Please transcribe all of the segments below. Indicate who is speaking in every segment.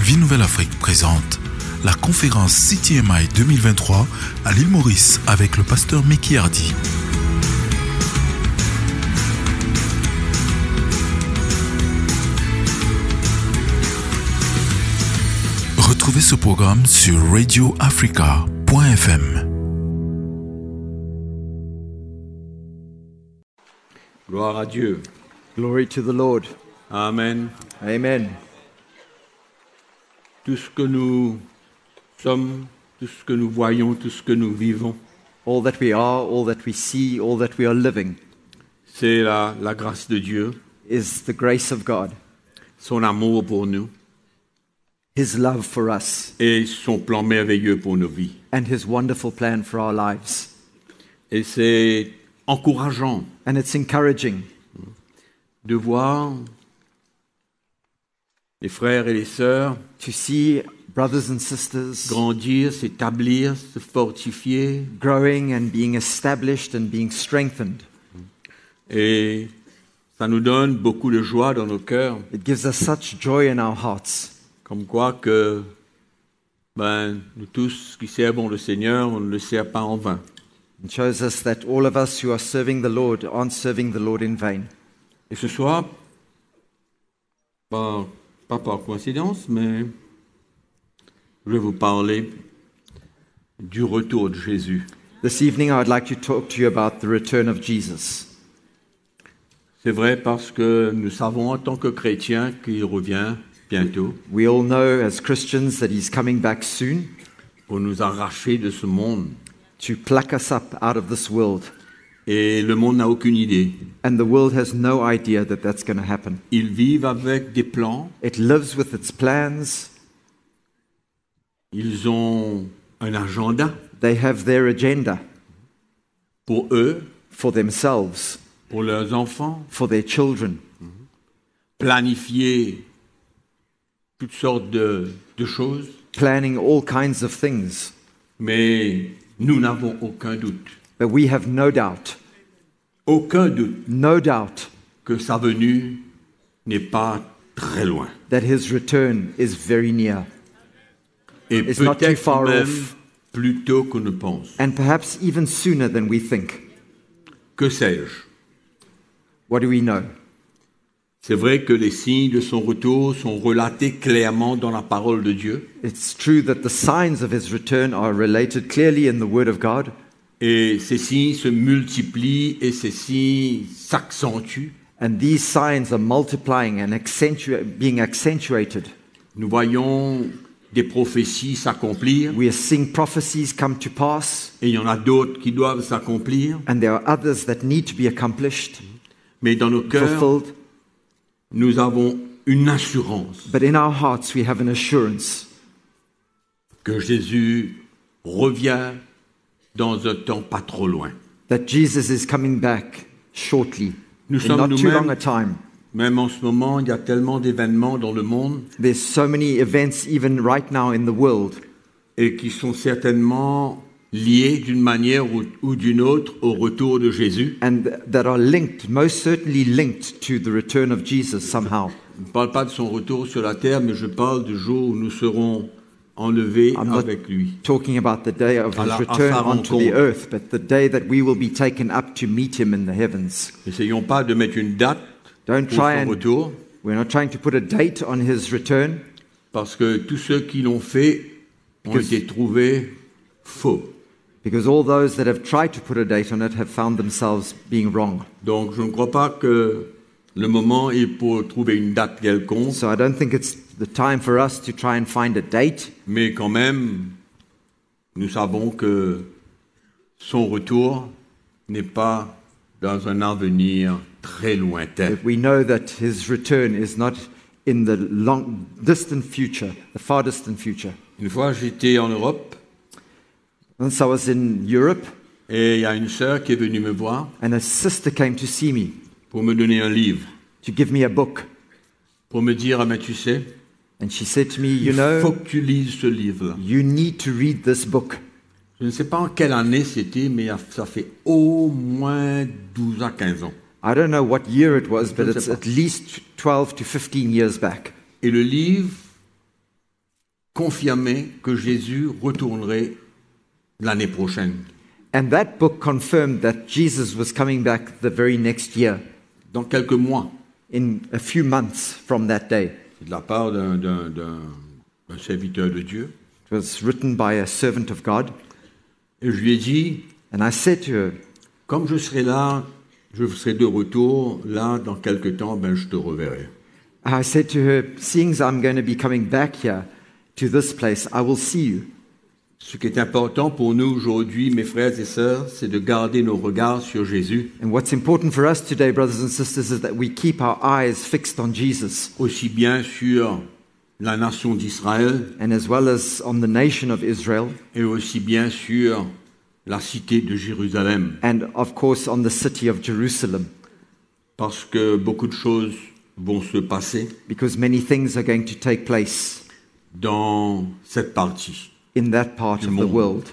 Speaker 1: Vie Nouvelle Afrique présente la conférence CTMI 2023 à l'île Maurice avec le pasteur Mickey Hardy. Retrouvez ce programme sur radioafrica.fm.
Speaker 2: Gloire à Dieu.
Speaker 3: Glory to the Lord.
Speaker 2: Amen.
Speaker 3: Amen.
Speaker 2: Tout ce que nous sommes, tout ce que nous voyons, tout ce que nous vivons,
Speaker 3: All that we are, all that we see, all that we are living
Speaker 2: c'est la, la grâce de Dieu,
Speaker 3: is the grace of God,
Speaker 2: son amour pour nous
Speaker 3: His love for us,
Speaker 2: et son plan merveilleux pour nos vies.
Speaker 3: and His wonderful plan for our lives.
Speaker 2: Et c'est encourageant
Speaker 3: And it's encouraging
Speaker 2: de voir les frères et les sœurs
Speaker 3: to see brothers and sisters
Speaker 2: grandir, s'établir, se fortifier
Speaker 3: growing and being established and being strengthened.
Speaker 2: et ça nous donne beaucoup de joie dans nos cœurs.
Speaker 3: It gives us such joy in our hearts
Speaker 2: Comme quoi que ben, nous tous qui servons le Seigneur, on ne le sert pas en vain.
Speaker 3: and shows us that all of us who are serving the Lord aren't serving the Lord in vain.
Speaker 2: Et ce soir, par- pas par coïncidence, mais je vais vous parler du retour de Jésus.
Speaker 3: This evening, I would like to talk to you about the return of Jesus.
Speaker 2: C'est vrai parce que nous savons en tant que chrétiens qu'il revient bientôt
Speaker 3: We all know as Christians that he's coming back soon
Speaker 2: pour nous arracher de ce monde.
Speaker 3: to pluck us up out of this world.
Speaker 2: Et le monde n'a aucune idée.
Speaker 3: And the world has no idea that that's going to happen.
Speaker 2: Ils vivent avec des plans,
Speaker 3: It lives with its plans,
Speaker 2: ils ont un agenda
Speaker 3: they have their agenda
Speaker 2: pour eux,
Speaker 3: for themselves,
Speaker 2: pour leurs enfants,
Speaker 3: for their children.
Speaker 2: planifier toutes sortes de, de choses,
Speaker 3: Planning all kinds of things,
Speaker 2: mais nous n'avons aucun doute,
Speaker 3: but we have no doubt,
Speaker 2: aucun doute
Speaker 3: no doubt
Speaker 2: que sa venue n'est pas très loin.
Speaker 3: that his return is very near
Speaker 2: Et
Speaker 3: It's not too far
Speaker 2: peut-être même
Speaker 3: off.
Speaker 2: plus tôt qu'on ne pense.
Speaker 3: and perhaps even sooner than we think.
Speaker 2: Que sais-je
Speaker 3: What do we know?
Speaker 2: C'est vrai que les signes de son retour sont relatés clairement dans la parole de Dieu,
Speaker 3: It's true that the signs of his return are related clearly in the Word of God.
Speaker 2: et ces signes se multiplient et ces signes s'accentuent.
Speaker 3: And these signs are multiplying and accentua- being accentuated.
Speaker 2: Nous voyons des prophéties s'accomplir.
Speaker 3: We are seeing prophecies come to pass,
Speaker 2: Et il y en a d'autres qui doivent s'accomplir.
Speaker 3: and there are others that need to be accomplished,
Speaker 2: Mais dans nos cœurs,
Speaker 3: fulfilled.
Speaker 2: nous avons une assurance
Speaker 3: But in our hearts, we have an assurance
Speaker 2: que Jésus revient dans un temps pas trop loin.
Speaker 3: that Jesus is coming back shortly.
Speaker 2: Nous
Speaker 3: in
Speaker 2: sommes
Speaker 3: not too
Speaker 2: nous-mêmes-
Speaker 3: long a time.
Speaker 2: Même en ce moment, il y a tellement d'événements dans le monde
Speaker 3: There's so many events, even right now in the world,
Speaker 2: et qui sont certainement liés d'une manière ou, ou d'une autre au retour de Jésus.
Speaker 3: and that are linked, most certainly linked to the return of Jesus somehow.
Speaker 2: Je ne parle pas de son retour sur la terre, mais je parle du jour où nous serons enlevés
Speaker 3: I'm not-
Speaker 2: avec lui.
Speaker 3: talking about the day of
Speaker 2: À
Speaker 3: his
Speaker 2: la- à
Speaker 3: return
Speaker 2: sa
Speaker 3: onto the
Speaker 2: rencontre.
Speaker 3: earth, but the day that we will be taken up to meet him in the heavens.
Speaker 2: N'essayons pas de mettre une date
Speaker 3: Don't
Speaker 2: pour son
Speaker 3: try and-
Speaker 2: retour.
Speaker 3: We're not trying to put a date on his return
Speaker 2: Parce que tous ceux qui l'ont fait ont
Speaker 3: Que-
Speaker 2: été trouvés faux.
Speaker 3: because all those that have tried to put a date on it have found themselves being wrong.
Speaker 2: Donc je ne crois pas que le moment est pour trouver une date quelconque,
Speaker 3: So I don't think it's the time for us to try and find a date,
Speaker 2: mais quand même, nous savons que son retour n'est pas dans un avenir très lointain.
Speaker 3: but we know that his return is not in the long distant future, the far distant future.
Speaker 2: Une fois, j'étais en Europe
Speaker 3: Once I was in Europe
Speaker 2: et il y a une sœur qui est venue me voir
Speaker 3: and a sister came to see me
Speaker 2: pour me donner un livre,
Speaker 3: to give me a book.
Speaker 2: pour me dire, ah mais tu sais,
Speaker 3: And she said to me, You
Speaker 2: il
Speaker 3: know,
Speaker 2: faut que tu lises ce livre-là.
Speaker 3: You need to read this book.
Speaker 2: Je ne sais pas en quelle année c'était, mais ça fait au moins 12 à 15 ans.
Speaker 3: I don't know what year it was, but
Speaker 2: Don't
Speaker 3: it's
Speaker 2: say-
Speaker 3: at least 12 to 15 years back.
Speaker 2: Et le livre confirmé que Jésus retournerait l'année prochaine.
Speaker 3: And that book confirmed that Jesus was coming back the very next year,
Speaker 2: Dans quelques mois,
Speaker 3: in a few months from that day. It
Speaker 2: de la part d'un- d'un d'un- d'un serviteur de Dieu.
Speaker 3: was written by a servant of God.
Speaker 2: Et je lui ai dit,
Speaker 3: And I said to her,
Speaker 2: comme je serai là, je serai de retour, là, dans quelques temps, ben, je te reverrai.
Speaker 3: I said to her, seeing as I'm going to be coming back here to this place, I will see you.
Speaker 2: Ce qui est important pour nous aujourd'hui, mes frères et sœurs, c'est de garder nos regards sur Jésus,
Speaker 3: And what's important for us today, brothers and sisters, is that we keep our eyes fixed on Jesus
Speaker 2: aussi bien sur la nation d'Israël
Speaker 3: and as well as on the nation of Israel
Speaker 2: et aussi bien sur la cité de Jérusalem,
Speaker 3: and, of course, on the city of Jerusalem
Speaker 2: parce que beaucoup de choses vont se passer
Speaker 3: because many things are going to take place
Speaker 2: dans cette partie.
Speaker 3: in that part of the
Speaker 2: monde.
Speaker 3: world.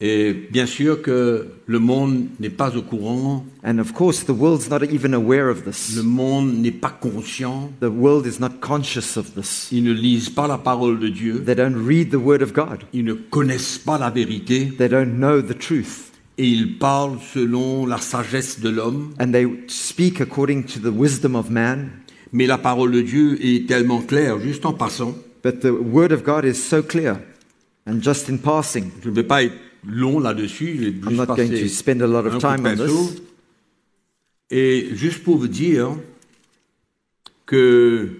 Speaker 2: Et bien sûr que le monde n'est pas au courant,
Speaker 3: And, of course, the world's not even aware of
Speaker 2: le
Speaker 3: this.
Speaker 2: monde n'est pas conscient,
Speaker 3: The world is not conscious of this.
Speaker 2: ils ne lisent pas la parole de Dieu,
Speaker 3: They don't read the Word of God.
Speaker 2: ils ne connaissent pas la vérité
Speaker 3: They don't know the truth.
Speaker 2: et ils parlent selon la sagesse de l'homme.
Speaker 3: And they speak according to the wisdom of man.
Speaker 2: Mais la parole de Dieu est tellement claire, juste en passant,
Speaker 3: But the Word of God is so clear. And just in passing,
Speaker 2: je ne vais pas être long là-dessus, je vais
Speaker 3: I'm
Speaker 2: juste
Speaker 3: not going to
Speaker 2: passer
Speaker 3: spend a lot
Speaker 2: un
Speaker 3: of
Speaker 2: coup de
Speaker 3: time on
Speaker 2: pinceau.
Speaker 3: this.
Speaker 2: Et juste pour vous dire que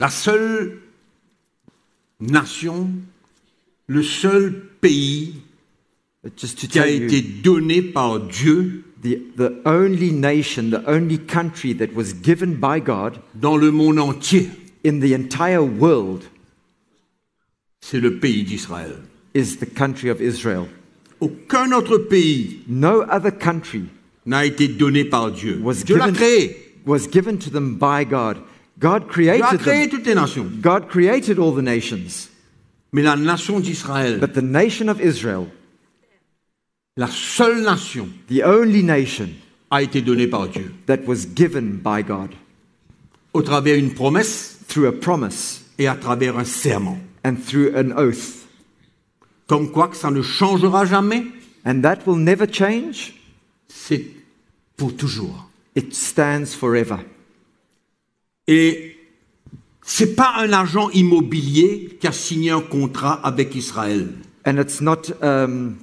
Speaker 2: la seule nation, le seul pays
Speaker 3: But just to
Speaker 2: qui a
Speaker 3: tell
Speaker 2: été
Speaker 3: you,
Speaker 2: donné par Dieu
Speaker 3: the, the only nation, the only country that was given by God
Speaker 2: dans le monde entier,
Speaker 3: in the entire world
Speaker 2: c'est le pays d'Israël.
Speaker 3: is the country of Israel.
Speaker 2: Aucun autre pays
Speaker 3: No other country
Speaker 2: n'a été donné par Dieu.
Speaker 3: was
Speaker 2: Dieu l'a
Speaker 3: given,
Speaker 2: créé.
Speaker 3: was given to them by God. God
Speaker 2: Dieu a
Speaker 3: created
Speaker 2: créé
Speaker 3: them.
Speaker 2: toutes les nations.
Speaker 3: God created all the nations.
Speaker 2: Mais la nation d'Israël,
Speaker 3: But the nation of Israel,
Speaker 2: la seule nation,
Speaker 3: the only nation
Speaker 2: a été donnée par Dieu.
Speaker 3: that was given by God
Speaker 2: Au travers une promesse
Speaker 3: through a promise
Speaker 2: et à travers un serment.
Speaker 3: and through an oath.
Speaker 2: Comme quoi que ça ne changera jamais,
Speaker 3: And that will never change.
Speaker 2: c'est pour toujours.
Speaker 3: It stands forever.
Speaker 2: Et c'est pas un agent immobilier qui a signé un contrat avec Israël.
Speaker 3: And it's not um,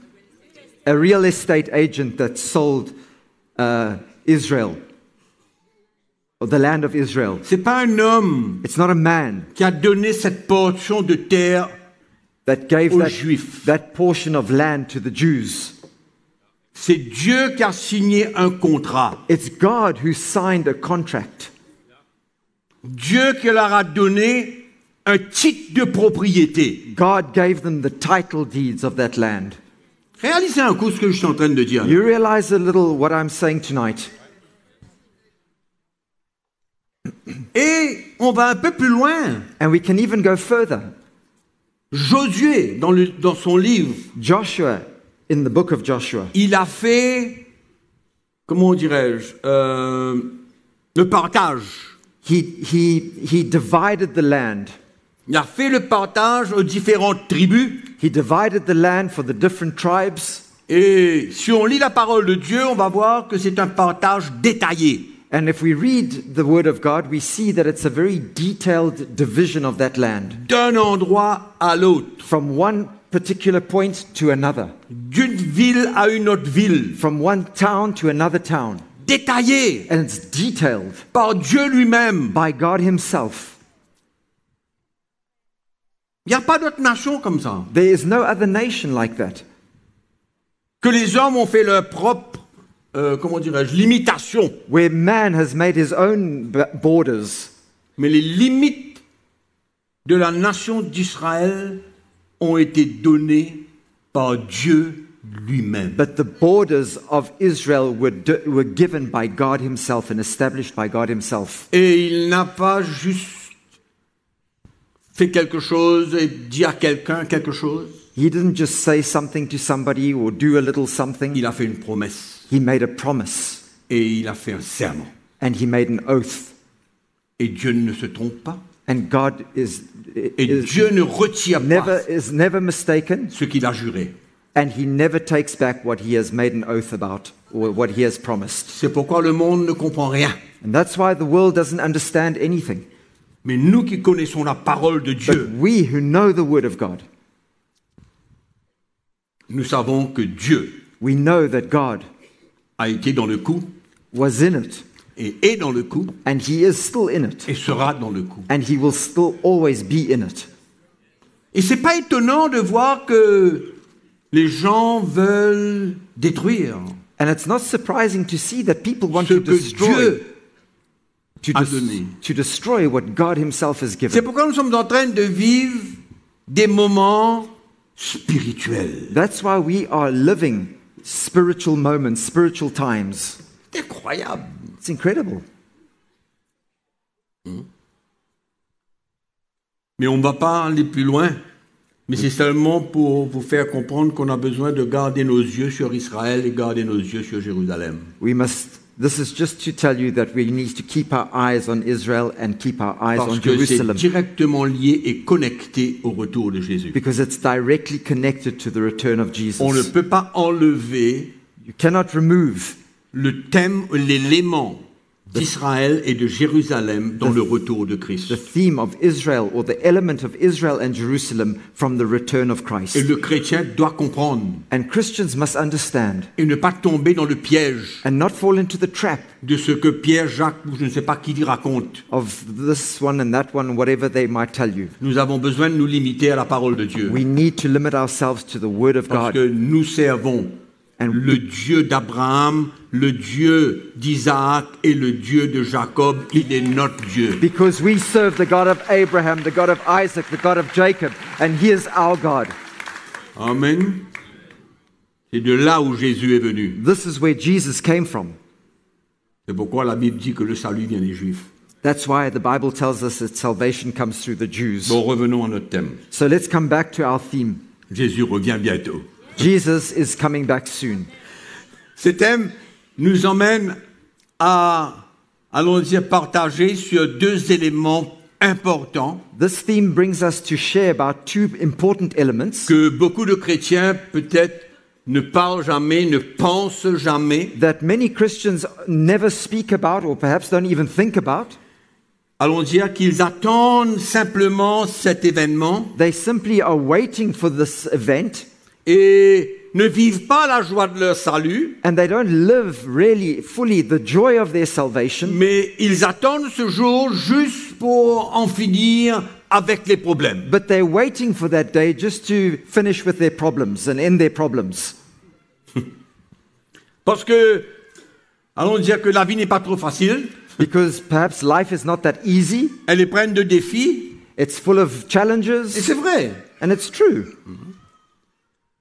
Speaker 3: a real estate agent that sold uh, Israel or the land of Israel.
Speaker 2: C'est pas un homme
Speaker 3: It's not a man
Speaker 2: qui a donné cette portion de terre.
Speaker 3: that gave
Speaker 2: Aux
Speaker 3: that,
Speaker 2: Juifs.
Speaker 3: that portion of land to the Jews.
Speaker 2: C'est Dieu qui a signé un contrat.
Speaker 3: It's God who signed a contract.
Speaker 2: Dieu qui leur a donné un titre de propriété.
Speaker 3: God gave them the title deeds of that land.
Speaker 2: Réalisez un coup ce que je suis en train de dire. là.
Speaker 3: You realize a little what I'm saying tonight.
Speaker 2: Et on va un peu plus loin.
Speaker 3: And we can even go further.
Speaker 2: Josué, dans, le- dans son livre,
Speaker 3: Joshua, in the book of Joshua,
Speaker 2: il a fait, comment dirais-je, euh, le partage.
Speaker 3: he, he, he divided the land.
Speaker 2: Il a fait le partage aux différentes tribus.
Speaker 3: He divided the land for the different tribes.
Speaker 2: Et si on lit la parole de Dieu, on va voir que c'est un partage détaillé.
Speaker 3: And if we read the word of God, we see that it's a very detailed division of that land
Speaker 2: D'un endroit à l'autre,
Speaker 3: from one particular point to another,
Speaker 2: d'une ville à une autre ville.
Speaker 3: from one town to another town.
Speaker 2: Détaillé
Speaker 3: And it's detailed
Speaker 2: par Dieu lui-même.
Speaker 3: by God Himself.
Speaker 2: Il n'y a pas d'autre nation comme ça.
Speaker 3: There is no other nation like that.
Speaker 2: Que les hommes ont fait leur propre, euh, comment dirais-je, limitation.
Speaker 3: where man has made his own b- borders,
Speaker 2: Mais les limites de la nation d'Israël ont été données par Dieu lui-même.
Speaker 3: but the borders of Israel were, d were given by God Himself and established by God Himself.
Speaker 2: Et il n'a pas juste fait quelque chose et dit à quelqu'un quelque chose.
Speaker 3: He didn't just say something to somebody or do a little something,
Speaker 2: Il a fait une promesse
Speaker 3: He made a promise
Speaker 2: et il a fait un serment.
Speaker 3: and He made an oath.
Speaker 2: Et Dieu ne se trompe pas.
Speaker 3: And God is,
Speaker 2: Et
Speaker 3: is
Speaker 2: Dieu ne retire
Speaker 3: never
Speaker 2: pas
Speaker 3: is never mistaken,
Speaker 2: ce qu'il a juré.
Speaker 3: and He never takes back what He has made an oath about or what He has promised.
Speaker 2: C'est pourquoi le monde ne comprend rien.
Speaker 3: And that's why the world doesn't understand anything.
Speaker 2: Mais nous qui connaissons la parole de
Speaker 3: But
Speaker 2: Dieu,
Speaker 3: we who know the Word of God,
Speaker 2: nous savons que Dieu
Speaker 3: we know that God
Speaker 2: a été dans le coup
Speaker 3: was in it,
Speaker 2: et est dans le coup
Speaker 3: and He is still in it,
Speaker 2: et sera dans le coup.
Speaker 3: and He will still always be in it.
Speaker 2: Et c'est pas étonnant de voir que les gens veulent détruire
Speaker 3: And it's not surprising to see that people want
Speaker 2: ce
Speaker 3: to
Speaker 2: que
Speaker 3: destroy,
Speaker 2: Dieu.
Speaker 3: to,
Speaker 2: a
Speaker 3: des-
Speaker 2: donné.
Speaker 3: to destroy what God Himself has
Speaker 2: C'est
Speaker 3: given.
Speaker 2: pourquoi nous sommes en train de vivre des moments spirituels.
Speaker 3: That's why we are living spiritual moments, spiritual times.
Speaker 2: C'est incroyable.
Speaker 3: It's incredible.
Speaker 2: Mais on ne va pas aller plus loin. Mais c'est seulement pour vous faire comprendre qu'on a besoin de garder nos yeux sur Israël et garder nos yeux sur Jérusalem.
Speaker 3: We must. This is just to tell you that we need to keep our eyes on Israel and keep our eyes
Speaker 2: Parce
Speaker 3: on
Speaker 2: que c'est
Speaker 3: Jerusalem
Speaker 2: directement lié et connecté au retour de Jésus.
Speaker 3: because it's directly connected to the return of
Speaker 2: On ne
Speaker 3: Jesus.
Speaker 2: peut pas enlever
Speaker 3: You cannot remove
Speaker 2: le thème, l'élément d'Israël et de Jérusalem dans le retour de Christ.
Speaker 3: the theme of Israel or the element of Israel and Jerusalem from the return of Christ.
Speaker 2: Et le chrétien doit comprendre
Speaker 3: And Christians must understand
Speaker 2: et ne pas tomber dans le piège
Speaker 3: and not fall into the trap
Speaker 2: de ce que Pierre, Jacques ou je ne sais pas qui raconte.
Speaker 3: of this one and that one, whatever they might tell you.
Speaker 2: Nous avons besoin de nous limiter à la parole de Dieu.
Speaker 3: We need to limit ourselves to the Word of
Speaker 2: Parce
Speaker 3: God.
Speaker 2: que nous servons
Speaker 3: And-
Speaker 2: le Dieu d'Abraham, le Dieu d'Isaac et le Dieu de Jacob. Il est notre Dieu.
Speaker 3: Because we serve the God of Abraham, the God of Isaac, the God of Jacob, and He is our God.
Speaker 2: Amen. C'est de là où Jésus est venu.
Speaker 3: This is where Jesus came from.
Speaker 2: C'est pourquoi la Bible dit que le salut vient des Juifs.
Speaker 3: That's why the Bible tells us that salvation comes through the Jews.
Speaker 2: Bon, revenons à notre thème.
Speaker 3: So let's come back to our theme.
Speaker 2: Jésus revient bientôt.
Speaker 3: Jesus is coming back soon.
Speaker 2: Ce thème nous emmène à, allons-y, partager sur deux éléments importants
Speaker 3: This theme brings us to share about two important elements
Speaker 2: que beaucoup de chrétiens peut-être ne parlent jamais, ne pensent jamais.
Speaker 3: that many Christians never speak about or perhaps don't even think about.
Speaker 2: Allons dire qu'ils attendent simplement cet événement
Speaker 3: They simply are waiting for this event
Speaker 2: et ne vivent pas la joie de leur salut,
Speaker 3: and they don't live really fully the joy of their salvation.
Speaker 2: mais ils attendent ce jour juste pour en finir avec les problèmes.
Speaker 3: But they're waiting for that day just to finish with their problems and end their problems.
Speaker 2: Parce que, allons dire que la vie n'est pas trop facile,
Speaker 3: Because perhaps life is not that easy,
Speaker 2: elle est pleine de défis,
Speaker 3: it's full of
Speaker 2: et
Speaker 3: challenges,
Speaker 2: c'est vrai.
Speaker 3: and it's true.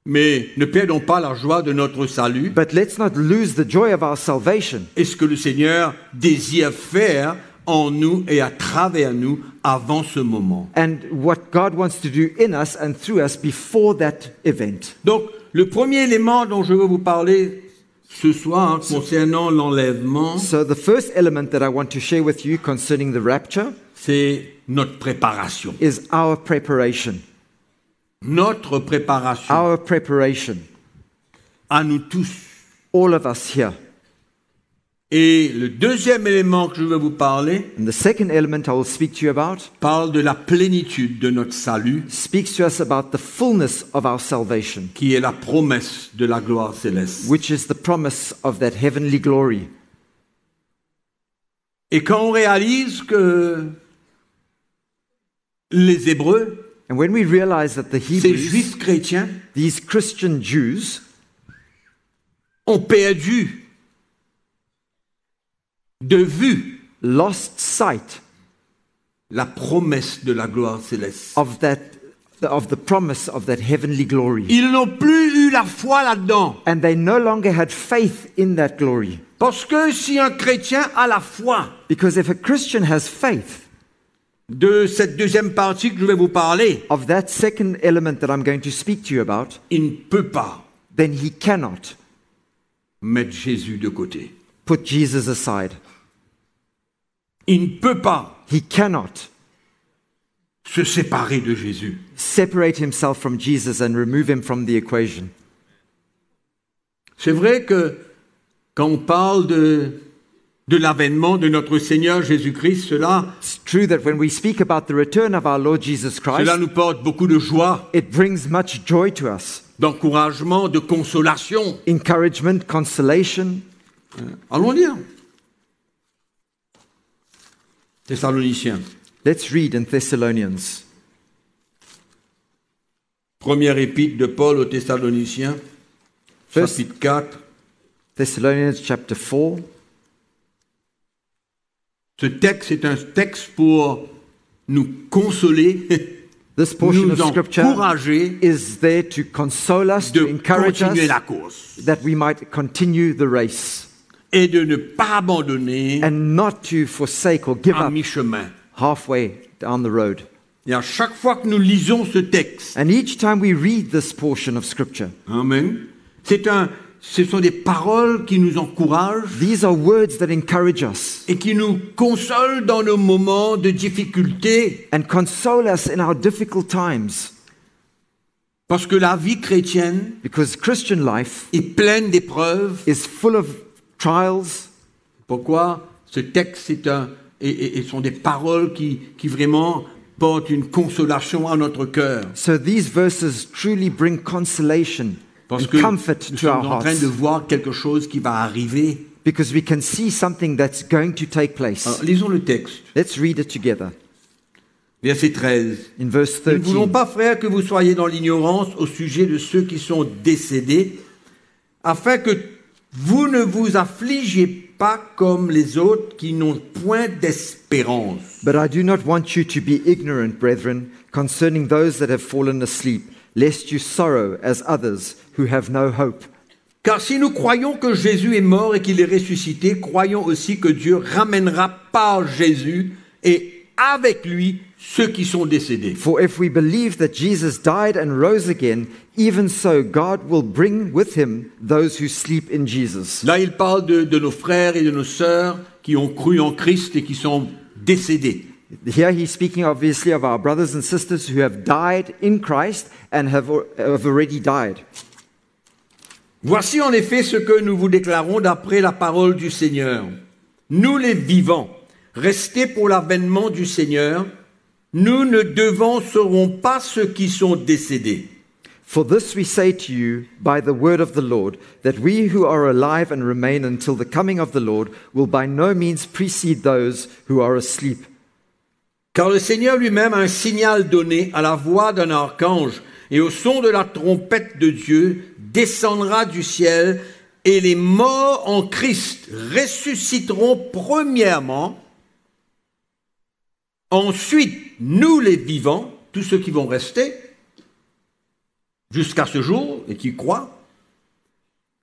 Speaker 2: Mais ne perdons pas la joie de notre salut
Speaker 3: But let's not lose the joy of our salvation
Speaker 2: et ce que le Seigneur désire faire en nous et à travers nous avant ce moment.
Speaker 3: and what God wants to do in us and through us before that event.
Speaker 2: Donc, le premier élément dont je veux vous parler ce soir hein, concernant l'enlèvement,
Speaker 3: So, the first element that I want to share with you concerning the rapture
Speaker 2: c'est notre préparation.
Speaker 3: is our preparation.
Speaker 2: Notre préparation
Speaker 3: Our preparation,
Speaker 2: à nous tous.
Speaker 3: all of us here.
Speaker 2: Et le deuxième élément que je veux vous parler
Speaker 3: And the second element I will speak to you about
Speaker 2: parle de la plénitude de notre salut,
Speaker 3: speaks to us about the fullness of our salvation,
Speaker 2: qui est la promesse de la gloire céleste.
Speaker 3: which is the promise of that heavenly glory.
Speaker 2: Et quand on réalise que les Hébreux,
Speaker 3: And when we realize that the
Speaker 2: ces
Speaker 3: Hebrews,
Speaker 2: Juifs chrétiens,
Speaker 3: these Christian Jews,
Speaker 2: ont perdu de vue
Speaker 3: lost sight
Speaker 2: la promesse de la gloire céleste.
Speaker 3: of that of the promise of that heavenly glory.
Speaker 2: Ils n'ont plus eu la foi là-dedans.
Speaker 3: And they no longer had faith in that glory.
Speaker 2: Parce que si un chrétien a la foi
Speaker 3: Because if a Christian has faith
Speaker 2: de cette deuxième partie que je vais vous parler,
Speaker 3: of that second element that I'm going to speak to you about,
Speaker 2: il ne peut pas
Speaker 3: then he cannot
Speaker 2: mettre Jésus de côté.
Speaker 3: put Jesus aside.
Speaker 2: Il ne peut pas
Speaker 3: He cannot
Speaker 2: se séparer de Jésus.
Speaker 3: separate himself from Jesus and remove him from the equation.
Speaker 2: C'est vrai que quand on parle de, de l'avènement de notre Seigneur Jésus-Christ, cela,
Speaker 3: It's true that when we speak about the return of our Lord Jesus
Speaker 2: cela
Speaker 3: Christ,
Speaker 2: nous porte beaucoup de joie,
Speaker 3: it brings much joy to us
Speaker 2: d'encouragement, de consolation.
Speaker 3: encouragement, consolation.
Speaker 2: Allons lire. Thessaloniciens,
Speaker 3: Let's read in Thessalonians,
Speaker 2: première épître de Paul aux Thessaloniciens,
Speaker 3: First-
Speaker 2: chapitre 4.
Speaker 3: Thessalonians chapter 4.
Speaker 2: Ce texte est un texte pour nous consoler,
Speaker 3: This portion
Speaker 2: nous
Speaker 3: of scripture
Speaker 2: encourager
Speaker 3: is there to console us, to
Speaker 2: de
Speaker 3: encourage
Speaker 2: continuer
Speaker 3: us
Speaker 2: la course
Speaker 3: that we might continue the race
Speaker 2: et de ne pas abandonner
Speaker 3: and not to forsake or give
Speaker 2: à
Speaker 3: up
Speaker 2: mi-chemin.
Speaker 3: halfway down the road.
Speaker 2: Et à chaque fois que nous lisons ce texte,
Speaker 3: And each time we read this portion of scripture,
Speaker 2: Amen, c'est un, ce sont des paroles qui nous encouragent
Speaker 3: these are words that encourage us
Speaker 2: et qui nous consolent dans nos moments de difficulté,
Speaker 3: and console us in our difficult times
Speaker 2: parce que la vie chrétienne
Speaker 3: because Christian life
Speaker 2: est pleine d'épreuves.
Speaker 3: is full of trials.
Speaker 2: Pourquoi ce texte est un, et, et- et sont des paroles qui, qui vraiment portent une consolation à notre cœur,
Speaker 3: So these verses truly bring consolation
Speaker 2: parce
Speaker 3: and
Speaker 2: que
Speaker 3: comfort
Speaker 2: nous
Speaker 3: to our
Speaker 2: sommes en train
Speaker 3: hearts
Speaker 2: de voir quelque chose qui va arriver.
Speaker 3: because we can see something that's going to take place.
Speaker 2: Alors, lisons le texte,
Speaker 3: Let's read it together
Speaker 2: verset 13.
Speaker 3: in verse
Speaker 2: Nous ne voulons
Speaker 3: 13.
Speaker 2: pas, frères, que vous soyez dans l'ignorance au sujet de ceux qui sont décédés, afin que vous ne vous affligez pas comme les autres qui n'ont point d'espérance.
Speaker 3: But I do not want you to be ignorant, brethren, concerning those that have fallen asleep, lest you sorrow as others who have no hope.
Speaker 2: Car si nous croyons que Jésus est mort et qu'il est ressuscité, croyons aussi que Dieu ramènera par Jésus et avec lui ceux qui sont décédés.
Speaker 3: For if we believe that Jesus died and rose again, even so God will bring with him those who sleep in Jesus.
Speaker 2: Là, il parle de, de nos frères et de nos sœurs qui ont cru en Christ et qui sont décédés.
Speaker 3: Here he's speaking obviously of our brothers and sisters who have died in Christ and have, al- have already died.
Speaker 2: Voici en effet ce que nous vous déclarons d'après la parole du Seigneur. Nous les vivants, restés pour l'avènement du Seigneur, nous ne devancerons pas ceux qui sont décédés.
Speaker 3: For this we say to you by the word of the Lord, that we who are alive and remain until the coming of the Lord will by no means precede those who are asleep.
Speaker 2: Car le Seigneur lui-même a un signal donné à la voix d'un archange et au son de la trompette de Dieu descendra du ciel et les morts en Christ ressusciteront premièrement. Ensuite, nous les vivants, tous ceux qui vont rester jusqu'à ce jour et qui croient,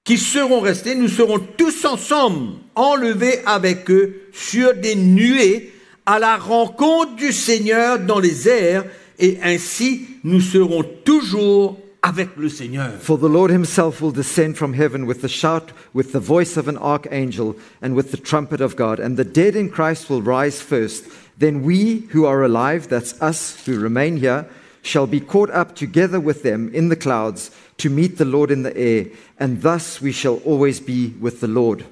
Speaker 2: qui seront restés, nous serons tous ensemble enlevés avec eux sur des nuées à la rencontre du Seigneur dans les airs, et ainsi nous serons toujours avec le Seigneur.
Speaker 3: For the Lord himself will descend from heaven with a shout, with the voice of an archangel, and with the trumpet of God, and the dead in Christ will rise first. Then we who are alive, that's us who remain here, shall be caught up together with them in the clouds to meet the Lord in the air, and thus we shall always be with the Lord.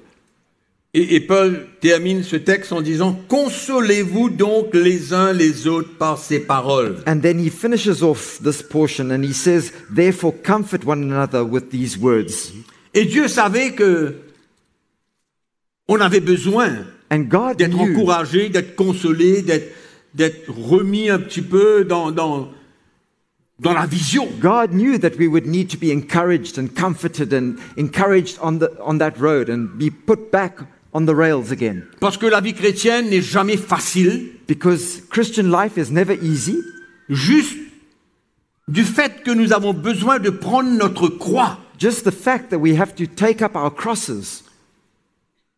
Speaker 2: Et, et Paul termine ce texte en disant, Consolez-vous donc les uns les autres par ces paroles.
Speaker 3: And then he finishes off this portion and he says, Therefore, comfort one another with these words.
Speaker 2: Et Dieu savait que on avait besoin
Speaker 3: And God
Speaker 2: d'être
Speaker 3: knew
Speaker 2: encouragé, d'être consolé, d'être, d'être remis un petit peu dans, dans, dans la vision.
Speaker 3: God knew that we would need to be encouraged and comforted and encouraged on, the, on that road and be put back on the rails again.
Speaker 2: Parce que la vie chrétienne n'est jamais facile,
Speaker 3: Because Christian life is never easy.
Speaker 2: juste du fait que nous avons besoin de prendre notre croix
Speaker 3: Just the fact that we have to take up our crosses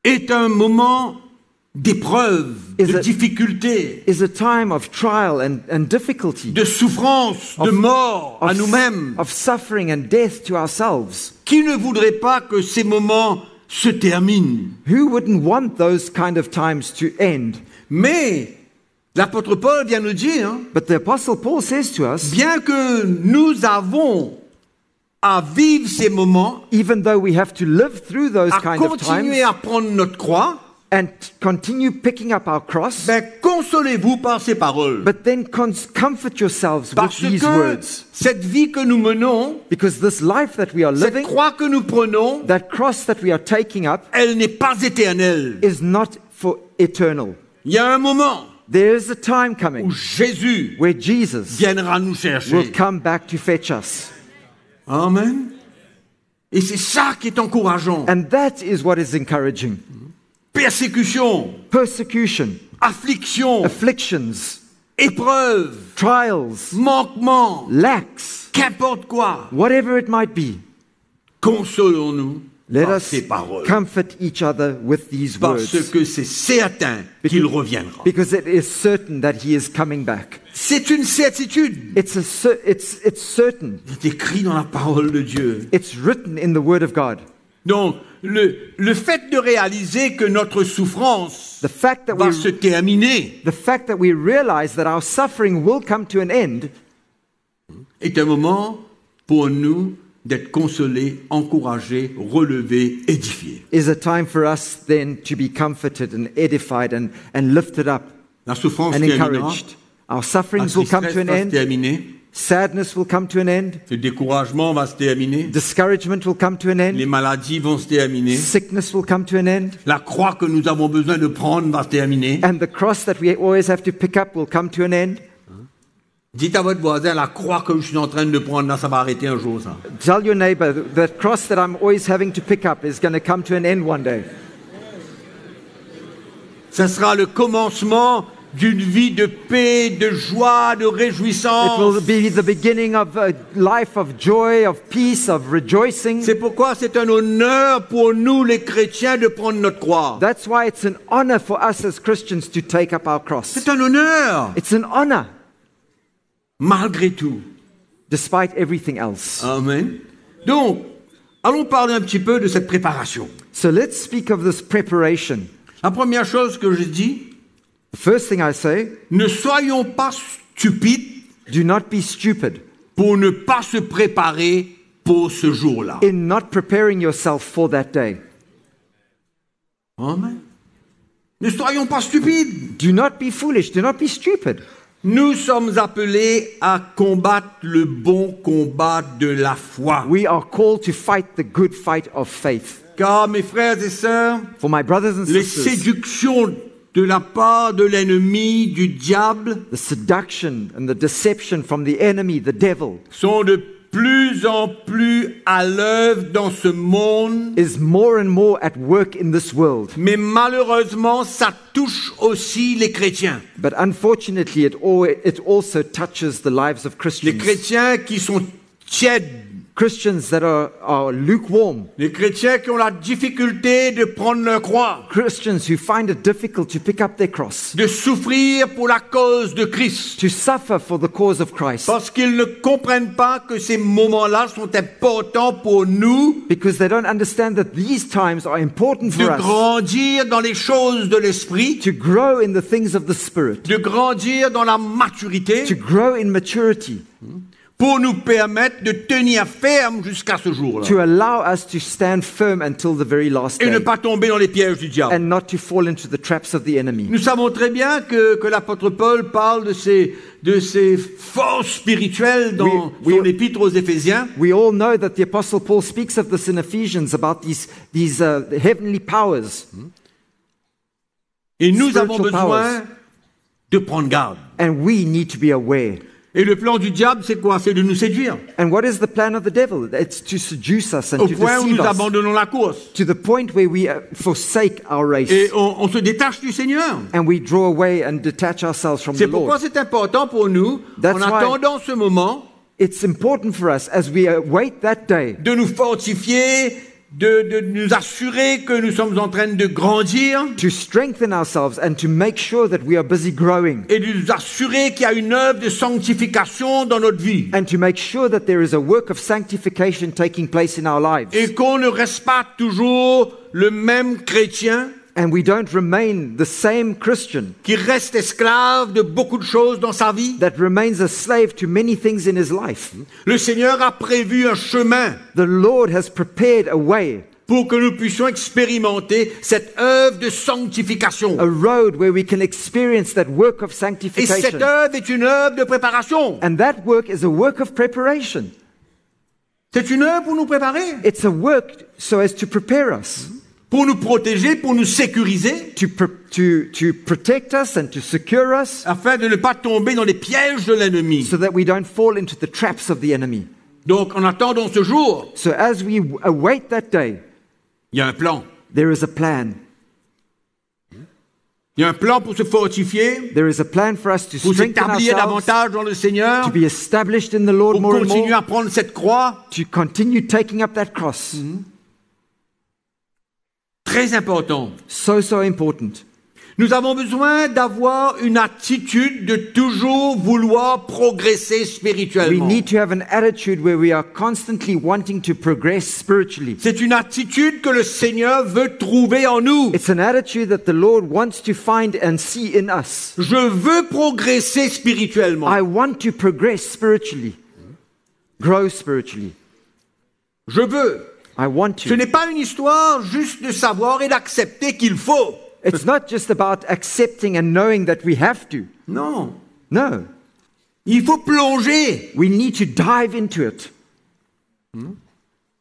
Speaker 2: est un moment d'épreuve,
Speaker 3: Is
Speaker 2: de
Speaker 3: it-
Speaker 2: difficulté,
Speaker 3: is a time of trial and, and difficulty,
Speaker 2: de souffrance, de mort à
Speaker 3: of,
Speaker 2: nous-mêmes.
Speaker 3: of suffering and death to ourselves.
Speaker 2: Qui ne voudrait pas que ces moments se terminent
Speaker 3: Who wouldn't want those kind of times to end?
Speaker 2: Mais l'apôtre Paul vient nous dire, hein,
Speaker 3: But the Apostle Paul says to us,
Speaker 2: bien que nous avons à vivre ces moments,
Speaker 3: even though we have to live through those
Speaker 2: à
Speaker 3: kind of
Speaker 2: continuer
Speaker 3: times
Speaker 2: à prendre notre croix,
Speaker 3: and continue picking up our cross,
Speaker 2: ben, consolez-vous par ces paroles.
Speaker 3: but then cons- comfort yourselves with
Speaker 2: Parce
Speaker 3: these
Speaker 2: que
Speaker 3: words.
Speaker 2: cette vie que nous menons,
Speaker 3: Because this life that we are
Speaker 2: cette
Speaker 3: living,
Speaker 2: croix que nous prenons,
Speaker 3: that cross that we are taking up,
Speaker 2: elle n'est pas éternelle.
Speaker 3: is not for eternal.
Speaker 2: Il y a un moment
Speaker 3: There is a time
Speaker 2: où
Speaker 3: coming
Speaker 2: Jésus
Speaker 3: where Jesus
Speaker 2: viendra nous
Speaker 3: will
Speaker 2: chercher.
Speaker 3: come back to fetch us.
Speaker 2: Amen. Et c'est ça qui est encourageant.
Speaker 3: And that is what is encouraging.
Speaker 2: Persécution,
Speaker 3: Persecution,
Speaker 2: affliction,
Speaker 3: afflictions,
Speaker 2: épreuve,
Speaker 3: trials,
Speaker 2: manquement,
Speaker 3: lacks,
Speaker 2: qu'importe quoi.
Speaker 3: whatever it might be.
Speaker 2: Consolons-nous
Speaker 3: Let
Speaker 2: par
Speaker 3: us
Speaker 2: ces paroles.
Speaker 3: comfort each other with these
Speaker 2: Parce
Speaker 3: words
Speaker 2: que c'est certain qu'il reviendra.
Speaker 3: because it is certain that he is coming back.
Speaker 2: C'est une certitude.
Speaker 3: It's, a cer- it's, it's certain.
Speaker 2: C'est écrit dans la parole de Dieu.
Speaker 3: It's written in the Word of God.
Speaker 2: Donc, le, le fait de réaliser que notre souffrance
Speaker 3: The fact that
Speaker 2: va se
Speaker 3: we,
Speaker 2: terminer
Speaker 3: the fact that we realize that our suffering will come to an end
Speaker 2: est un moment pour nous d'être consolés, encouragés, relevés, édifiés.
Speaker 3: is a time for us then to be comforted and edified and, and lifted up
Speaker 2: La souffrance
Speaker 3: and
Speaker 2: terminera,
Speaker 3: encouraged. Our
Speaker 2: la
Speaker 3: sufferings will come
Speaker 2: tristesse
Speaker 3: to
Speaker 2: va
Speaker 3: an
Speaker 2: se
Speaker 3: end.
Speaker 2: terminer,
Speaker 3: Sadness will come to an end.
Speaker 2: le découragement va se terminer,
Speaker 3: Discouragement will come to an
Speaker 2: les
Speaker 3: end.
Speaker 2: maladies vont se terminer,
Speaker 3: Sickness will come to an end.
Speaker 2: la croix que nous avons besoin de prendre va se terminer.
Speaker 3: And the cross that we always have to pick up will come to an end.
Speaker 2: Dites à votre voisin, la croix que je suis en train de prendre, là, ça va arrêter un jour, ça.
Speaker 3: Tell your neighbor th- that cross that I'm always having to pick up is going to come to an end one day.
Speaker 2: Ce sera le commencement d'une vie de paix, de joie, de
Speaker 3: It will
Speaker 2: réjouissance.
Speaker 3: be the beginning of a life of joy, of peace, of rejoicing.
Speaker 2: C'est pourquoi c'est un honneur pour nous les chrétiens de prendre notre croix.
Speaker 3: That's why it's an honor for us as Christians to take up our cross.
Speaker 2: C'est un honneur,
Speaker 3: It's an honor
Speaker 2: malgré tout.
Speaker 3: despite everything
Speaker 2: Uh.
Speaker 3: else.
Speaker 2: Amen. Donc, allons parler un petit peu de cette préparation.
Speaker 3: So let's speak of this preparation.
Speaker 2: La première chose que je dis,
Speaker 3: The first thing I say
Speaker 2: ne soyons pas stupides
Speaker 3: do not be stupid
Speaker 2: pour ne pas se préparer pour ce jour-là.
Speaker 3: in not preparing yourself for that day.
Speaker 2: Amen. Ne soyons pas stupides.
Speaker 3: Do not be foolish, do not be stupid.
Speaker 2: Nous sommes appelés à combattre le bon combat de la foi.
Speaker 3: We are called to fight the good fight of faith.
Speaker 2: Car mes frères et sœurs,
Speaker 3: For my brothers and
Speaker 2: les
Speaker 3: sisters,
Speaker 2: séductions de la part de l'ennemi, du diable,
Speaker 3: the seduction and the deception from the enemy, the devil,
Speaker 2: sont de plus en plus à l'œuvre dans ce monde,
Speaker 3: is more and more at work in this world.
Speaker 2: mais malheureusement, ça touche aussi les chrétiens.
Speaker 3: But unfortunately, it, al- it also touches the lives of
Speaker 2: Les
Speaker 3: Christians.
Speaker 2: chrétiens qui sont tièdes,
Speaker 3: Christians that are, are lukewarm,
Speaker 2: les chrétiens qui ont la difficulté de prendre leur croix,
Speaker 3: Christians who find it difficult to pick up their cross,
Speaker 2: de souffrir pour la cause de Christ,
Speaker 3: to suffer for the cause of Christ,
Speaker 2: parce qu'ils ne comprennent pas que ces moments-là sont importants pour nous
Speaker 3: because they don't understand that these times are important
Speaker 2: de
Speaker 3: for us
Speaker 2: grandir dans les choses de l'esprit,
Speaker 3: to grow in the things of the Spirit,
Speaker 2: de grandir dans la
Speaker 3: to
Speaker 2: maturité
Speaker 3: grow in maturity,
Speaker 2: pour nous permettre de tenir ferme jusqu'à ce jour-là
Speaker 3: to allow us to stand firm until the very last
Speaker 2: et ne
Speaker 3: day,
Speaker 2: pas tomber dans les pièges du diable.
Speaker 3: and not to fall into the traps of the enemy.
Speaker 2: Nous savons très bien que, que l'apôtre Paul parle de ces, de ces forces spirituelles dans
Speaker 3: Oui, oui.
Speaker 2: son épître aux Éphésiens.
Speaker 3: We all know that the Apostle Paul speaks of this in Ephesians about these, these uh, heavenly powers.
Speaker 2: Et nous
Speaker 3: Spiritual
Speaker 2: avons besoin
Speaker 3: powers.
Speaker 2: de prendre garde.
Speaker 3: And we need to be aware.
Speaker 2: Et le plan du diable, c'est quoi C'est de nous séduire.
Speaker 3: And what is the plan of the devil? It's to seduce us and
Speaker 2: Au
Speaker 3: to
Speaker 2: point où
Speaker 3: deceive
Speaker 2: nous
Speaker 3: us
Speaker 2: abandonnons la course.
Speaker 3: to the point where we uh, forsake our race
Speaker 2: Et on, on se détache du Seigneur.
Speaker 3: and we draw away and detach ourselves from
Speaker 2: C'est
Speaker 3: the
Speaker 2: pourquoi
Speaker 3: Lord.
Speaker 2: c'est important pour nous,
Speaker 3: That's
Speaker 2: en
Speaker 3: why-
Speaker 2: attendant ce moment,
Speaker 3: It's important for us as we await that day
Speaker 2: de nous fortifier, de, de nous assurer que nous sommes en train de grandir
Speaker 3: to strengthen ourselves and to make sure that we are busy growing
Speaker 2: et de nous assurer qu'il y a une œuvre de sanctification dans notre vie
Speaker 3: and to make sure that there is a work of sanctification taking place in our lives.
Speaker 2: et qu'on ne reste pas toujours le même chrétien
Speaker 3: and we don't remain the same Christian
Speaker 2: qui reste esclave de beaucoup de choses dans sa vie.
Speaker 3: that remains a slave to many things in his life.
Speaker 2: Le Seigneur a prévu un chemin
Speaker 3: The Lord has prepared a way,
Speaker 2: pour que nous puissions expérimenter cette œuvre de sanctification.
Speaker 3: a road where we can experience that work of
Speaker 2: Et cette
Speaker 3: sanctification.
Speaker 2: œuvre est une œuvre de préparation.
Speaker 3: And that work is a work of preparation.
Speaker 2: C'est une œuvre pour nous préparer,
Speaker 3: It's a work so as to prepare us,
Speaker 2: pour nous protéger, pour nous sécuriser,
Speaker 3: to, pr- to, to protect us and to secure us
Speaker 2: afin de ne pas tomber dans les pièges de l'ennemi.
Speaker 3: so that we don't fall into the traps of the enemy.
Speaker 2: Donc, en attendant ce jour,
Speaker 3: So as we w- await that day,
Speaker 2: il y a un plan.
Speaker 3: there is a plan.
Speaker 2: Il y a un plan pour se fortifier,
Speaker 3: There is a plan for us to
Speaker 2: pour
Speaker 3: strengthen
Speaker 2: s'établir
Speaker 3: ourselves,
Speaker 2: davantage dans le Seigneur,
Speaker 3: to be established in the Lord
Speaker 2: pour
Speaker 3: more and
Speaker 2: continuer
Speaker 3: more,
Speaker 2: à prendre cette croix.
Speaker 3: to continue taking up that cross.
Speaker 2: Très important.
Speaker 3: So, so important.
Speaker 2: Nous avons besoin d'avoir une attitude de toujours vouloir progresser
Speaker 3: We
Speaker 2: spirituellement.
Speaker 3: need to have an attitude where we are constantly wanting to progress spiritually.
Speaker 2: C'est une attitude que le Seigneur veut trouver en nous.
Speaker 3: It's an attitude that the Lord wants to find and see in us.
Speaker 2: Je veux progresser spirituellement.
Speaker 3: I want to progress spiritually, grow spiritually.
Speaker 2: Je veux.
Speaker 3: I want
Speaker 2: Ce
Speaker 3: to.
Speaker 2: n'est pas une histoire juste de savoir et d'accepter qu'il faut.
Speaker 3: It's not just about accepting and knowing that we have to.
Speaker 2: Non.
Speaker 3: No,
Speaker 2: Il faut plonger
Speaker 3: we need to dive into it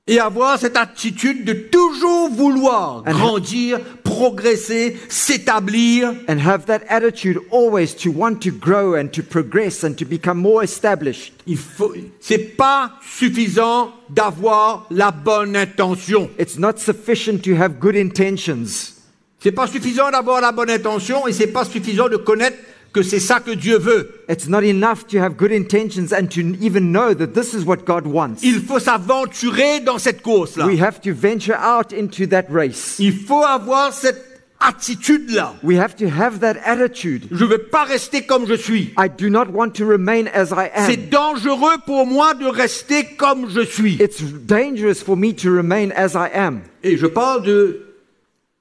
Speaker 2: et avoir cette attitude de toujours vouloir
Speaker 3: And-
Speaker 2: grandir, progresser, s'établir.
Speaker 3: and have that attitude always to want to grow and to progress and to become more established.
Speaker 2: Il faut. C'est pas suffisant d'avoir la bonne intention.
Speaker 3: It's not sufficient to have good intentions.
Speaker 2: C'est pas suffisant d'avoir la bonne intention et c'est pas suffisant de connaître que c'est ça que Dieu veut.
Speaker 3: It's not enough to have good intentions and to even know that this is what God wants.
Speaker 2: Il faut s'aventurer dans cette course-là.
Speaker 3: We have to venture out into that race.
Speaker 2: Il faut avoir cette attitude-là.
Speaker 3: We have to have that attitude.
Speaker 2: Je ne veux pas rester comme je suis.
Speaker 3: I do not want to remain as I am.
Speaker 2: C'est dangereux pour moi de rester comme je suis.
Speaker 3: It's dangerous for me to remain as I am.
Speaker 2: Et je parle de,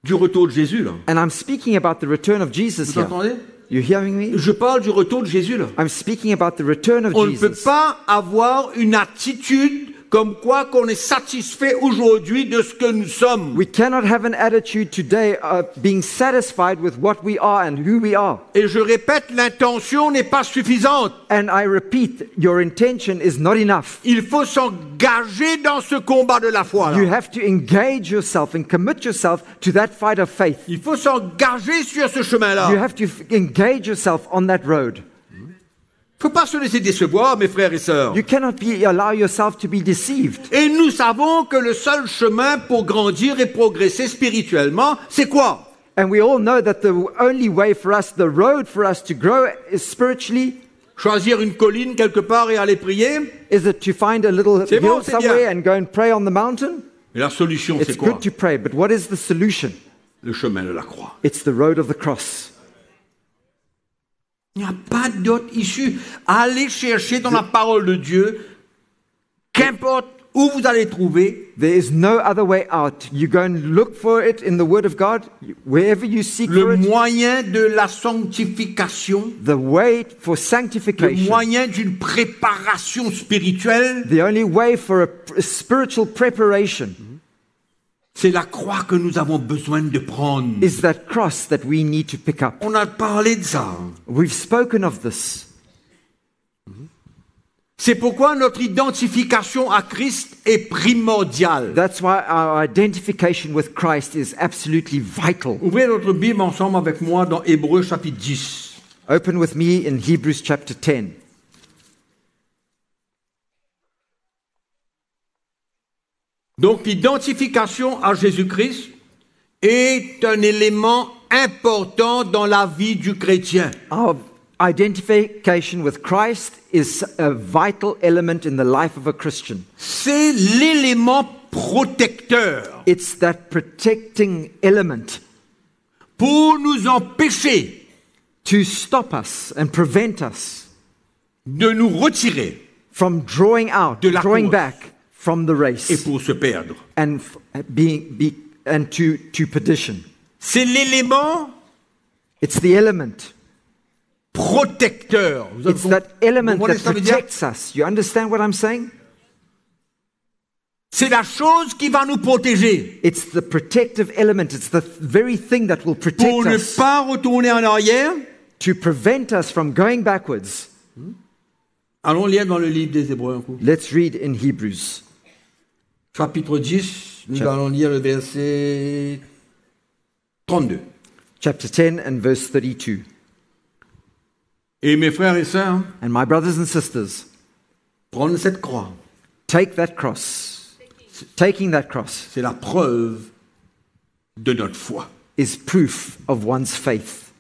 Speaker 2: du retour de Jésus, là.
Speaker 3: And I'm speaking about the return of Jesus
Speaker 2: Vous
Speaker 3: here.
Speaker 2: entendez
Speaker 3: You hearing me?
Speaker 2: Je parle du retour de Jésus, là.
Speaker 3: I'm speaking about the return of
Speaker 2: On ne peut
Speaker 3: Jesus.
Speaker 2: pas avoir une attitude comme quoi qu'on est satisfait aujourd'hui de ce que nous sommes.
Speaker 3: We cannot have an attitude today of being satisfied with what we are and who we are.
Speaker 2: Et je répète, l'intention n'est pas suffisante.
Speaker 3: And I repeat, your intention is not enough.
Speaker 2: Il faut s'engager dans ce combat de la foi. là.
Speaker 3: You have to engage yourself and commit yourself to that fight of faith.
Speaker 2: Il faut s'engager sur ce chemin-là.
Speaker 3: You have to f- engage yourself on that road.
Speaker 2: faut pas se laisser décevoir, mes frères et sœurs.
Speaker 3: You cannot be, allow yourself to be deceived.
Speaker 2: Et nous savons que le seul chemin pour grandir et progresser spirituellement, c'est quoi
Speaker 3: And we all know that the only way for us, the road for us to grow is spiritually,
Speaker 2: Choisir une colline quelque part et aller prier
Speaker 3: is it to find a little
Speaker 2: C'est bon,
Speaker 3: hill
Speaker 2: c'est bien.
Speaker 3: somewhere and go and pray on the mountain?
Speaker 2: Mais la solution,
Speaker 3: It's
Speaker 2: c'est quoi
Speaker 3: good to pray, but what is the solution?
Speaker 2: Le chemin de la croix.
Speaker 3: It's the road of the cross.
Speaker 2: Il n'y a pas d'autre issue. Allez chercher dans la parole de Dieu, qu'importe où vous allez trouver,
Speaker 3: There is no other way out. You go and look for it in the Word of God, wherever you seek for
Speaker 2: le
Speaker 3: it.
Speaker 2: moyen de la sanctification,
Speaker 3: The way for
Speaker 2: le
Speaker 3: sanctification,
Speaker 2: moyen d'une préparation spirituelle,
Speaker 3: the only way for a pr- a spiritual preparation
Speaker 2: c'est la croix que nous avons besoin de prendre.
Speaker 3: is that cross that we need to pick up.
Speaker 2: On a parlé de ça.
Speaker 3: We've spoken of this.
Speaker 2: C'est pourquoi notre identification à Christ est primordiale.
Speaker 3: That's why our identification with Christ is absolutely vital.
Speaker 2: Ouvrez notre Bible ensemble avec moi dans Hébreu chapitre 10.
Speaker 3: Open with me in Hebrews chapter 10.
Speaker 2: Donc l'identification à Jésus-Christ est un élément important dans la vie du chrétien.
Speaker 3: Our identification with Christ is a vital element in the life of a Christian.
Speaker 2: C'est l'élément protecteur
Speaker 3: It's that protecting element
Speaker 2: pour nous empêcher
Speaker 3: to stop us and prevent us
Speaker 2: de nous retirer
Speaker 3: from drawing out,
Speaker 2: De la
Speaker 3: drawing
Speaker 2: course.
Speaker 3: back from the
Speaker 2: et
Speaker 3: race
Speaker 2: pour se perdre.
Speaker 3: and f- being be, and to, to perdition.
Speaker 2: C'est l'élément
Speaker 3: It's the element.
Speaker 2: protecteur. Vous avez
Speaker 3: It's that
Speaker 2: compris- vous
Speaker 3: element
Speaker 2: comprenez
Speaker 3: that
Speaker 2: ce que ça veut dire
Speaker 3: protects us. You understand what I'm saying?
Speaker 2: C'est la chose qui va nous protéger
Speaker 3: It's the protective element. It's the very thing that will protect
Speaker 2: pour ne
Speaker 3: us
Speaker 2: pas retourner en arrière.
Speaker 3: to prevent us from going backwards.
Speaker 2: Allons lire dans le livre des Hébreux un coup.
Speaker 3: Let's read in Hebrews
Speaker 2: Chapitre 10, nous
Speaker 3: Chapitre-
Speaker 2: allons lire le verset 32.
Speaker 3: chapter 10 and verse 32.
Speaker 2: Et mes frères et sœurs,
Speaker 3: And my brothers and sisters,
Speaker 2: prendre cette croix,
Speaker 3: take that cross. Taking that cross
Speaker 2: c'est la preuve de notre foi.
Speaker 3: is proof of one's faith.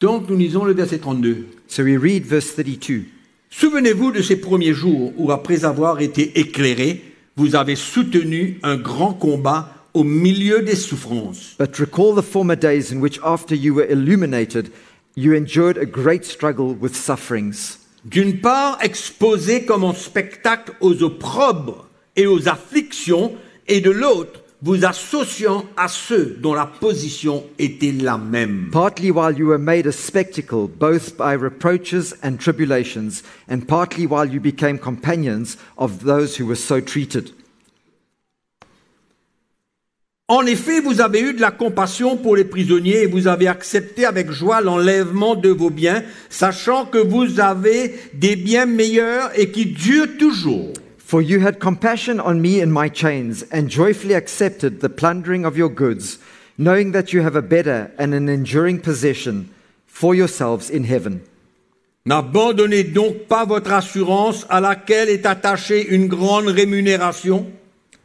Speaker 2: Donc nous lisons le verset 32.
Speaker 3: So we read verse 32.
Speaker 2: Souvenez-vous de ces premiers jours où, après avoir été éclairés, vous avez soutenu un grand combat au milieu des souffrances.
Speaker 3: But recall the former days in which, after you were illuminated, you endured a great struggle with sufferings.
Speaker 2: D'une part, exposés comme en spectacle aux opprobres et aux afflictions, et de l'autre, vous associant à ceux dont la position était la même.
Speaker 3: Partly while you were made a spectacle, both by reproaches and tribulations, and partly while you became companions of those who were so treated.
Speaker 2: En effet, vous avez eu de la compassion pour les prisonniers et vous avez accepté avec joie l'enlèvement de vos biens, sachant que vous avez des biens meilleurs et qui durent toujours.
Speaker 3: For you had compassion on me in my chains, and joyfully accepted the plundering of your goods, knowing that you have a better and an enduring possession for yourselves in heaven.
Speaker 2: N'abandonnez donc pas votre assurance à laquelle est attachée une grande rémunération,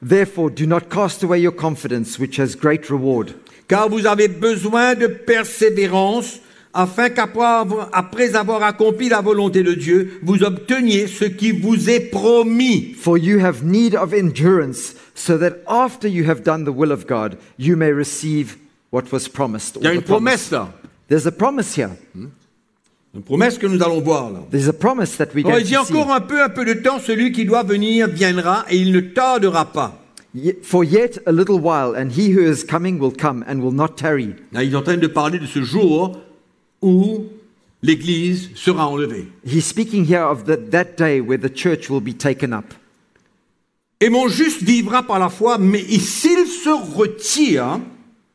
Speaker 3: Therefore, do not cast away your confidence, which has great reward.
Speaker 2: car vous avez besoin de persévérance afin qu'après avoir- après avoir accompli la volonté de Dieu, vous obteniez ce qui vous est promis.
Speaker 3: For you have need of endurance, so that after you have done the will of God, you may receive what was promised. or
Speaker 2: Il y a
Speaker 3: the
Speaker 2: une
Speaker 3: promise.
Speaker 2: promesse là,
Speaker 3: There's a promise here.
Speaker 2: une promesse que nous allons voir là.
Speaker 3: There's a promise that we
Speaker 2: On
Speaker 3: going
Speaker 2: dit
Speaker 3: to see.
Speaker 2: encore un peu, un peu de temps, celui qui doit venir viendra et il ne tardera pas.
Speaker 3: Ye- For yet a little while, and he who is coming will come and will not tarry.
Speaker 2: Là, il est en train de parler de ce jour où l'Église sera enlevée.
Speaker 3: He's speaking here of the, that day where the church will be taken up.
Speaker 2: Et mon juste vivra par la foi, mais et s'il se retire,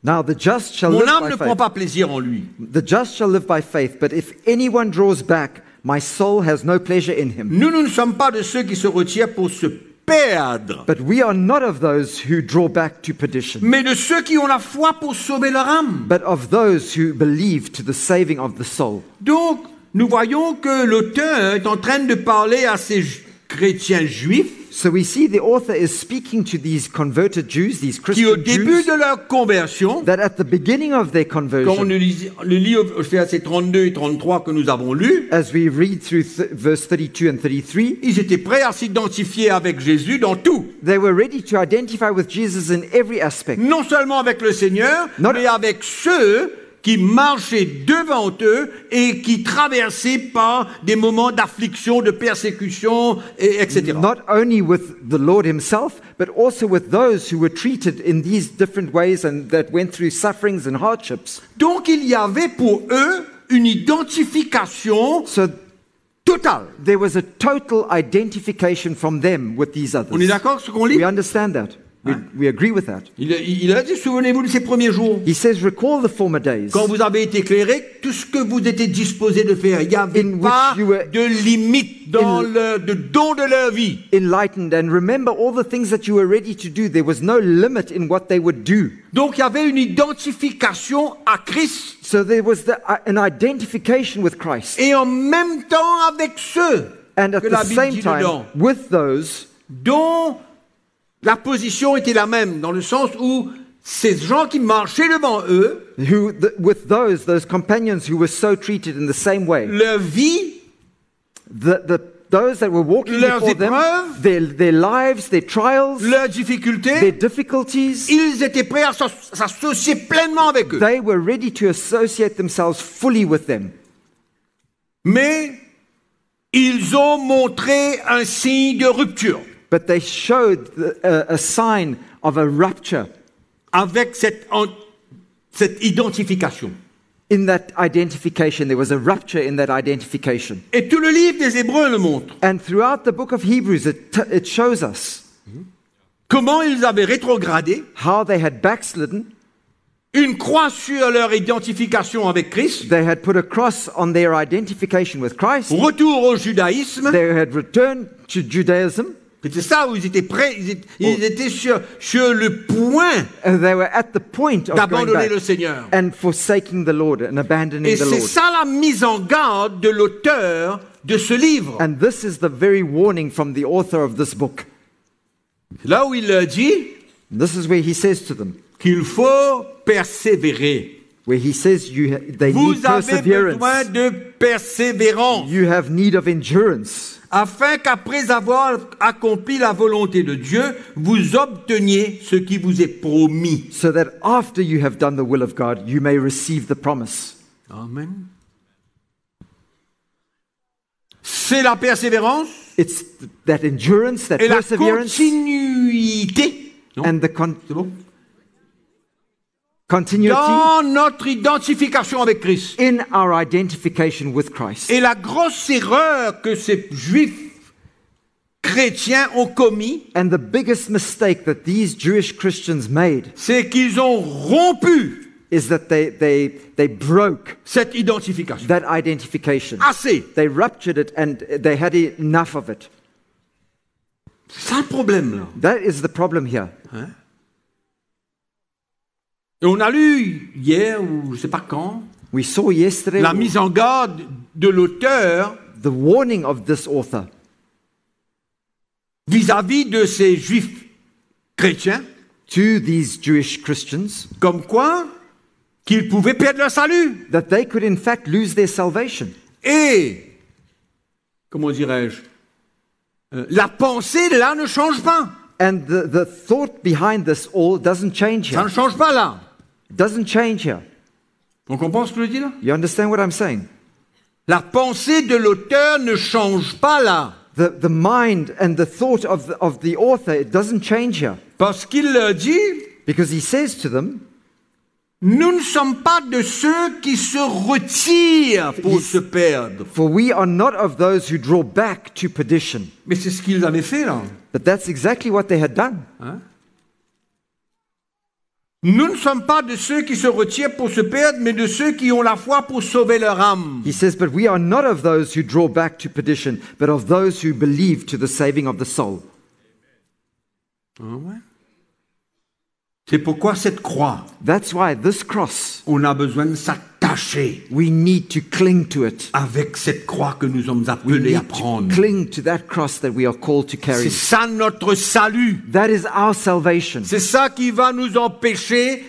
Speaker 3: Now the just shall
Speaker 2: mon
Speaker 3: live
Speaker 2: âme ne
Speaker 3: by
Speaker 2: prend
Speaker 3: faith.
Speaker 2: Ah pas plaisir en lui.
Speaker 3: The just shall live by faith, but if anyone draws back, my soul has no pleasure in him.
Speaker 2: Nous, nous ne sommes pas de ceux qui se retirent pour se perdre,
Speaker 3: But we are not of those who draw back to perdition,
Speaker 2: mais de ceux qui ont la foi pour sauver leur âme.
Speaker 3: but of those who believe to the saving of the soul.
Speaker 2: Donc, nous voyons que l'auteur est en train de parler à ces ju- chrétiens juifs
Speaker 3: So we see the author is speaking to these converted Jews, these
Speaker 2: qui, au
Speaker 3: Christian
Speaker 2: début
Speaker 3: Jews,
Speaker 2: de leur conversion,
Speaker 3: that at the beginning of their
Speaker 2: Quand on
Speaker 3: conversion,
Speaker 2: le lit, le lit au au verset 32 et 33 que nous avons lu,
Speaker 3: as we read through th- verse 32 and 33,
Speaker 2: ils étaient prêts à s'identifier avec Jésus dans tout.
Speaker 3: they were ready to identify with Jesus in every aspect,
Speaker 2: Non seulement avec le Seigneur,
Speaker 3: Non.
Speaker 2: mais avec ceux qui marchaient devant eux et qui traversaient par des moments d'affliction, de persécution, et, etc.
Speaker 3: not only with the Lord himself, but also with those who were treated in these different ways and that went through sufferings and hardships.
Speaker 2: Donc il y avait pour eux une identification
Speaker 3: So
Speaker 2: totale.
Speaker 3: There was a total identification from them with these others.
Speaker 2: On est d'accord sur ce qu'on lit
Speaker 3: We understand that. We, we agree with that.
Speaker 2: il, il a dit, souvenez-vous de ces premiers jours.
Speaker 3: He says, recall the former days
Speaker 2: Quand vous avez été éclairé, tout ce que vous étiez disposé de faire, il n'y avait
Speaker 3: In which
Speaker 2: pas
Speaker 3: you were-
Speaker 2: de limite dans
Speaker 3: In-
Speaker 2: le de don de leur vie.
Speaker 3: enlightened and remember all the things that you were ready to do. There was no limit in what they would do.
Speaker 2: Donc il y avait une identification à Christ
Speaker 3: So there was the, uh, an identification with Christ.
Speaker 2: et en même temps avec ceux
Speaker 3: And at
Speaker 2: que la
Speaker 3: the
Speaker 2: Bible
Speaker 3: same
Speaker 2: dit
Speaker 3: time,
Speaker 2: dedans,
Speaker 3: with those
Speaker 2: dont la position était la même, dans le sens où ces gens qui marchaient devant eux,
Speaker 3: who, th- with those, those companions who were so treated in the same way,
Speaker 2: leur vie,
Speaker 3: the, the, those that were walking
Speaker 2: Leurs
Speaker 3: before them,
Speaker 2: épreuves.
Speaker 3: their, their lives, their trials,
Speaker 2: leurs
Speaker 3: their
Speaker 2: difficultés,
Speaker 3: difficulties,
Speaker 2: ils étaient prêts à s'as- s'associer pleinement avec eux.
Speaker 3: They were ready to associate themselves fully with them,
Speaker 2: Mais ils ont montré un signe de rupture
Speaker 3: but they showed the- a, a sign of a rupture
Speaker 2: avec cette en- cette identification.
Speaker 3: In that identification, there was a rupture in that identification.
Speaker 2: Et tout le livre des Hébreux le montre.
Speaker 3: And throughout the book of Hebrews, it, t- it shows us
Speaker 2: Comment ils avaient rétrogradé
Speaker 3: how they had backslidden,
Speaker 2: une croix sur leur identification avec Christ,
Speaker 3: they had put a cross on their identification with Christ,
Speaker 2: retour au judaïsme.
Speaker 3: they had returned to Judaism,
Speaker 2: C'était ça où ils étaient prêts, ils étaient, ils étaient sur, sur le point
Speaker 3: and Uh, they were at the point of going
Speaker 2: d'abandonner le
Speaker 3: back
Speaker 2: Seigneur.
Speaker 3: and forsaking the Lord and abandoning
Speaker 2: Et
Speaker 3: the
Speaker 2: c'est
Speaker 3: Lord.
Speaker 2: ça la mise en garde de l'auteur de ce livre.
Speaker 3: And this is the very warning from the author of this book.
Speaker 2: Là où il leur dit
Speaker 3: This is where he says to them,
Speaker 2: qu'il faut persévérer.
Speaker 3: where he says you ha- they need
Speaker 2: Vous avez besoin
Speaker 3: perseverance.
Speaker 2: de persévérance
Speaker 3: You have need of endurance
Speaker 2: afin qu'après avoir accompli la volonté de Dieu, vous obteniez ce qui vous est promis.
Speaker 3: so that after you have done the will of God, you may receive the promise.
Speaker 2: Amen. C'est la persévérance
Speaker 3: It's th- that endurance, that
Speaker 2: et la
Speaker 3: perseverance,
Speaker 2: continuité Non,
Speaker 3: and the con-
Speaker 2: c'est bon.
Speaker 3: continuity
Speaker 2: dans notre identification avec Christ.
Speaker 3: in our identification with Christ.
Speaker 2: Et la grosse erreur que ces juifs chrétiens ont commis,
Speaker 3: and the biggest mistake that these Jewish Christians made
Speaker 2: c'est qu'ils ont rompu
Speaker 3: is that they, they, they broke
Speaker 2: cette identification.
Speaker 3: that identification.
Speaker 2: Assez.
Speaker 3: They ruptured it and they had enough of it.
Speaker 2: C'est ça le problème là. Hein?
Speaker 3: That is the problem here.
Speaker 2: Et on a lu hier ou je sais pas quand
Speaker 3: We saw yesterday
Speaker 2: la mise en garde de l'auteur
Speaker 3: the warning of this author
Speaker 2: vis-à-vis de ces juifs chrétiens,
Speaker 3: to these Jewish Christians
Speaker 2: comme quoi qu'ils pouvaient perdre leur salut
Speaker 3: that they could in fact lose their salvation.
Speaker 2: et comment dirais-je euh, la pensée là ne change pas,
Speaker 3: And the, the thought behind this all doesn't change
Speaker 2: ça ne
Speaker 3: here.
Speaker 2: change pas là.
Speaker 3: Doesn't change here.
Speaker 2: Donc on pense que je dis là
Speaker 3: You understand what I'm saying?
Speaker 2: La pensée de l'auteur ne change pas là,
Speaker 3: The, the mind and the thought of the, of the author, it doesn't change here.
Speaker 2: parce qu'il leur dit
Speaker 3: Because he says to them,
Speaker 2: nous ne sommes pas de ceux qui se retirent pour se perdre.
Speaker 3: For we are not of those who draw back to perdition.
Speaker 2: Mais c'est ce qu'ils avaient fait là.
Speaker 3: But that's exactly what they had done.
Speaker 2: Nous ne sommes pas de ceux qui se retirent pour se perdre, mais de ceux qui ont la foi pour sauver leur âme.
Speaker 3: He says, But we are not of those who draw back to perdition, but of those who believe to the saving of the soul.
Speaker 2: C'est pourquoi cette croix,
Speaker 3: That's why this cross,
Speaker 2: on a besoin de s'attacher
Speaker 3: we need to cling to it.
Speaker 2: avec cette croix que nous sommes
Speaker 3: We
Speaker 2: appelés à
Speaker 3: need to
Speaker 2: prendre.
Speaker 3: cling to that cross that we are called to carry.
Speaker 2: C'est ça notre salut.
Speaker 3: That is our salvation.
Speaker 2: C'est ça qui va nous empêcher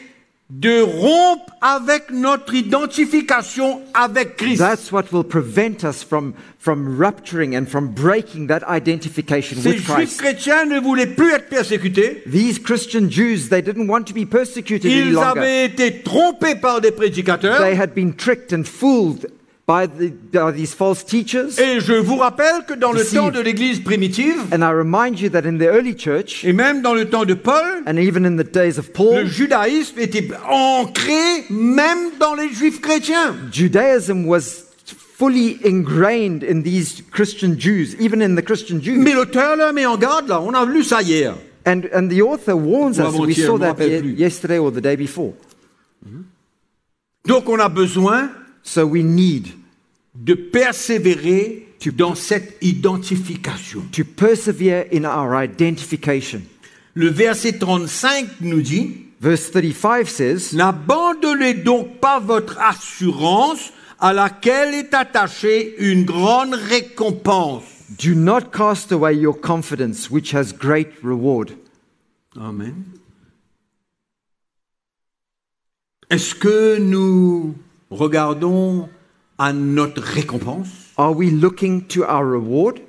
Speaker 2: de rompre avec notre identification avec Christ.
Speaker 3: That's what will prevent us from, from rupturing and from breaking that identification
Speaker 2: Ces
Speaker 3: with
Speaker 2: juifs
Speaker 3: Christ.
Speaker 2: chrétiens ne voulaient plus être persécutés.
Speaker 3: These Christian Jews, they didn't want to be persecuted any
Speaker 2: Ils
Speaker 3: longer.
Speaker 2: avaient été trompés par des prédicateurs.
Speaker 3: They had been tricked and fooled by, the, by these false teachers.
Speaker 2: Et je vous rappelle que dans le
Speaker 3: Deceived.
Speaker 2: temps de l'Église primitive,
Speaker 3: And I remind you that in the early church,
Speaker 2: et même dans le temps de Paul,
Speaker 3: and even in the days of
Speaker 2: le
Speaker 3: Paul,
Speaker 2: judaïsme était ancré même dans les juifs chrétiens.
Speaker 3: Judaism was fully ingrained in these Christian Jews, even in the Christian Jews.
Speaker 2: Mais l'auteur là met en garde là, on a lu ça hier.
Speaker 3: And, and the author warns us, we
Speaker 2: avant-hier, je
Speaker 3: saw
Speaker 2: me
Speaker 3: that
Speaker 2: rappelle
Speaker 3: ye-
Speaker 2: plus.
Speaker 3: yesterday or the day before.
Speaker 2: Donc on a besoin
Speaker 3: So we need
Speaker 2: de persévérer dans cette identification.
Speaker 3: to persevere in our identification.
Speaker 2: Le verset 35 nous dit
Speaker 3: Verse 35 says,
Speaker 2: N'abandonnez donc pas votre assurance à laquelle est attachée une grande récompense.
Speaker 3: Do not cast away your confidence, which has great reward.
Speaker 2: Amen. Est-ce que nous regardons à notre récompense
Speaker 3: Are we looking to our reward?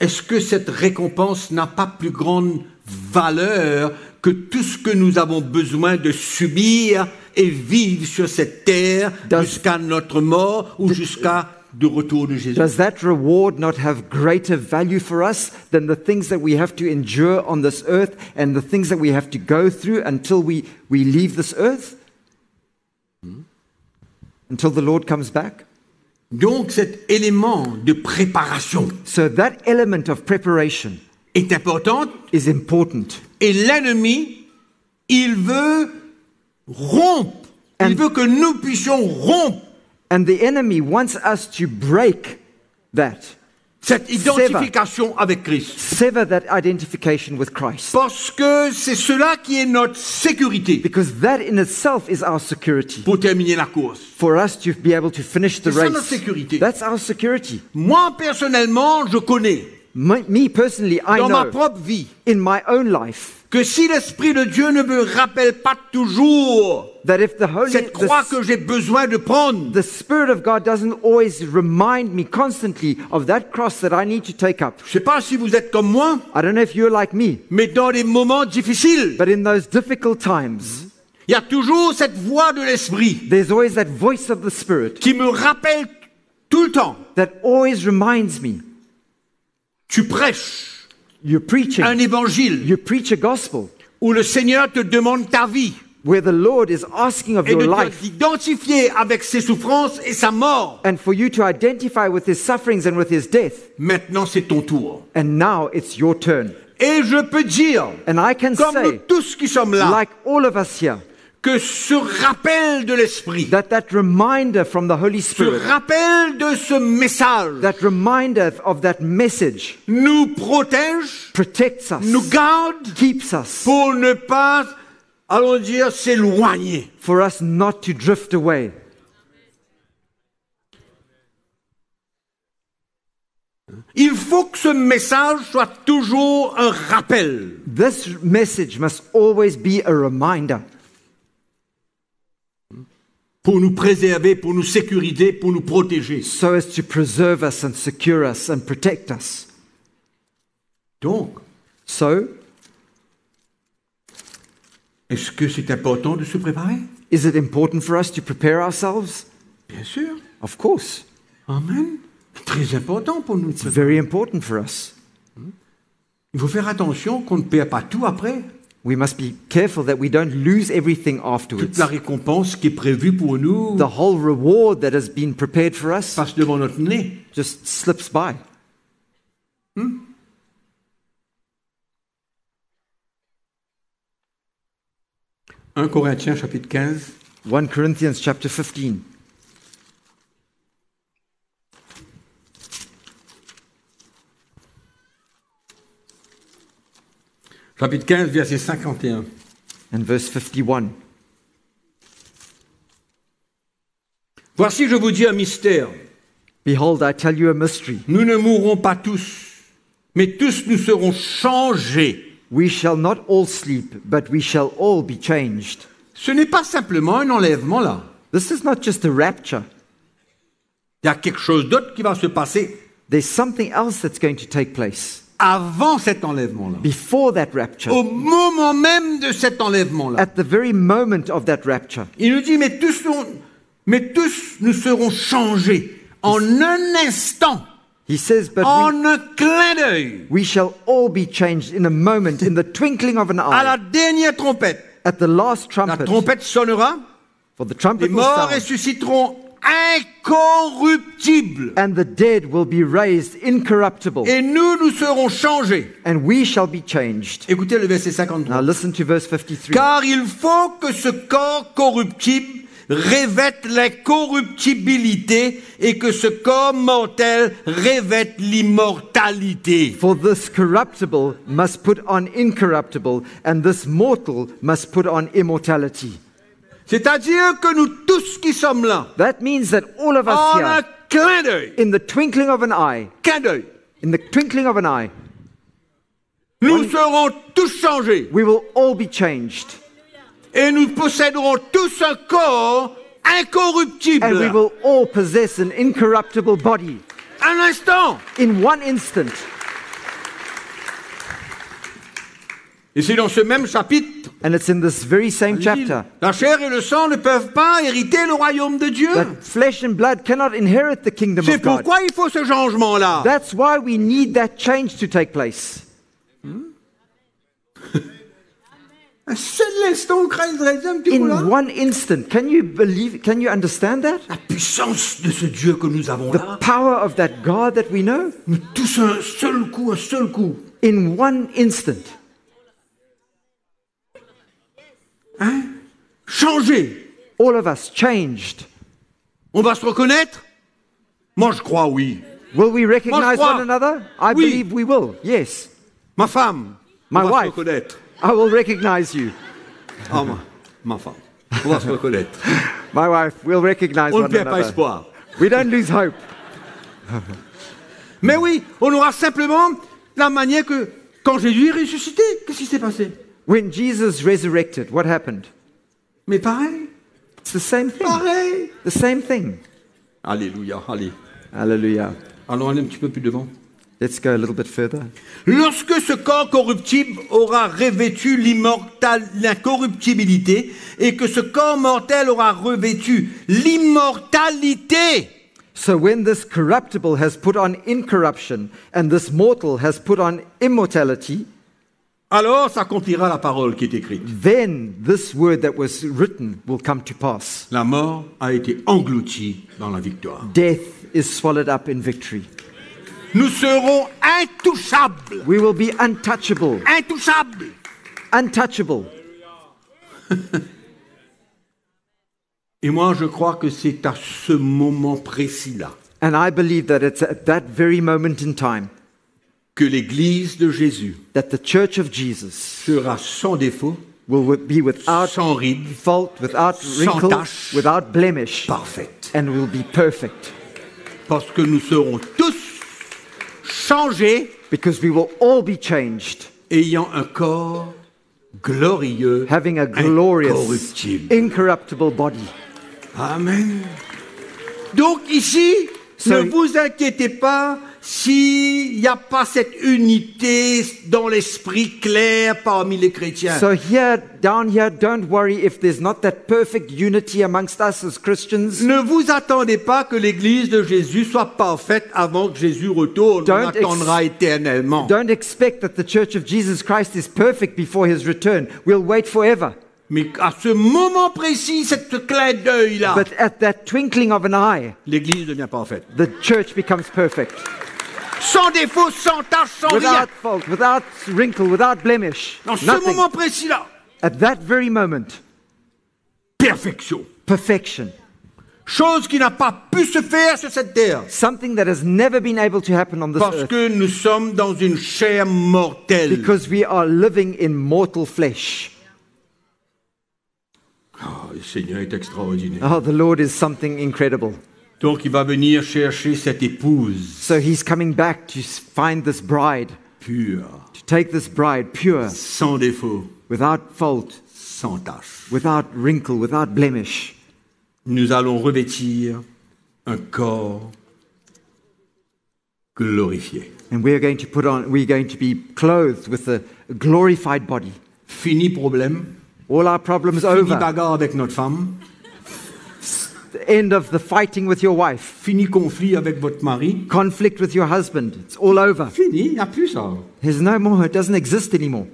Speaker 2: Est-ce que cette récompense n'a pas plus grande valeur que tout ce que nous avons besoin de subir et vivre sur cette terre
Speaker 3: Does-
Speaker 2: jusqu'à notre mort ou jusqu'à le retour de Jésus
Speaker 3: Does that reward not have greater value for us than the things that we have to endure on this earth and the things that we have to go through until we, we leave this earth? until the Lord comes back.
Speaker 2: Donc cet élément de préparation
Speaker 3: So that element of preparation
Speaker 2: est important
Speaker 3: is important.
Speaker 2: et l'ennemi, il veut rompre. Il
Speaker 3: And-
Speaker 2: veut que nous puissions rompre
Speaker 3: And the enemy wants us to break that,
Speaker 2: cette identification avec Christ.
Speaker 3: sever that identification with Christ.
Speaker 2: Parce que c'est cela qui est notre sécurité
Speaker 3: Because that in itself is our security.
Speaker 2: pour terminer la course.
Speaker 3: For us to be able to finish the
Speaker 2: C'est ça
Speaker 3: race.
Speaker 2: notre sécurité.
Speaker 3: That's our security.
Speaker 2: Moi, personnellement, je connais,
Speaker 3: My- me personally, I
Speaker 2: dans ma
Speaker 3: know
Speaker 2: propre vie,
Speaker 3: in my own life
Speaker 2: que si l'Esprit de Dieu ne me rappelle pas toujours
Speaker 3: that if the Holy
Speaker 2: cette croix
Speaker 3: the,
Speaker 2: que j'ai besoin de prendre,
Speaker 3: the Spirit of God doesn't always remind me constantly of that cross that I need to take up.
Speaker 2: je ne sais pas si vous êtes comme moi,
Speaker 3: I don't know if you're like me,
Speaker 2: mais dans les moments difficiles,
Speaker 3: but in those difficult times,
Speaker 2: il y a toujours cette voix de l'Esprit
Speaker 3: there's always that voice of the Spirit
Speaker 2: qui me rappelle tout le temps,
Speaker 3: that always reminds me
Speaker 2: tu prêches
Speaker 3: you're preaching,
Speaker 2: un évangile
Speaker 3: you preach a gospel
Speaker 2: où le Seigneur te demande ta vie
Speaker 3: where the Lord is asking of
Speaker 2: et
Speaker 3: your
Speaker 2: de
Speaker 3: life
Speaker 2: t'identifier avec ses souffrances et sa mort.
Speaker 3: and for you to identify with his sufferings and with his death.
Speaker 2: Maintenant, c'est ton tour.
Speaker 3: And now it's your turn.
Speaker 2: Et je peux dire,
Speaker 3: And I can
Speaker 2: comme nous
Speaker 3: say,
Speaker 2: tous qui sommes là,
Speaker 3: like all of us here,
Speaker 2: que ce rappel de l'Esprit
Speaker 3: that that reminder from the Holy
Speaker 2: Ce
Speaker 3: Spirit,
Speaker 2: rappel de ce message
Speaker 3: that reminder of- of that message
Speaker 2: nous protège,
Speaker 3: protects us,
Speaker 2: nous garde
Speaker 3: keeps us,
Speaker 2: pour ne pas, allons dire, s'éloigner.
Speaker 3: for us not to drift away.
Speaker 2: Il faut que ce message soit toujours un rappel.
Speaker 3: This message must always be a reminder
Speaker 2: Pour nous préserver, pour nous sécuriser, pour nous protéger.
Speaker 3: so as to preserve us and secure us and protect us.
Speaker 2: Donc,
Speaker 3: So,
Speaker 2: est-ce que c'est important de se préparer
Speaker 3: is it important for us to prepare ourselves?
Speaker 2: Bien sûr.
Speaker 3: Of course.
Speaker 2: Amen. Très important pour nous.
Speaker 3: It's very important for us.
Speaker 2: Il faut faire attention qu'on ne perd pas tout après.
Speaker 3: We must be careful that we don't lose everything
Speaker 2: Toute
Speaker 3: afterwards.
Speaker 2: la récompense qui est prévue pour nous
Speaker 3: The whole reward that has been prepared for us
Speaker 2: passe devant notre nez.
Speaker 3: just slips by.
Speaker 2: Un Corinthiens chapitre 15.
Speaker 3: 1 Corinthians chapter 15.
Speaker 2: Chapitre 15, verset 51.
Speaker 3: and verse 51.
Speaker 2: Voici, je vous dis un mystère.
Speaker 3: Behold, I tell you a mystery.
Speaker 2: Nous ne mourrons pas tous, mais tous nous serons changés.
Speaker 3: We shall not all sleep, but we shall all be changed.
Speaker 2: Ce n'est pas simplement un enlèvement là.
Speaker 3: This is not just a rapture,
Speaker 2: Il y a quelque chose d'autre qui va se passer
Speaker 3: there's something else that's going to take place
Speaker 2: avant cet enlèvement là.
Speaker 3: before that rapture,
Speaker 2: Au moment même de cet enlèvement là.
Speaker 3: at the very moment of that rapture.
Speaker 2: Il nous dit, mais tous nous, mais tous nous serons changés en un instant,
Speaker 3: He says, But we,
Speaker 2: en un clin d'œil,
Speaker 3: we shall all be changed in a moment, in the twinkling of an
Speaker 2: à la
Speaker 3: eye,
Speaker 2: dernière trompette.
Speaker 3: at the last
Speaker 2: La
Speaker 3: trumpet.
Speaker 2: trompette sonnera,
Speaker 3: For the
Speaker 2: Les
Speaker 3: trumpet will
Speaker 2: morts
Speaker 3: sound,
Speaker 2: ressusciteront incorruptibles.
Speaker 3: and the dead will be raised incorruptible,
Speaker 2: Et nous, nous serons changés.
Speaker 3: and we shall be changed.
Speaker 2: Écoutez le verset
Speaker 3: Now
Speaker 2: 53.
Speaker 3: listen to verse 53.
Speaker 2: Car il faut que ce corps corruptible revête l'incorruptibilité et que ce corps mortel revête l'immortalité.
Speaker 3: For this corruptible must put on incorruptible, and this mortal must put on immortality.
Speaker 2: C'est-à-dire que nous tous qui sommes là,
Speaker 3: That means that all of us
Speaker 2: en un
Speaker 3: here,
Speaker 2: clin d'œil,
Speaker 3: in the twinkling of an eye,
Speaker 2: clin d'œil,
Speaker 3: in the twinkling of an eye,
Speaker 2: nous serons tous changés
Speaker 3: we will all be changed,
Speaker 2: et nous posséderons tous un corps
Speaker 3: and we
Speaker 2: incorruptible.
Speaker 3: will all possess an incorruptible body
Speaker 2: Un instant
Speaker 3: in one instant.
Speaker 2: Et c'est dans ce même chapitre.
Speaker 3: And it's in this very same chapter
Speaker 2: La chair et le sang ne peuvent pas hériter le royaume de Dieu.
Speaker 3: that flesh and blood cannot inherit the kingdom
Speaker 2: C'est
Speaker 3: of God.
Speaker 2: pourquoi il faut ce changement-là.
Speaker 3: That's why we need that change to take place.
Speaker 2: Un seul instant, Christ raise un petit coup là.
Speaker 3: In one instant, can you believe, can you understand that?
Speaker 2: hein. La puissance de ce Dieu que nous avons
Speaker 3: The
Speaker 2: là,
Speaker 3: power of that God that we know?
Speaker 2: nous tous un seul coup, un seul coup.
Speaker 3: In one instant,
Speaker 2: Changer.
Speaker 3: all of us changed.
Speaker 2: On va se reconnaître Moi, je crois oui.
Speaker 3: Will we recognize
Speaker 2: crois.
Speaker 3: one another? I
Speaker 2: Oui.
Speaker 3: believe we will, yes.
Speaker 2: Ma femme, on
Speaker 3: My
Speaker 2: va se
Speaker 3: wife.
Speaker 2: reconnaître.
Speaker 3: I will recognize you.
Speaker 2: Ah, ma, ma femme, on va se reconnaître.
Speaker 3: My wife will recognize
Speaker 2: On ne
Speaker 3: one
Speaker 2: perd pas
Speaker 3: another.
Speaker 2: espoir.
Speaker 3: We don't lose hope.
Speaker 2: Mais oui, on aura simplement la manière que, quand Jésus est ressuscité, qu'est-ce qui s'est passé
Speaker 3: When Jesus resurrected, what happened?
Speaker 2: Mais pareil,
Speaker 3: It's the same thing.
Speaker 2: pareil.
Speaker 3: The same thing.
Speaker 2: Alléluia, allez.
Speaker 3: Hallelujah.
Speaker 2: Alors, allez un petit peu plus devant.
Speaker 3: Let's go a little bit further.
Speaker 2: Lorsque ce corps corruptible aura revêtu l'immortal- l'incorruptibilité et que ce corps mortel aura revêtu l'immortalité,
Speaker 3: So when this corruptible has put on incorruption and this mortal has put on immortality,
Speaker 2: alors s'accomplira la parole qui est écrite.
Speaker 3: then this word that was written will come to pass.
Speaker 2: La mort a été engloutie dans la victoire.
Speaker 3: Death is swallowed up in victory.
Speaker 2: Nous serons intouchables,
Speaker 3: We will be untouchable,
Speaker 2: intouchables.
Speaker 3: untouchable.
Speaker 2: Et moi, je crois que c'est à ce moment précis-là
Speaker 3: And I believe that it's at that very moment in time
Speaker 2: que l'Église de Jésus
Speaker 3: that the church of Jesus
Speaker 2: sera sans défaut,
Speaker 3: will wi- be without
Speaker 2: sans ride,
Speaker 3: fault, without
Speaker 2: Sans
Speaker 3: wrinkle,
Speaker 2: tache.
Speaker 3: without blemish,
Speaker 2: parfaite.
Speaker 3: and will be perfect
Speaker 2: Parce que nous serons tous changés
Speaker 3: because we will all be changed,
Speaker 2: ayant un corps glorieux,
Speaker 3: having a glorious,
Speaker 2: incorruptible.
Speaker 3: incorruptible body.
Speaker 2: Amen. Donc ici, ne
Speaker 3: So-
Speaker 2: vous inquiétez pas s'il n'y a pas cette unité dans l'esprit clair parmi les chrétiens.
Speaker 3: So here, down here, don't worry if there's not that perfect unity amongst us as Christians.
Speaker 2: ne vous attendez pas que l'Église de Jésus soit parfaite avant que Jésus retourne. On
Speaker 3: Don't ex-
Speaker 2: attendra éternellement.
Speaker 3: Don't expect that the church of Jesus Christ is perfect before his return. We'll wait forever.
Speaker 2: Mais à ce moment précis, cette clin d'œil-là,
Speaker 3: But at that twinkling of an eye,
Speaker 2: l'Église devient parfaite.
Speaker 3: the church becomes perfect.
Speaker 2: Sans défaut, sans tache, sans rien.
Speaker 3: Without fault, without wrinkle, without blemish.
Speaker 2: Dans ce
Speaker 3: Nothing.
Speaker 2: moment précis-là,
Speaker 3: At that very moment,
Speaker 2: perfection.
Speaker 3: perfection.
Speaker 2: Chose qui n'a pas pu se faire sur cette terre.
Speaker 3: Something that has never been able to happen on this
Speaker 2: Parce
Speaker 3: earth.
Speaker 2: que nous sommes dans une chair mortelle.
Speaker 3: Because we are living in mortal flesh.
Speaker 2: Ah, le Seigneur est extraordinaire.
Speaker 3: Oh, the Lord is something incredible.
Speaker 2: Donc il va venir chercher cette épouse
Speaker 3: So he's coming back to s- find this bride,
Speaker 2: pure,
Speaker 3: to take this bride pure,
Speaker 2: sans défaut,
Speaker 3: without fault,
Speaker 2: sans tache.
Speaker 3: without wrinkle, without blemish.
Speaker 2: Nous allons revêtir un corps glorifié.
Speaker 3: And we're going to put on, we're going to be clothed with a glorified body.
Speaker 2: Fini problème.
Speaker 3: All our problems
Speaker 2: Fini
Speaker 3: over.
Speaker 2: bagarre avec notre femme.
Speaker 3: The end of the fighting with your wife,
Speaker 2: Fini conflit avec votre mari.
Speaker 3: conflict with your husband. It's all over.
Speaker 2: Fini, il n'y a plus ça.
Speaker 3: There's no more, it doesn't exist anymore.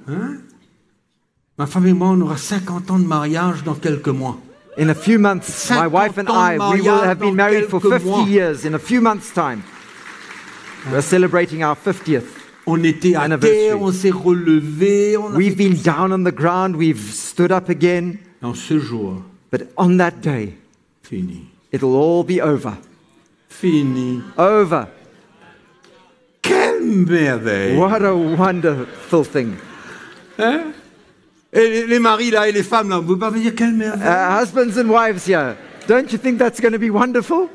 Speaker 2: Ma femme et moi, on aura 50 ans de mariage dans quelques mois.
Speaker 3: In a few months, my wife and I, we will have been married for 50 years. In a few months' time, we're celebrating our 50th.
Speaker 2: On était à
Speaker 3: Anniversary.
Speaker 2: terre, on s'est relevé. On a
Speaker 3: We've
Speaker 2: fait-
Speaker 3: been down on the ground, we've stood up again,
Speaker 2: Dans ce jour,
Speaker 3: but on that day,
Speaker 2: hein. fini.
Speaker 3: it'll all be over.
Speaker 2: Fini.
Speaker 3: Over.
Speaker 2: Quelle merveille.
Speaker 3: What a wonderful thing.
Speaker 2: Et les, les maris là et les femmes là, vous pouvez pas me dire quelle merveille.
Speaker 3: Uh, husbands and wives here, don't you think that's going to be wonderful?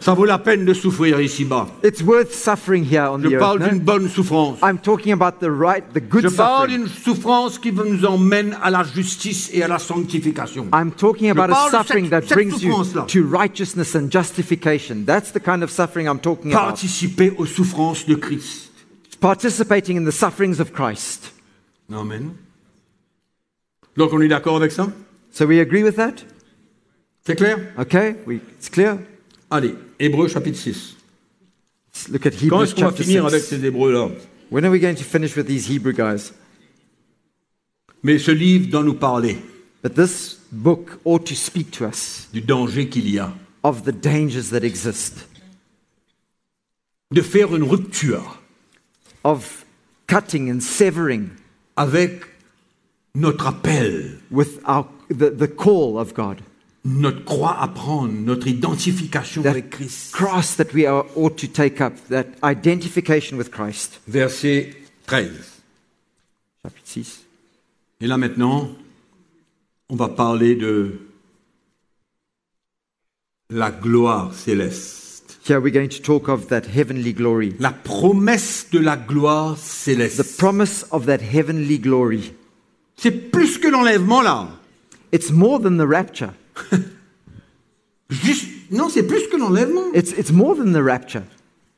Speaker 2: Ça vaut la peine de souffrir ici-bas.
Speaker 3: It's worth suffering here on
Speaker 2: Je
Speaker 3: the
Speaker 2: parle
Speaker 3: earth.
Speaker 2: d'une
Speaker 3: no?
Speaker 2: bonne souffrance.
Speaker 3: I'm talking about the right, the
Speaker 2: Je
Speaker 3: good
Speaker 2: parle
Speaker 3: suffering.
Speaker 2: d'une souffrance qui nous emmène à la justice et à la sanctification.
Speaker 3: I'm talking about a
Speaker 2: parle de
Speaker 3: suffering
Speaker 2: cette-
Speaker 3: that
Speaker 2: cette
Speaker 3: brings you
Speaker 2: souffrance-là.
Speaker 3: to righteousness and justification. That's the kind of suffering I'm talking about.
Speaker 2: Participer aux souffrances de Christ.
Speaker 3: Participating in the sufferings of Christ.
Speaker 2: Amen. Donc on est d'accord avec ça
Speaker 3: So we agree with that?
Speaker 2: C'est clair
Speaker 3: Okay, we, it's clear.
Speaker 2: Allez, Hébreux chapitre 6.
Speaker 3: Let's look at
Speaker 2: Quand
Speaker 3: Hebrews
Speaker 2: est-ce qu'on va
Speaker 3: chapter
Speaker 2: finir avec
Speaker 3: 6.
Speaker 2: ces Hébreux-là
Speaker 3: When are we going to finish with these Hebrew guys?
Speaker 2: Mais ce livre doit nous parler
Speaker 3: But this book ought to speak to us
Speaker 2: du danger qu'il y a
Speaker 3: of the dangers that exist,
Speaker 2: de faire une rupture
Speaker 3: of cutting and severing
Speaker 2: avec notre appel,
Speaker 3: with our, the, the call of God.
Speaker 2: notre croix à prendre, notre identification avec
Speaker 3: That
Speaker 2: Christ.
Speaker 3: cross that we are, ought to take up, that identification with Christ.
Speaker 2: Verset 13.
Speaker 3: Chapitre 6.
Speaker 2: Et là maintenant, on va parler de la gloire céleste,
Speaker 3: Here we're going to talk of that heavenly glory,
Speaker 2: la promesse de la gloire
Speaker 3: the
Speaker 2: céleste.
Speaker 3: promise of that heavenly glory.
Speaker 2: C'est plus que l'enlèvement là.
Speaker 3: It's more than the rapture.
Speaker 2: Juste, non, c'est plus que l'enlèvement.
Speaker 3: It's, it's more than the rapture.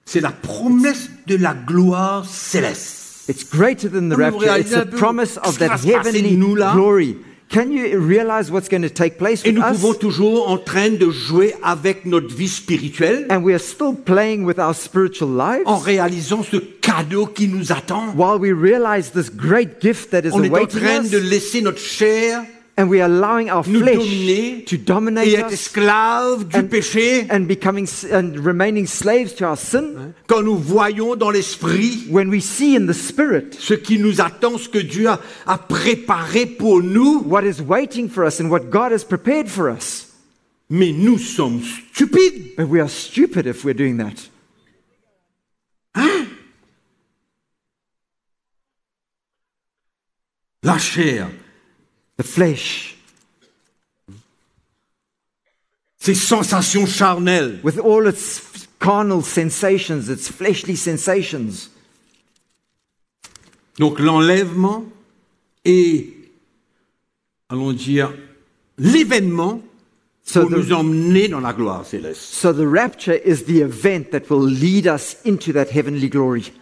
Speaker 2: C'est la promesse de la gloire céleste.
Speaker 3: It's greater than the
Speaker 2: Non, mais vous
Speaker 3: rapture. It's
Speaker 2: réalisez
Speaker 3: the
Speaker 2: un peu
Speaker 3: promise
Speaker 2: ce
Speaker 3: of
Speaker 2: qui va
Speaker 3: that
Speaker 2: se passer,
Speaker 3: heavenly
Speaker 2: nous, là
Speaker 3: glory. Can you realize what's going to take place
Speaker 2: Et
Speaker 3: with
Speaker 2: nous
Speaker 3: us?
Speaker 2: pouvons toujours en train de jouer avec notre vie spirituelle
Speaker 3: And we are still playing with our spiritual lives
Speaker 2: en réalisant ce cadeau qui nous attend.
Speaker 3: while we realize this great gift that is
Speaker 2: On est en
Speaker 3: awaiting
Speaker 2: train
Speaker 3: us.
Speaker 2: de laisser notre chair
Speaker 3: And we are allowing our
Speaker 2: nous
Speaker 3: flesh
Speaker 2: dominer
Speaker 3: to dominate
Speaker 2: et être
Speaker 3: us
Speaker 2: esclave du
Speaker 3: and,
Speaker 2: péché
Speaker 3: and becoming s- and remaining slaves to our sin.
Speaker 2: quand nous voyons dans l'esprit
Speaker 3: When we see in the spirit
Speaker 2: ce qui nous attend, ce que Dieu a, a préparé pour nous.
Speaker 3: what is waiting for us and what God has prepared for us.
Speaker 2: Mais nous sommes stupides.
Speaker 3: But we are stupid if we're doing that.
Speaker 2: La chair,
Speaker 3: The flesh,
Speaker 2: ces sensations charnelles,
Speaker 3: with all its carnal sensations, its fleshly sensations.
Speaker 2: donc l'enlèvement et, allons dire, l'événement
Speaker 3: So
Speaker 2: pour
Speaker 3: the-
Speaker 2: nous emmener dans la gloire céleste.
Speaker 3: So the rapture is the event that will lead us into that heavenly glory.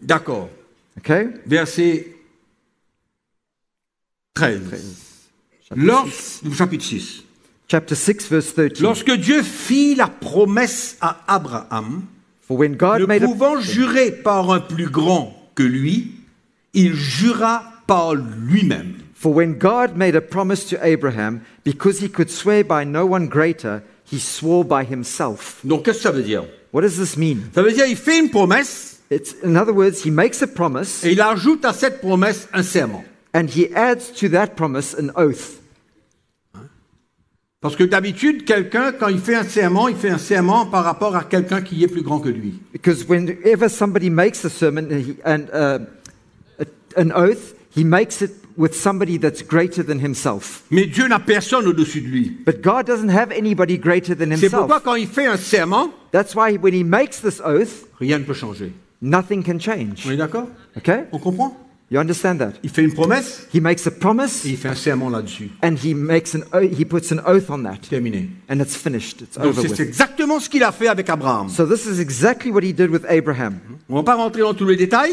Speaker 2: D'accord.
Speaker 3: Okay?
Speaker 2: Verset 13. Lors- chapitre 6.
Speaker 3: Chapter 6, verse 13.
Speaker 2: Lorsque Dieu fit la promesse à Abraham,
Speaker 3: For when God
Speaker 2: ne
Speaker 3: made a
Speaker 2: pouvant jurer par un plus grand que lui, il jura par lui-même.
Speaker 3: For when God made a promise to Abraham, because he could swear by no one greater, he swore by himself.
Speaker 2: Donc qu'est-ce que ça veut dire
Speaker 3: What does this mean?
Speaker 2: Ça veut dire il fait une promesse
Speaker 3: It's, in other words, he makes a promise
Speaker 2: et il ajoute à cette promesse un serment.
Speaker 3: and he adds to that promise an oath.
Speaker 2: Parce que d'habitude, quelqu'un, quand il fait un serment, il fait un serment par rapport à quelqu'un qui est plus grand que lui.
Speaker 3: Because whenever somebody makes a sermon uh, he- and uh, a- an oath, he makes it with somebody that's greater than himself.
Speaker 2: Mais Dieu n'a personne au-dessus de lui.
Speaker 3: But God doesn't have anybody greater than
Speaker 2: C'est pourquoi
Speaker 3: himself.
Speaker 2: quand il fait un serment,
Speaker 3: That's why when he makes this oath,
Speaker 2: rien ne peut changer.
Speaker 3: nothing can change.
Speaker 2: On est d'accord
Speaker 3: Okay?
Speaker 2: On comprend
Speaker 3: You understand that?
Speaker 2: Il fait une promesse
Speaker 3: He makes a promise.
Speaker 2: et il fait un serment là-dessus.
Speaker 3: and he makes an oath, he puts an oath on that
Speaker 2: Terminé.
Speaker 3: and it's finished it's
Speaker 2: Donc
Speaker 3: over
Speaker 2: c'est
Speaker 3: with
Speaker 2: exactement ce qu'il a fait avec Abraham.
Speaker 3: so this is exactly what he did with abraham
Speaker 2: On ne va pas rentrer dans tous les détails.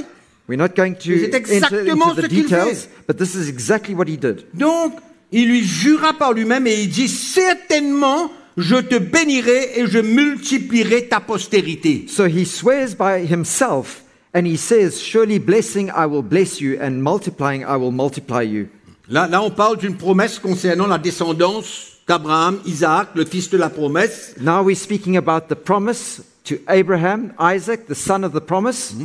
Speaker 3: we're not going to
Speaker 2: Mais c'est
Speaker 3: enter into
Speaker 2: exactement ce
Speaker 3: the
Speaker 2: qu'il
Speaker 3: details
Speaker 2: fait.
Speaker 3: but this is exactly what he did
Speaker 2: Donc, il lui jura par lui-même et il dit, certainement, je te bénirai et je multiplierai ta postérité.
Speaker 3: so he swears by himself and he says surely blessing i will bless you and multiplying i will multiply you
Speaker 2: Là, là on parle d'une promesse concernant la descendance d'Abraham, Isaac, le fils de la promesse,
Speaker 3: now we're speaking about the promise to abraham isaac the son of the promise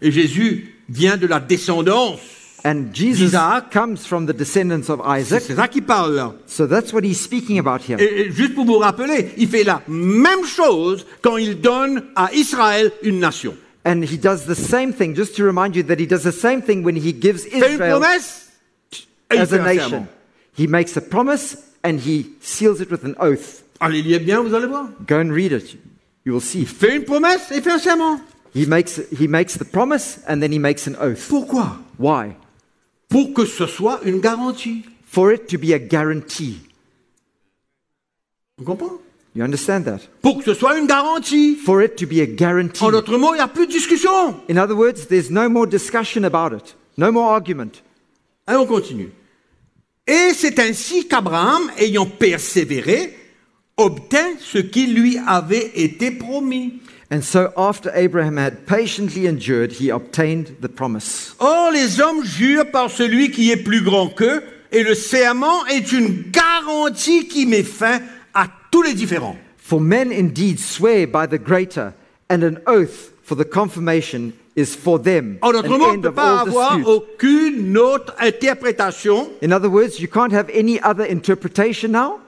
Speaker 2: et Jésus vient de la descendance.
Speaker 3: and jesus
Speaker 2: Isaac.
Speaker 3: comes from the descendants of
Speaker 2: C'est
Speaker 3: isaac
Speaker 2: c'est ça qu'il parle là.
Speaker 3: so that's what he's speaking about here
Speaker 2: Et, et juste pour vous rappeler, il fait la même chose quand il donne à Israël une nation.
Speaker 3: And he does the same thing, just to remind you that he does the same thing when he gives
Speaker 2: Il fait une
Speaker 3: Israel
Speaker 2: promesse et il
Speaker 3: as
Speaker 2: fait
Speaker 3: a
Speaker 2: un serment.
Speaker 3: nation. He makes a promise and he seals it with an oath.
Speaker 2: Allez, liez bien, vous allez voir.
Speaker 3: Go and read it. You will see.
Speaker 2: Fait une promesse et fait un serment.
Speaker 3: He makes, he makes the promise and then he makes an oath.
Speaker 2: Pourquoi
Speaker 3: Why?
Speaker 2: Pour que ce soit une garantie.
Speaker 3: For it to be a guarantee.
Speaker 2: Vous comprenez
Speaker 3: You understand that?
Speaker 2: Pour que ce soit une garantie.
Speaker 3: For it to be a guarantee.
Speaker 2: En d'autres mots, il n'y a plus de discussion.
Speaker 3: In other words, there's no more discussion about it, no more argument.
Speaker 2: Allez, Hein, on continue. Et c'est ainsi qu'Abraham, ayant persévéré, obtint ce qui lui avait été promis.
Speaker 3: And so, after Abraham had patiently endured, he obtained the promise.
Speaker 2: Or les hommes jurent par celui qui est plus grand qu'eux, et le serment est une garantie qui met fin à tous les différends.
Speaker 3: For men indeed swear by the greater, and an oath for the confirmation is for them
Speaker 2: En
Speaker 3: an
Speaker 2: d'autres mots, on ne
Speaker 3: end
Speaker 2: peut
Speaker 3: of
Speaker 2: pas
Speaker 3: all
Speaker 2: avoir
Speaker 3: dispute.
Speaker 2: aucune autre interprétation,
Speaker 3: In other words, you can't have any other interpretation now.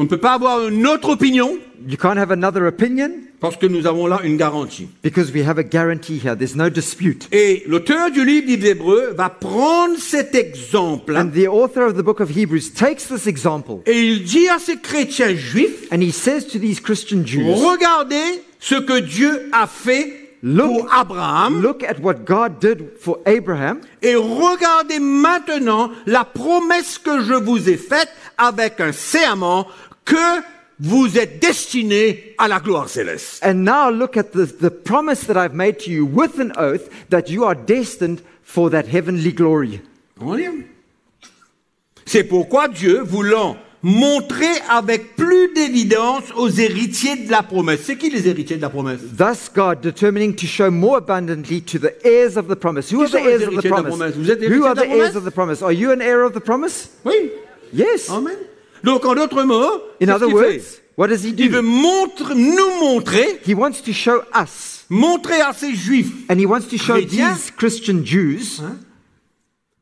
Speaker 2: on ne peut pas avoir une autre opinion,
Speaker 3: You can't have another opinion
Speaker 2: parce que nous avons là une garantie.
Speaker 3: because we have a guarantee here. There's no dispute.
Speaker 2: Et l'auteur du livre des Hébreux va prendre cet exemple
Speaker 3: And the author of the book of Hebrews takes this example
Speaker 2: et il dit à ces chrétiens juifs,
Speaker 3: and he says to these Christian Jews,
Speaker 2: regardez ce que Dieu a fait
Speaker 3: Look-
Speaker 2: pour Abraham
Speaker 3: Look at what God did for Abraham
Speaker 2: et regardez maintenant la promesse que je vous ai faite avec un serment que vous êtes destinés à la gloire céleste.
Speaker 3: And now look at the, the promise that I've made to you with an oath that you are destined for that heavenly glory.
Speaker 2: On lit. C'est pourquoi Dieu, voulant montrer avec plus d'évidence aux héritiers de la promesse. C'est qui les héritiers de la promesse
Speaker 3: Thus, God, determining to show more abundantly to the heirs of the promise. Who
Speaker 2: Qui
Speaker 3: are the
Speaker 2: sont les
Speaker 3: heirs of
Speaker 2: héritiers de
Speaker 3: the
Speaker 2: la
Speaker 3: promise?
Speaker 2: promesse? Vous êtes héritiers
Speaker 3: Who are
Speaker 2: de la
Speaker 3: the heirs
Speaker 2: promesse?
Speaker 3: of the promise? Are you an heir of the promise?
Speaker 2: Oui.
Speaker 3: Yes.
Speaker 2: Amen. Donc en d'autres mots,
Speaker 3: In
Speaker 2: qu'est-ce
Speaker 3: other
Speaker 2: qu'il
Speaker 3: words,
Speaker 2: fait
Speaker 3: what does he
Speaker 2: il veut
Speaker 3: do?
Speaker 2: montre, nous montrer,
Speaker 3: He wants to show us,
Speaker 2: montrer à ces juifs
Speaker 3: and he wants to show
Speaker 2: Chrétiens?
Speaker 3: these Christian Jews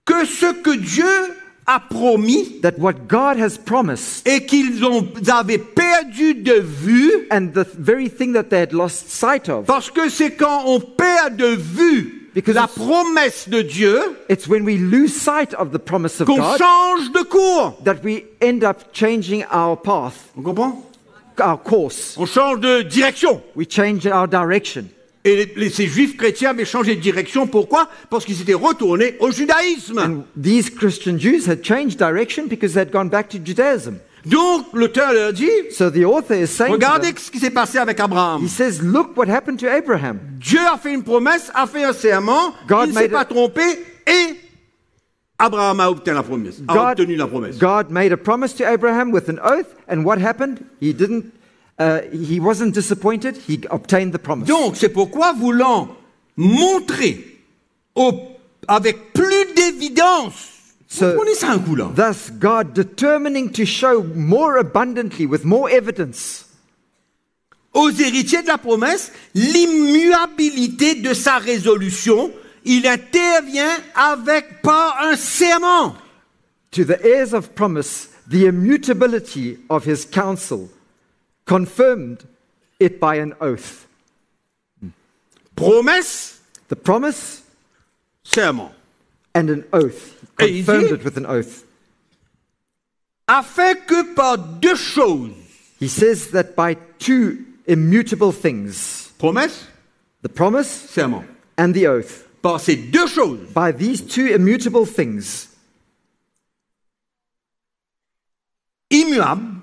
Speaker 2: que ce que Dieu a promis
Speaker 3: that what God has promised
Speaker 2: et qu'ils ont, avaient perdu de vue,
Speaker 3: and the very thing that they had lost sight of,
Speaker 2: parce que c'est quand on perd de vue
Speaker 3: Because
Speaker 2: la
Speaker 3: it's-
Speaker 2: promesse de Dieu
Speaker 3: it's when we lose sight of the promise of
Speaker 2: qu'on
Speaker 3: God
Speaker 2: change de cours.
Speaker 3: that we end up changing our path,
Speaker 2: On comprend
Speaker 3: our course.
Speaker 2: On change de direction.
Speaker 3: We change our direction.
Speaker 2: Et les- les- ces juifs chrétiens avaient changé de direction. Pourquoi Parce qu'ils étaient retournés au judaïsme.
Speaker 3: And these Christian Jews had changed direction because they'd gone back to Judaism.
Speaker 2: Donc l'auteur leur dit,
Speaker 3: So the author is saying, to
Speaker 2: regardez
Speaker 3: them,
Speaker 2: ce qui s'est passé avec Abraham.
Speaker 3: he says, look what happened to Abraham.
Speaker 2: Dieu a fait une promesse, a fait un serment,
Speaker 3: God
Speaker 2: il ne s'est
Speaker 3: made
Speaker 2: pas
Speaker 3: a-
Speaker 2: trompé et Abraham a obtenu la promesse. A obtenu la promesse.
Speaker 3: God made a promise to Abraham with an oath, and what happened? He didn't. Uh, he wasn't disappointed. He obtained the promise.
Speaker 2: Donc c'est pourquoi voulant montrer au- avec plus d'évidence,
Speaker 3: So-
Speaker 2: vous prenez ça un coup là.
Speaker 3: Thus, God determining to show more abundantly with more evidence
Speaker 2: aux héritiers de la promesse l'immuabilité de sa résolution. Il intervient avec par un serment.
Speaker 3: to the heirs of promise the immutability of his counsel, confirmed it by an oath.
Speaker 2: Promesse,
Speaker 3: The promise
Speaker 2: serment.
Speaker 3: and an oath.
Speaker 2: Et ici-
Speaker 3: Confirmed it with an oath.
Speaker 2: Afin que par deux choses,
Speaker 3: He says that by two immutable things,
Speaker 2: promesse,
Speaker 3: the promise
Speaker 2: serment,
Speaker 3: and the oath,
Speaker 2: par ces deux choses,
Speaker 3: by these two immutable things,
Speaker 2: immuables,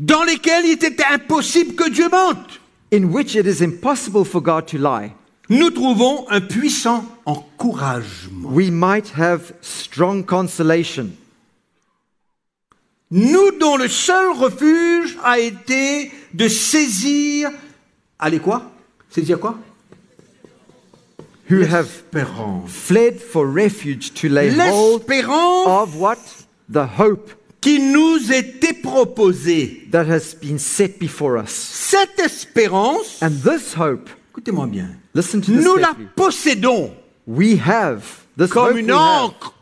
Speaker 2: dans lesquelles il était impossible que Dieu mente,
Speaker 3: in which it is impossible for God to lie,
Speaker 2: nous trouvons un puissant encouragement.
Speaker 3: we might have strong consolation.
Speaker 2: Nous dont le seul refuge a été de saisir, allez quoi Saisir quoi
Speaker 3: Who have
Speaker 2: L'espérance.
Speaker 3: fled for refuge to lay hold
Speaker 2: L'espérance
Speaker 3: of what? The hope
Speaker 2: qui nous était proposée.
Speaker 3: that has been set before us.
Speaker 2: Cette espérance,
Speaker 3: And this hope,
Speaker 2: écoutez-moi bien,
Speaker 3: listen to this
Speaker 2: nous la
Speaker 3: carefully,
Speaker 2: possédons
Speaker 3: we have this hope
Speaker 2: comme
Speaker 3: we
Speaker 2: une
Speaker 3: have
Speaker 2: encre.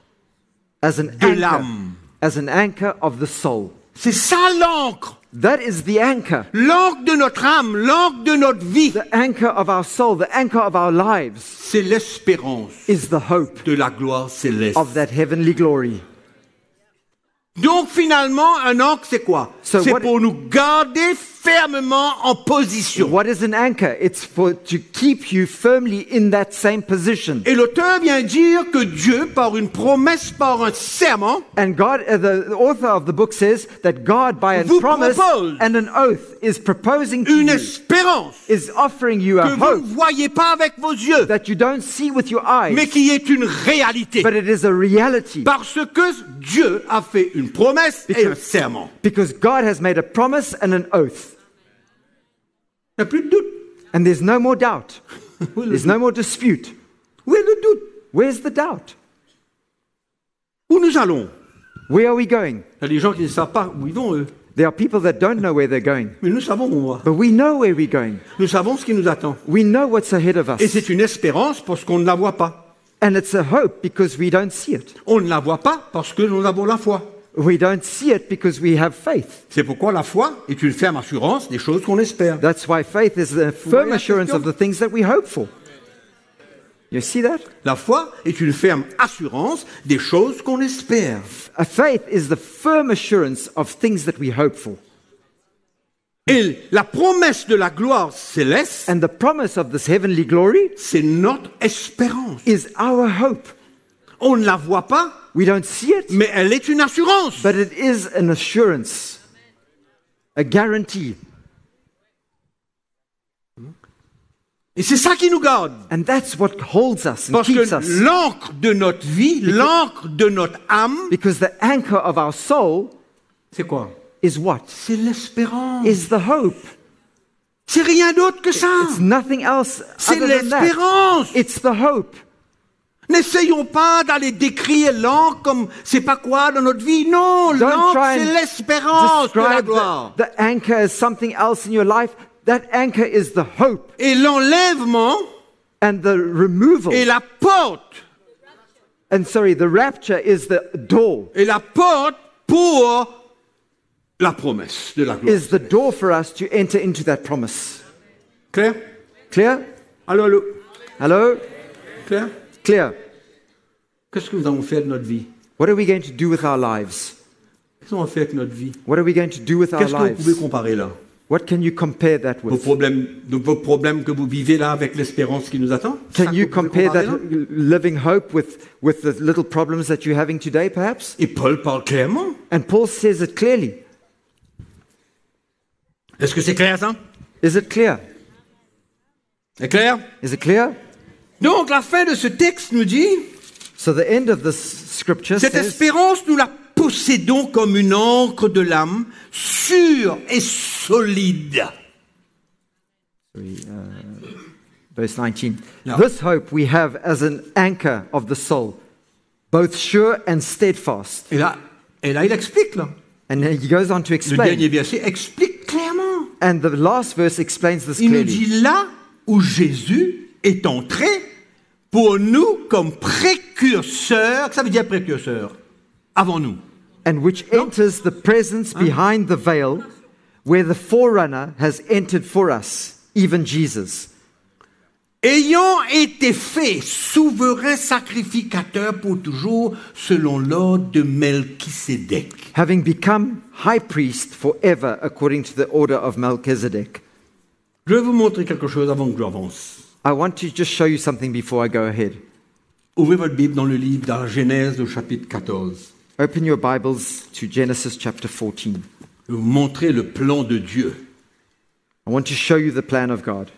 Speaker 3: as an
Speaker 2: de
Speaker 3: anchor,
Speaker 2: l'âme.
Speaker 3: as an anchor of the soul.
Speaker 2: C'est ça l'encre.
Speaker 3: That is the anchor,
Speaker 2: L'encre de notre âme, l'encre de notre vie.
Speaker 3: the anchor of our soul, the anchor of our lives
Speaker 2: C'est l'espérance
Speaker 3: is the hope
Speaker 2: de la gloire céleste.
Speaker 3: of that heavenly glory.
Speaker 2: Donc finalement, un ancre, c'est quoi
Speaker 3: So
Speaker 2: C'est
Speaker 3: what-
Speaker 2: pour nous garder fermement en position.
Speaker 3: What is an anchor? It's for to keep you firmly in that same position.
Speaker 2: Et l'auteur vient dire que Dieu, par une promesse, par un serment,
Speaker 3: And God, uh, the, the author of the book says that God, by a
Speaker 2: Vous
Speaker 3: promise
Speaker 2: propose
Speaker 3: and an oath, is proposing to
Speaker 2: une
Speaker 3: you,
Speaker 2: espérance
Speaker 3: is offering you
Speaker 2: que
Speaker 3: a
Speaker 2: vous
Speaker 3: Mm-hmm. hope
Speaker 2: ne voyez pas avec vos yeux,
Speaker 3: that you don't see with your eyes,
Speaker 2: mais qui est une réalité.
Speaker 3: but it is a reality.
Speaker 2: Parce que Dieu a fait une promesse et un serment.
Speaker 3: Because God has made a promise and an oath.
Speaker 2: Il n'y a plus de doute.
Speaker 3: And there's no more doubt.
Speaker 2: Où est le
Speaker 3: There's
Speaker 2: doute
Speaker 3: no more dispute.
Speaker 2: Où est le doute
Speaker 3: Where's the doubt?
Speaker 2: Où nous allons
Speaker 3: Where are we going?
Speaker 2: Il y a des gens qui ne savent pas où ils vont, eux.
Speaker 3: There are people that don't know where they're going,
Speaker 2: Mais nous savons où on va.
Speaker 3: but we know where we're going.
Speaker 2: Nous savons ce qui nous attend.
Speaker 3: We know what's ahead of
Speaker 2: Et
Speaker 3: us.
Speaker 2: c'est une espérance parce qu'on ne la voit pas.
Speaker 3: And it's a hope because we don't see it.
Speaker 2: On ne la voit pas parce que nous avons la foi.
Speaker 3: We don't see it because we have faith.
Speaker 2: C'est pourquoi la foi est une ferme assurance des choses qu'on espère.
Speaker 3: That's why faith is the firm
Speaker 2: Where-
Speaker 3: assurance of the things that we hope for. You see that?
Speaker 2: La foi est une ferme assurance des choses qu'on espère.
Speaker 3: A faith is the firm assurance of things that we hope for.
Speaker 2: Et la promesse de la gloire céleste,
Speaker 3: And the promise of this heavenly glory
Speaker 2: c'est notre espérance.
Speaker 3: is our hope.
Speaker 2: On ne la voit pas,
Speaker 3: We don't see it,
Speaker 2: mais elle est une assurance.
Speaker 3: but it is an assurance, a guarantee.
Speaker 2: Et c'est ça qui nous garde.
Speaker 3: And that's what holds us and
Speaker 2: Parce
Speaker 3: keeps us.
Speaker 2: que l'encre de notre vie, l'encre de notre âme,
Speaker 3: Because the anchor of our soul
Speaker 2: c'est quoi
Speaker 3: is what?
Speaker 2: C'est l'espérance.
Speaker 3: Is the hope.
Speaker 2: C'est rien d'autre que ça.
Speaker 3: It's nothing else
Speaker 2: C'est
Speaker 3: other than that.
Speaker 2: l'espérance.
Speaker 3: It's the hope.
Speaker 2: N'essayons pas d'aller décrire l'encre comme c'est pas quoi dans notre vie. Non,
Speaker 3: Don't
Speaker 2: l'encre,
Speaker 3: try
Speaker 2: c'est
Speaker 3: and
Speaker 2: l'espérance de la
Speaker 3: describe
Speaker 2: gloire.
Speaker 3: the, the anchor as something else in your life. That anchor is the hope
Speaker 2: Et l'enlèvement
Speaker 3: and the removal.
Speaker 2: est la porte.
Speaker 3: and sorry, the rapture is the door,
Speaker 2: Et la porte pour la promesse de la gloire.
Speaker 3: is the door for us to enter into that promise.
Speaker 2: Claire
Speaker 3: Clear?
Speaker 2: Allô, allô
Speaker 3: Hello?
Speaker 2: Claire
Speaker 3: Clear.
Speaker 2: Qu'est-ce que nous allons faire de notre vie
Speaker 3: What are we going to do with our lives?
Speaker 2: Qu'est-ce qu'on va faire avec notre vie
Speaker 3: What are we going to do with our
Speaker 2: Qu'est-ce que vous
Speaker 3: lives?
Speaker 2: pouvez comparer là
Speaker 3: What can you compare that
Speaker 2: vos
Speaker 3: with?
Speaker 2: problèmes, donc vos problèmes que vous vivez là avec l'espérance qui nous attend Ça
Speaker 3: Can you
Speaker 2: que vous pouvez
Speaker 3: compare that
Speaker 2: comparer, là
Speaker 3: living hope with, with the little problems that you're having today, perhaps?
Speaker 2: Et Paul parle clairement.
Speaker 3: And Paul says it clearly.
Speaker 2: Est-ce que c'est clair ça
Speaker 3: Is it clear?
Speaker 2: C'est clair
Speaker 3: Is it clear?
Speaker 2: Donc la fin de ce texte nous dit,
Speaker 3: So the end of this scripture
Speaker 2: cette
Speaker 3: says,
Speaker 2: espérance, nous la possédons comme une encre de l'âme sûre et solide.
Speaker 3: verse 19,
Speaker 2: No.
Speaker 3: this hope we have as an anchor of the soul, both sure and steadfast.
Speaker 2: Et là, et là il explique, là.
Speaker 3: And then he goes on to
Speaker 2: Le
Speaker 3: explain.
Speaker 2: dernier verset explique clairement.
Speaker 3: And the last verse explains this
Speaker 2: Il nous
Speaker 3: clearly.
Speaker 2: dit là où Jésus est entré pour nous comme précurseur. Ça veut dire précurseur. Avant nous.
Speaker 3: And which enters the presence behind the veil, where the forerunner has entered for us, even Jesus.
Speaker 2: Ayant été fait souverain sacrificateur pour toujours selon l'ordre de Melchisédek.
Speaker 3: having become high priest forever according to the order of Melchizedek.
Speaker 2: Je vais vous montrer quelque chose avant que j'avance.
Speaker 3: I want to just show you something before I go ahead.
Speaker 2: Ouvrez votre Bible dans le livre de la Genèse au chapitre 14.
Speaker 3: Open your Bibles to Genesis chapter 14.
Speaker 2: Je vais vous montrer le plan de Dieu
Speaker 3: I want to show you the plan of God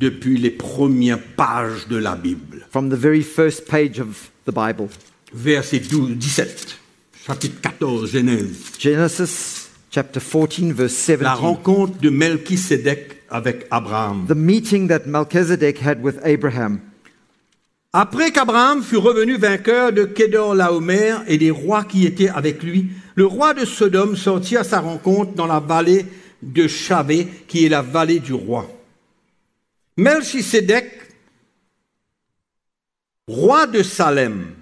Speaker 2: depuis les premières pages de la Bible.
Speaker 3: from the very first page of the Bible.
Speaker 2: Verset 12, 17. Chapitre 14, Genèse.
Speaker 3: Genesis chapter 14, verse
Speaker 2: La
Speaker 3: 17.
Speaker 2: rencontre de Melchisédek avec Abraham.
Speaker 3: The meeting that Melchizedek had with Abraham.
Speaker 2: Après qu'Abraham fut revenu vainqueur de Kedor Laomer et des rois qui étaient avec lui, le roi de Sodome sortit à sa rencontre dans la vallée de Chavé, qui est la vallée du roi. Melchisédek, roi de Salem,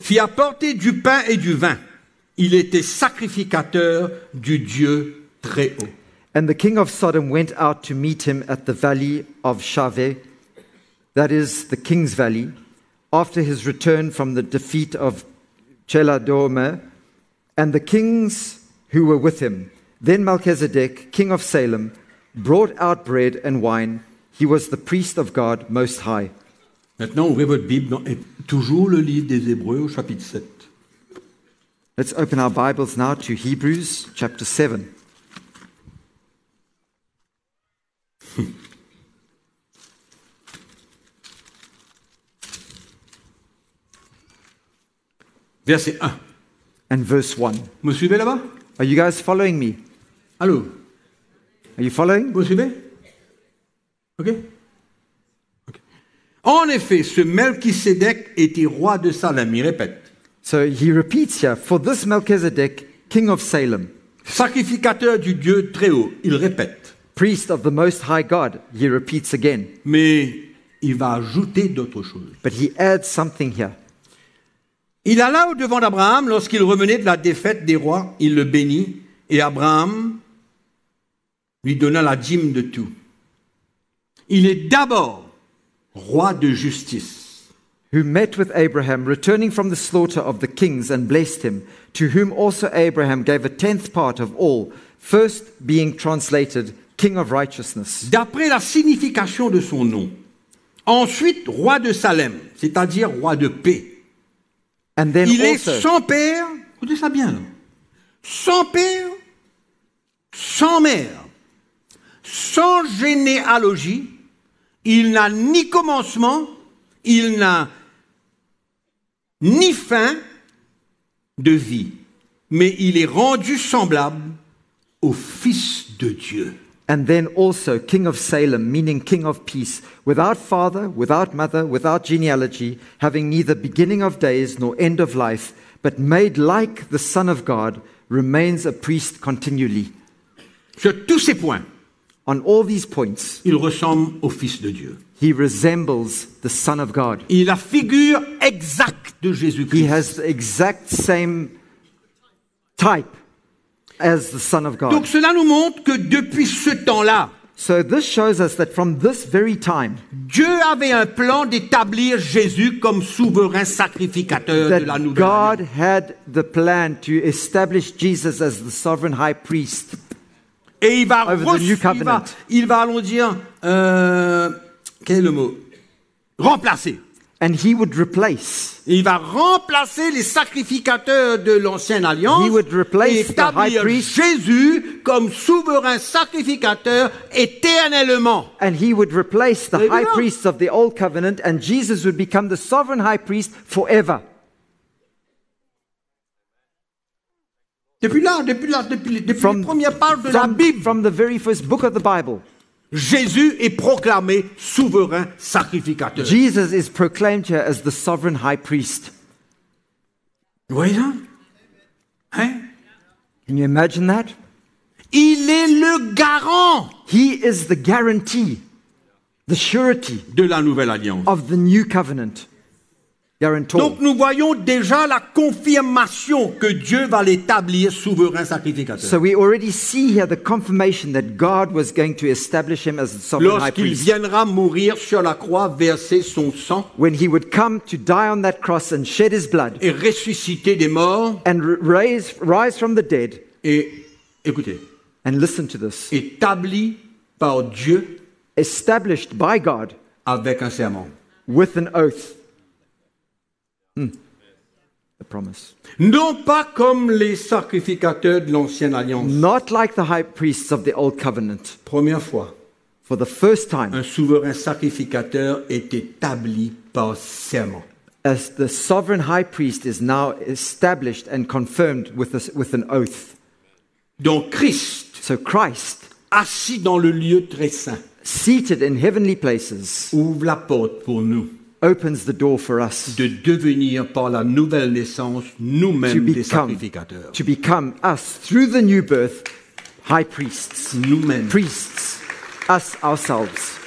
Speaker 2: fit apporter du pain et du vin. Il était sacrificateur du Dieu très haut.
Speaker 3: And the king of Sodom went out to meet him at the valley of Shaveh, that is, the king's valley, after his return from the defeat of Cheladomer, and the kings who were with him. Then Melchizedek, king of Salem, brought out bread and wine. He was the priest of God Most High.
Speaker 2: Maintenant, ouvrez votre Bible, dans- et toujours le livre des Hébreux au chapitre 7.
Speaker 3: Let's open our Bibles now to Hebrews chapter 7.
Speaker 2: Verset 1.
Speaker 3: and verse 1.
Speaker 2: Vous me suivez là-bas
Speaker 3: Are you guys following me?
Speaker 2: Allô
Speaker 3: Are you following?
Speaker 2: Vous me suivez OK OK. En effet, ce Melchisédek était roi de Salem, il répète.
Speaker 3: So he repeats here, for this Melchizedek, king of Salem,
Speaker 2: Sacrificateur du Dieu très haut, il répète.
Speaker 3: priest of the Most High God, he repeats again.
Speaker 2: Mais il va ajouter d'autres choses.
Speaker 3: But he adds something here.
Speaker 2: Il alla au devant d'Abraham lorsqu'il revenait de la défaite des rois, il le bénit, et Abraham lui donna la dîme de tout. Il est d'abord roi de justice.
Speaker 3: Who met with Abraham, returning from the slaughter of the kings, and blessed him, to whom also Abraham gave a tenth part of all, first being translated king of righteousness,
Speaker 2: d'après la signification de son nom. Ensuite, roi de Salem, c'est-à-dire roi de paix.
Speaker 3: and then
Speaker 2: Il est
Speaker 3: also
Speaker 2: sans père, écoutez ça bien, là. sans père, sans mère, sans généalogie, il n'a ni commencement, il n'a ni fin de vie, mais il est rendu semblable au Fils de Dieu.
Speaker 3: and then also king of Salem, meaning king of peace, without father, without mother, without genealogy, having neither beginning of days nor end of life, but made like the Son of God, remains a priest continually.
Speaker 2: Sur tous ces points,
Speaker 3: On all these points,
Speaker 2: il ressemble au Fils de Dieu.
Speaker 3: he resembles the Son of God.
Speaker 2: Il a la figure exacte de
Speaker 3: He
Speaker 2: Jésus-Christ.
Speaker 3: has the exact same type as the Son of
Speaker 2: Donc
Speaker 3: God.
Speaker 2: cela nous montre que depuis ce temps-là,
Speaker 3: So this shows us that from this very time,
Speaker 2: Dieu avait un plan d'établir Jésus comme souverain sacrificateur de la
Speaker 3: that
Speaker 2: nouvelle
Speaker 3: God
Speaker 2: alliance.
Speaker 3: had the plan to establish Jesus as the sovereign high priest.
Speaker 2: Et il va,
Speaker 3: over the
Speaker 2: reçu-
Speaker 3: new
Speaker 2: il va,
Speaker 3: covenant.
Speaker 2: il va, allons dire, euh, quel est le mot Remplacer.
Speaker 3: And he would replace,
Speaker 2: Il va remplacer les sacrificateurs de l'ancienne alliance
Speaker 3: He would replace
Speaker 2: et
Speaker 3: the high
Speaker 2: établir
Speaker 3: priest.
Speaker 2: Jésus comme souverain sacrificateur éternellement.
Speaker 3: and he would replace the
Speaker 2: There you
Speaker 3: high
Speaker 2: go.
Speaker 3: priests of the old covenant, and Jesus would become the sovereign high priest forever.
Speaker 2: Depuis là, depuis là, depuis, depuis
Speaker 3: From,
Speaker 2: les premières pages de la
Speaker 3: from-
Speaker 2: Bible,
Speaker 3: from the very first book of the Bible,
Speaker 2: Jésus est proclamé souverain sacrificateur.
Speaker 3: Jesus is proclaimed here as the sovereign high priest.
Speaker 2: Vous voyez ça Hein
Speaker 3: Can you imagine that?
Speaker 2: Il est le garant
Speaker 3: He is the guarantee, the surety
Speaker 2: de la nouvelle alliance.
Speaker 3: of the new covenant. Guarantor.
Speaker 2: Donc nous voyons déjà la confirmation que Dieu va l'établir souverain sacrificateur.
Speaker 3: so we already see here the confirmation that God was going to establish him as the sovereign high
Speaker 2: Lorsqu'il
Speaker 3: priest.
Speaker 2: viendra mourir sur la croix, verser son sang
Speaker 3: When he would come to die on that cross and shed his blood
Speaker 2: et ressusciter des morts
Speaker 3: and r- raise, rise from the dead,
Speaker 2: et, écoutez,
Speaker 3: and listen to this,
Speaker 2: établi par Dieu
Speaker 3: established by God
Speaker 2: avec un serment.
Speaker 3: with an oath. Hmm. The promise.
Speaker 2: Non pas comme les sacrificateurs de l'ancienne alliance.
Speaker 3: Not like the high priests of the old covenant.
Speaker 2: Première fois,
Speaker 3: For the first time,
Speaker 2: un souverain sacrificateur est établi par serment.
Speaker 3: as the sovereign high priest is now established and confirmed with, us with an oath.
Speaker 2: Donc Christ,
Speaker 3: So Christ,
Speaker 2: assis dans le lieu très saint,
Speaker 3: seated in heavenly places,
Speaker 2: ouvre la porte pour nous
Speaker 3: opens the door for us
Speaker 2: de devenir par la nouvelle naissance
Speaker 3: to
Speaker 2: nous-mêmes des
Speaker 3: become,
Speaker 2: sacrificateurs.
Speaker 3: to become us through the new birth, high priests,
Speaker 2: Nous-mêmes.
Speaker 3: priests, us ourselves,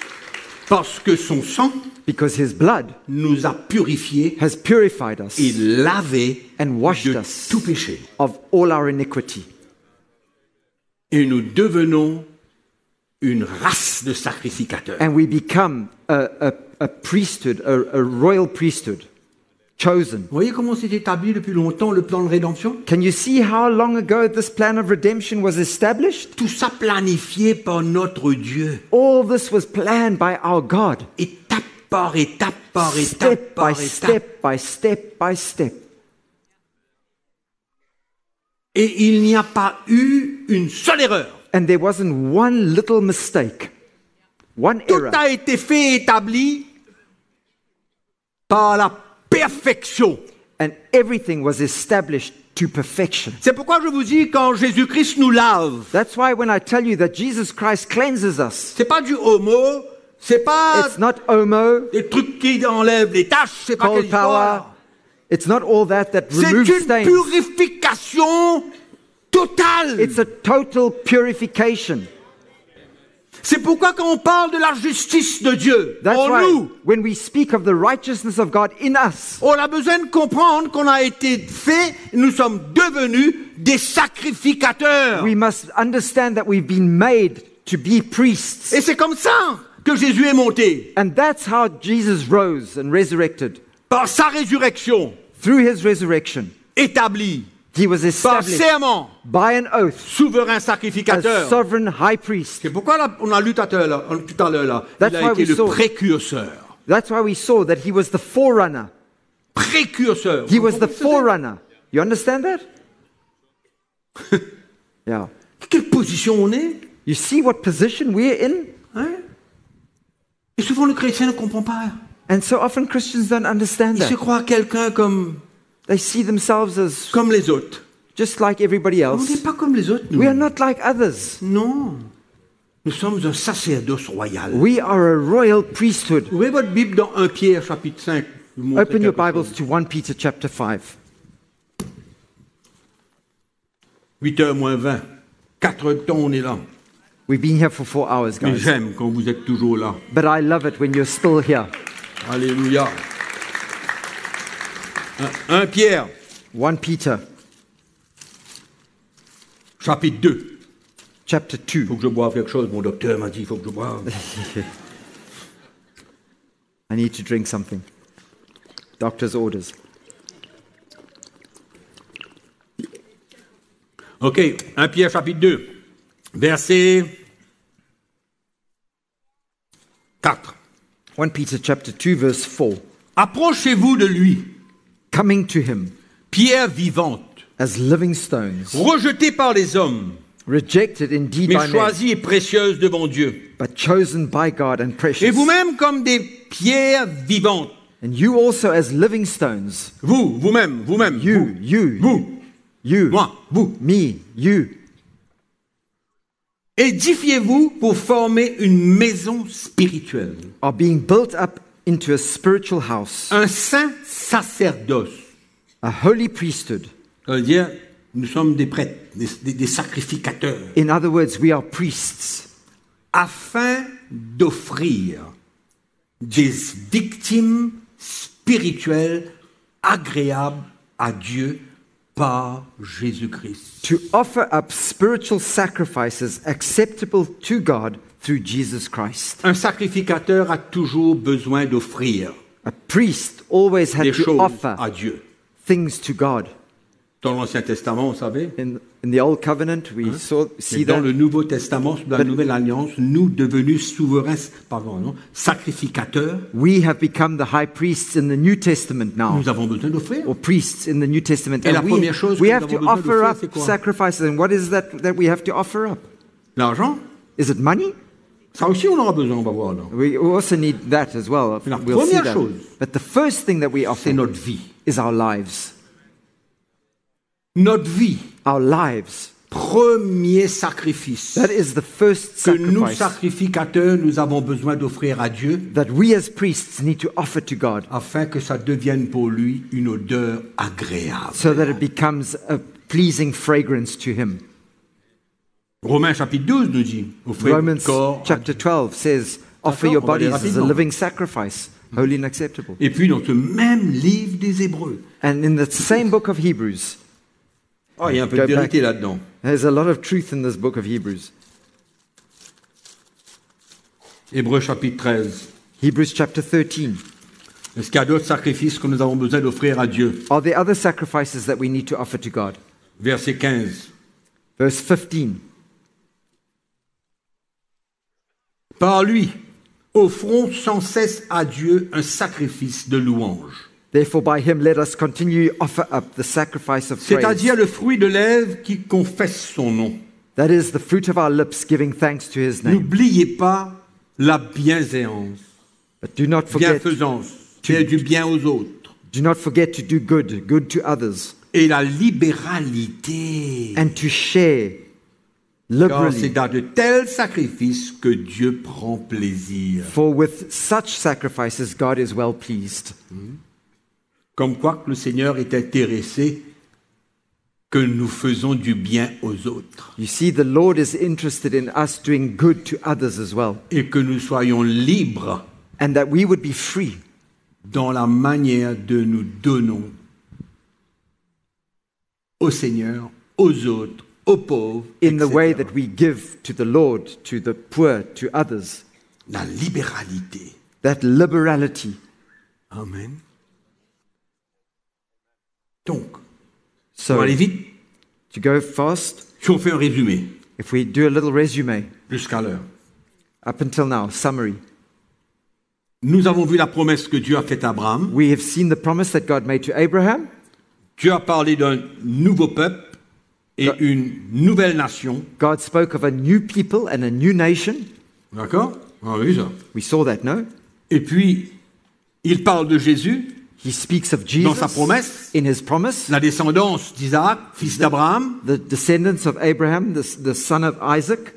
Speaker 2: Parce que son sang
Speaker 3: because His blood
Speaker 2: nous a purifiés
Speaker 3: has purified us
Speaker 2: et lavé
Speaker 3: and washed
Speaker 2: de
Speaker 3: us
Speaker 2: tout péché.
Speaker 3: of all our iniquity,
Speaker 2: Et nous devenons une race de sacrificateurs.
Speaker 3: and we become a, a, a priesthood, a, a royal priesthood, chosen.
Speaker 2: Vous voyez comment s'est établi depuis longtemps le plan de rédemption
Speaker 3: Can you see how long ago this plan of redemption was established?
Speaker 2: Tout ça planifié par notre Dieu,
Speaker 3: All this was planned by our God,
Speaker 2: étape par étape par étape
Speaker 3: step by
Speaker 2: par étape.
Speaker 3: step by step by step.
Speaker 2: Et il n'y a pas eu une seule erreur.
Speaker 3: And there wasn't one little mistake, one
Speaker 2: Tout
Speaker 3: error.
Speaker 2: a été fait et établi par la perfection.
Speaker 3: And everything was established to perfection.
Speaker 2: C'est pourquoi je vous dis quand Jésus-Christ nous lave,
Speaker 3: That's why when I tell you that Jesus Christ cleanses us,
Speaker 2: c'est pas du homo, C'est pas
Speaker 3: It's not Omo,
Speaker 2: des trucs qui enlèvent les tâches, c'est pas
Speaker 3: cold
Speaker 2: quelque
Speaker 3: power.
Speaker 2: histoire.
Speaker 3: It's not all that that
Speaker 2: C'est
Speaker 3: removes
Speaker 2: une
Speaker 3: stains.
Speaker 2: purification totale.
Speaker 3: It's a total purification.
Speaker 2: C'est pourquoi quand on parle de la justice de Dieu
Speaker 3: That's
Speaker 2: en
Speaker 3: why
Speaker 2: nous,
Speaker 3: when we speak of the righteousness of God in us,
Speaker 2: on a besoin de comprendre qu'on a été fait, nous sommes devenus des sacrificateurs.
Speaker 3: we must understand that we've been made to be priests.
Speaker 2: Et c'est comme ça que Jésus est monté,
Speaker 3: And that's how Jesus rose and resurrected.
Speaker 2: par sa résurrection
Speaker 3: Through his resurrection,
Speaker 2: établie,
Speaker 3: he was
Speaker 2: par
Speaker 3: established
Speaker 2: serment,
Speaker 3: by an oath
Speaker 2: souverain
Speaker 3: as
Speaker 2: sacrificateur.
Speaker 3: sovereign high priest.
Speaker 2: C'est pourquoi là, on a lu tout à l'heure, là, tout à l'heure, là,
Speaker 3: That's
Speaker 2: il
Speaker 3: why
Speaker 2: a été
Speaker 3: we
Speaker 2: le
Speaker 3: saw-
Speaker 2: précurseur.
Speaker 3: That's why we saw that he was the forerunner.
Speaker 2: Précurseur.
Speaker 3: He was the forerunner. You understand that? yeah.
Speaker 2: Quelle position on est
Speaker 3: You see what position we're in?
Speaker 2: hein Et souvent le chrétien ne comprend pas.
Speaker 3: And so often Christians don't understand
Speaker 2: Il se
Speaker 3: that.
Speaker 2: croit quelqu'un comme,
Speaker 3: They see themselves as
Speaker 2: comme les autres.
Speaker 3: just like everybody
Speaker 2: On n'est
Speaker 3: else.
Speaker 2: pas comme les autres, nous.
Speaker 3: We are not like others.
Speaker 2: Non. Nous sommes un sacerdoce royal.
Speaker 3: We are a royal priesthood.
Speaker 2: Ouvrez votre Bible dans 1 Pierre chapitre 5. Je vous montrer
Speaker 3: Open your
Speaker 2: quelque
Speaker 3: Bibles
Speaker 2: chose.
Speaker 3: to 1 Peter chapter 5.
Speaker 2: 8h moins 20. 4 heures de temps, on est là.
Speaker 3: We've been here for four hours,
Speaker 2: Mais
Speaker 3: guys.
Speaker 2: j'aime quand vous êtes toujours là.
Speaker 3: But I love it when you're still here.
Speaker 2: Alléluia. 1 Pierre
Speaker 3: 1 Peter
Speaker 2: chapitre 2.
Speaker 3: chapter
Speaker 2: Il faut
Speaker 3: 2.
Speaker 2: que je boive quelque chose. Mon docteur m'a dit il faut que je boive.
Speaker 3: I need to drink something. Doctor's orders.
Speaker 2: OK. 1 Pierre chapitre 2. Verset 4.
Speaker 3: 1 Peter chapter 2 verse 4.
Speaker 2: Approchez-vous de lui,
Speaker 3: Coming to him
Speaker 2: pierre vivante,
Speaker 3: as living stones,
Speaker 2: rejetée par les hommes,
Speaker 3: rejected indeed by
Speaker 2: mais
Speaker 3: men,
Speaker 2: choisie et précieuse devant Dieu.
Speaker 3: but chosen by God and
Speaker 2: Et
Speaker 3: precious.
Speaker 2: vous-même comme des pierres vivantes.
Speaker 3: And you also as living stones,
Speaker 2: Vous, vous-même, vous-même.
Speaker 3: you, you,
Speaker 2: Vous, vous,
Speaker 3: you,
Speaker 2: moi, vous.
Speaker 3: me, you,
Speaker 2: Édifiez-vous pour former une maison spirituelle,
Speaker 3: are being built up into a spiritual house,
Speaker 2: un saint sacerdoce.
Speaker 3: a holy priesthood.
Speaker 2: Ça veut dire, nous sommes des prêtres, des, des- des sacrificateurs,
Speaker 3: In other words, we are priests
Speaker 2: afin d'offrir des victimes spirituelles agréables à Dieu par Jésus-Christ.
Speaker 3: to offer up spiritual sacrifices acceptable to God through Jesus Christ.
Speaker 2: Un sacrificateur a toujours besoin d'offrir
Speaker 3: A priest always had
Speaker 2: des
Speaker 3: to
Speaker 2: choses
Speaker 3: offer
Speaker 2: à Dieu.
Speaker 3: things to God.
Speaker 2: Dans l'Ancien Testament, vous savez,
Speaker 3: In, in the Old Covenant, we saw,
Speaker 2: Mais
Speaker 3: see
Speaker 2: dans
Speaker 3: that.
Speaker 2: le Nouveau Testament, sous la
Speaker 3: But-
Speaker 2: Nouvelle Alliance, nous devenus souverains, pardon, non, sacrificateurs,
Speaker 3: We have become the high priests in the New Testament now,
Speaker 2: nous avons besoin d'offrir.
Speaker 3: or priests in the New Testament.
Speaker 2: Et la
Speaker 3: And we,
Speaker 2: première chose
Speaker 3: we
Speaker 2: que
Speaker 3: have
Speaker 2: nous
Speaker 3: to
Speaker 2: avons besoin de
Speaker 3: offer
Speaker 2: faire,
Speaker 3: up
Speaker 2: c'est quoi
Speaker 3: sacrifices. And what is that that we have to offer up?
Speaker 2: L'argent,
Speaker 3: Is it money?
Speaker 2: ça aussi on aura besoin, on va voir. là.
Speaker 3: We also need that as well.
Speaker 2: La
Speaker 3: We'll see
Speaker 2: première
Speaker 3: that.
Speaker 2: chose,
Speaker 3: But the first thing that we offer
Speaker 2: C'est notre vie.
Speaker 3: is our lives.
Speaker 2: Notre vie,
Speaker 3: Our lives.
Speaker 2: premier sacrifice
Speaker 3: That is the first
Speaker 2: que nous,
Speaker 3: sacrifice
Speaker 2: sacrificateurs, nous avons besoin d'offrir à Dieu
Speaker 3: that we as priests need to offer to God
Speaker 2: afin que ça devienne pour lui une odeur agréable.
Speaker 3: so that it becomes a pleasing fragrance to Him.
Speaker 2: Romains chapitre 12 nous dit, offrez votre
Speaker 3: Romans
Speaker 2: corps. à
Speaker 3: chapter 12 says, Offer
Speaker 2: D'accord,
Speaker 3: your
Speaker 2: on va aller
Speaker 3: bodies as a
Speaker 2: rapidement.
Speaker 3: living sacrifice, holy and acceptable.
Speaker 2: Et puis dans ce même livre des Hébreux,
Speaker 3: And in the same book of Hebrews,
Speaker 2: Ah, il y a un peu
Speaker 3: Go
Speaker 2: de vérité
Speaker 3: back.
Speaker 2: là-dedans.
Speaker 3: there's a lot of truth in this book of Hebrews.
Speaker 2: Hébreux chapitre 13.
Speaker 3: Hebrews chapter 13.
Speaker 2: Est-ce qu'il y a d'autres sacrifices que nous avons besoin d'offrir à Dieu
Speaker 3: Are there other sacrifices that we need to offer to God?
Speaker 2: Verset 15.
Speaker 3: Verse 15.
Speaker 2: Par lui, offrons sans cesse à Dieu un sacrifice de louange,
Speaker 3: Therefore, by him let us continually offer up the sacrifice of praise.
Speaker 2: c'est-à-dire le fruit de l'Ève qui confesse son nom.
Speaker 3: That is the fruit of our lips, giving thanks to his name.
Speaker 2: N'oubliez pas la bienséance,
Speaker 3: But do not forget, do
Speaker 2: bienfaisance, faire du bien aux autres,
Speaker 3: not forget to do good, good to others,
Speaker 2: et la libéralité.
Speaker 3: and to share
Speaker 2: Car c'est
Speaker 3: liberally.
Speaker 2: dans de tels sacrifices que Dieu prend plaisir.
Speaker 3: For with such sacrifices God is well pleased.
Speaker 2: Comme quoi que le Seigneur est intéressé que nous faisons du bien aux autres
Speaker 3: You see, the Lord is interested in us doing good to others as well,
Speaker 2: et que nous soyons libres
Speaker 3: and that we would be free
Speaker 2: dans la manière de nous donnons au Seigneur, aux autres, aux pauvres.
Speaker 3: in the
Speaker 2: etc.
Speaker 3: way that we give to the Lord, to the poor, to others.
Speaker 2: La libéralité.
Speaker 3: That liberality.
Speaker 2: Amen. Donc, pour
Speaker 3: So,
Speaker 2: aller vite,
Speaker 3: to go fast,
Speaker 2: si on fait un résumé
Speaker 3: if we do a little resume
Speaker 2: jusqu'à l'heure,
Speaker 3: up until now, summary,
Speaker 2: nous avons vu la promesse que Dieu a faite à Abraham.
Speaker 3: we have seen the promise that God made to Abraham.
Speaker 2: Dieu a parlé d'un nouveau peuple et une nouvelle nation.
Speaker 3: God spoke of a new people and a new nation.
Speaker 2: D'accord Ah oui, ça.
Speaker 3: We saw that, no?
Speaker 2: Et puis, il parle de Jésus,
Speaker 3: He speaks of
Speaker 2: Dans
Speaker 3: Jesus
Speaker 2: sa promesse.
Speaker 3: in his promise,
Speaker 2: la descendance d'Isaac, fils d'Abraham,
Speaker 3: the descendants of Abraham, the, the son of Isaac,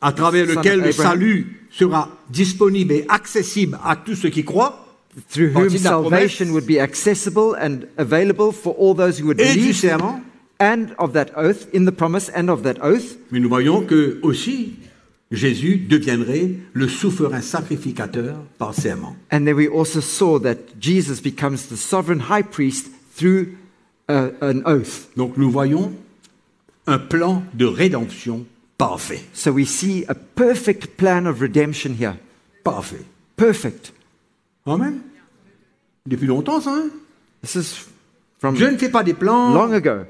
Speaker 2: à travers
Speaker 3: Son of
Speaker 2: lequel le
Speaker 3: Abraham.
Speaker 2: salut sera disponible et accessible à tous ceux qui croient,
Speaker 3: through
Speaker 2: Partie
Speaker 3: whom
Speaker 2: de la
Speaker 3: salvation
Speaker 2: promesse.
Speaker 3: would be accessible and available for all those who would
Speaker 2: Et du
Speaker 3: believe, him,
Speaker 2: serment.
Speaker 3: and of that oath, in the promise and of that oath.
Speaker 2: Mais nous voyons que aussi Jésus deviendrait le souverain sacrificateur par serment.
Speaker 3: And then we also saw that Jesus becomes the sovereign high priest through uh, an oath.
Speaker 2: Donc nous voyons un plan de rédemption parfait.
Speaker 3: So we see a perfect plan of redemption here.
Speaker 2: Parfait.
Speaker 3: Perfect.
Speaker 2: Amen. Depuis longtemps, ça. hein
Speaker 3: This is from
Speaker 2: Je ne fais pas des plans.
Speaker 3: long ago.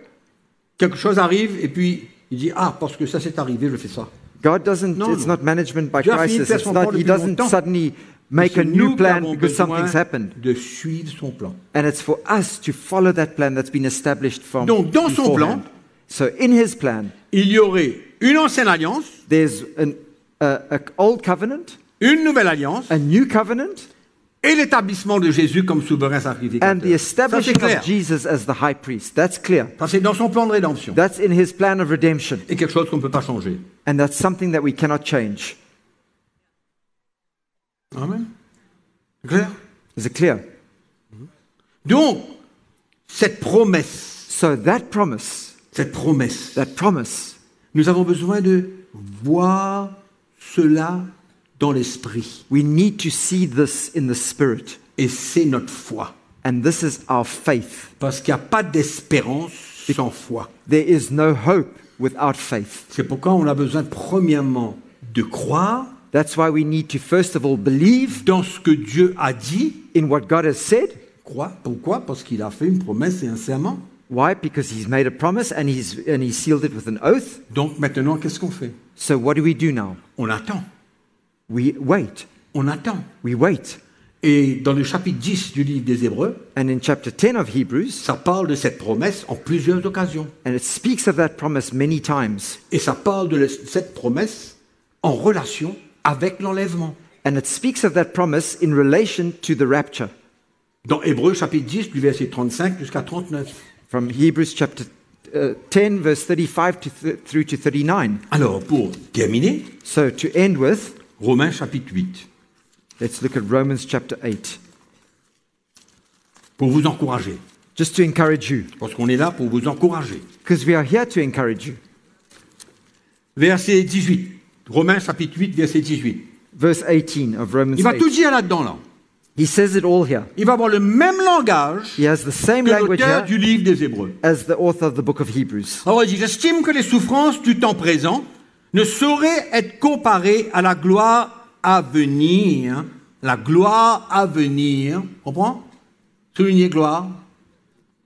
Speaker 2: Quelque chose arrive et puis il dit Ah, parce que ça s'est arrivé, je fais ça.
Speaker 3: God doesn't,
Speaker 2: Non,
Speaker 3: it's
Speaker 2: non.
Speaker 3: not management by
Speaker 2: Dieu a fini de
Speaker 3: crisis.
Speaker 2: faire
Speaker 3: It's
Speaker 2: son
Speaker 3: not,
Speaker 2: plan
Speaker 3: he
Speaker 2: depuis
Speaker 3: doesn't
Speaker 2: longtemps.
Speaker 3: suddenly make
Speaker 2: C'est
Speaker 3: a
Speaker 2: nous
Speaker 3: new
Speaker 2: qui
Speaker 3: plan
Speaker 2: avons
Speaker 3: because
Speaker 2: besoin
Speaker 3: something's happened.
Speaker 2: De suivre son plan.
Speaker 3: And it's for us to follow that plan that's been established from
Speaker 2: Donc, dans son plan-
Speaker 3: beforehand. so in his plan,
Speaker 2: Il y aurait une ancienne alliance,
Speaker 3: there's an uh, a old covenant,
Speaker 2: une nouvelle alliance
Speaker 3: a new covenant,
Speaker 2: et l'établissement de Jésus comme souverain sacrificateur.
Speaker 3: and the
Speaker 2: ça, c'est
Speaker 3: establishment
Speaker 2: clair.
Speaker 3: of Jesus as the high priest. That's clear.
Speaker 2: Ça, c'est dans son plan de rédemption.
Speaker 3: That's in his plan of redemption.
Speaker 2: et quelque chose qu'on ne peut pas changer.
Speaker 3: And that's something that we cannot change.
Speaker 2: Amen. Ah C'est clair
Speaker 3: Is it clear?
Speaker 2: Donc, cette promesse,
Speaker 3: So that promise,
Speaker 2: cette promesse,
Speaker 3: that promise,
Speaker 2: nous avons besoin de voir cela dans l'esprit.
Speaker 3: we need to see this in the spirit.
Speaker 2: Et c'est notre foi.
Speaker 3: And this is our faith.
Speaker 2: Parce qu'il n'y a pas d'espérance sans foi.
Speaker 3: There is no hope without faith.
Speaker 2: C'est pourquoi on a besoin, premièrement, de croire
Speaker 3: That's why we need to first of all believe
Speaker 2: dans ce que Dieu a dit.
Speaker 3: in what God has said.
Speaker 2: Croire. Pourquoi Parce qu'il a fait une promesse et un serment.
Speaker 3: Why? Because he's made a promise and he's and he sealed it with an oath.
Speaker 2: Donc maintenant, qu'est-ce qu'on fait
Speaker 3: So what do we do now?
Speaker 2: On attend.
Speaker 3: We wait.
Speaker 2: On attend.
Speaker 3: We wait.
Speaker 2: Et dans le chapitre 10 du livre des Hébreux,
Speaker 3: And in chapter 10 of Hebrews,
Speaker 2: Ça parle de cette promesse en plusieurs occasions.
Speaker 3: and it speaks of that promise many times,
Speaker 2: Et ça parle de le- cette promesse en relation avec l'enlèvement.
Speaker 3: and it speaks of that promise in relation to the rapture.
Speaker 2: Dans Hébreux chapitre 10, du verset 35 jusqu'à 39.
Speaker 3: From Hebrews chapter uh, 10 verse 35 to th- through to 39.
Speaker 2: Alors, pour terminer,
Speaker 3: So to end with,
Speaker 2: Romains chapitre 8,
Speaker 3: let's look at Romans chapter 8
Speaker 2: pour vous encourager.
Speaker 3: just to encourage you.
Speaker 2: Parce qu'on est là pour vous encourager.
Speaker 3: Because we are here to encourage you.
Speaker 2: Verset 18. Romains chapitre 8, verset 18.
Speaker 3: Verse 18 of Romans
Speaker 2: Il va
Speaker 3: 8.
Speaker 2: tout dire là-dedans, là.
Speaker 3: He says it all here.
Speaker 2: Il va avoir le même langage
Speaker 3: He has the same
Speaker 2: que
Speaker 3: language
Speaker 2: l'auteur
Speaker 3: here
Speaker 2: du livre des Hébreux.
Speaker 3: as the author of the book of Hebrews.
Speaker 2: Alors Oh, il dit, j'estime que les souffrances du temps présent ne sauraient être comparées à la gloire à venir. La gloire à venir, comprends Souligner gloire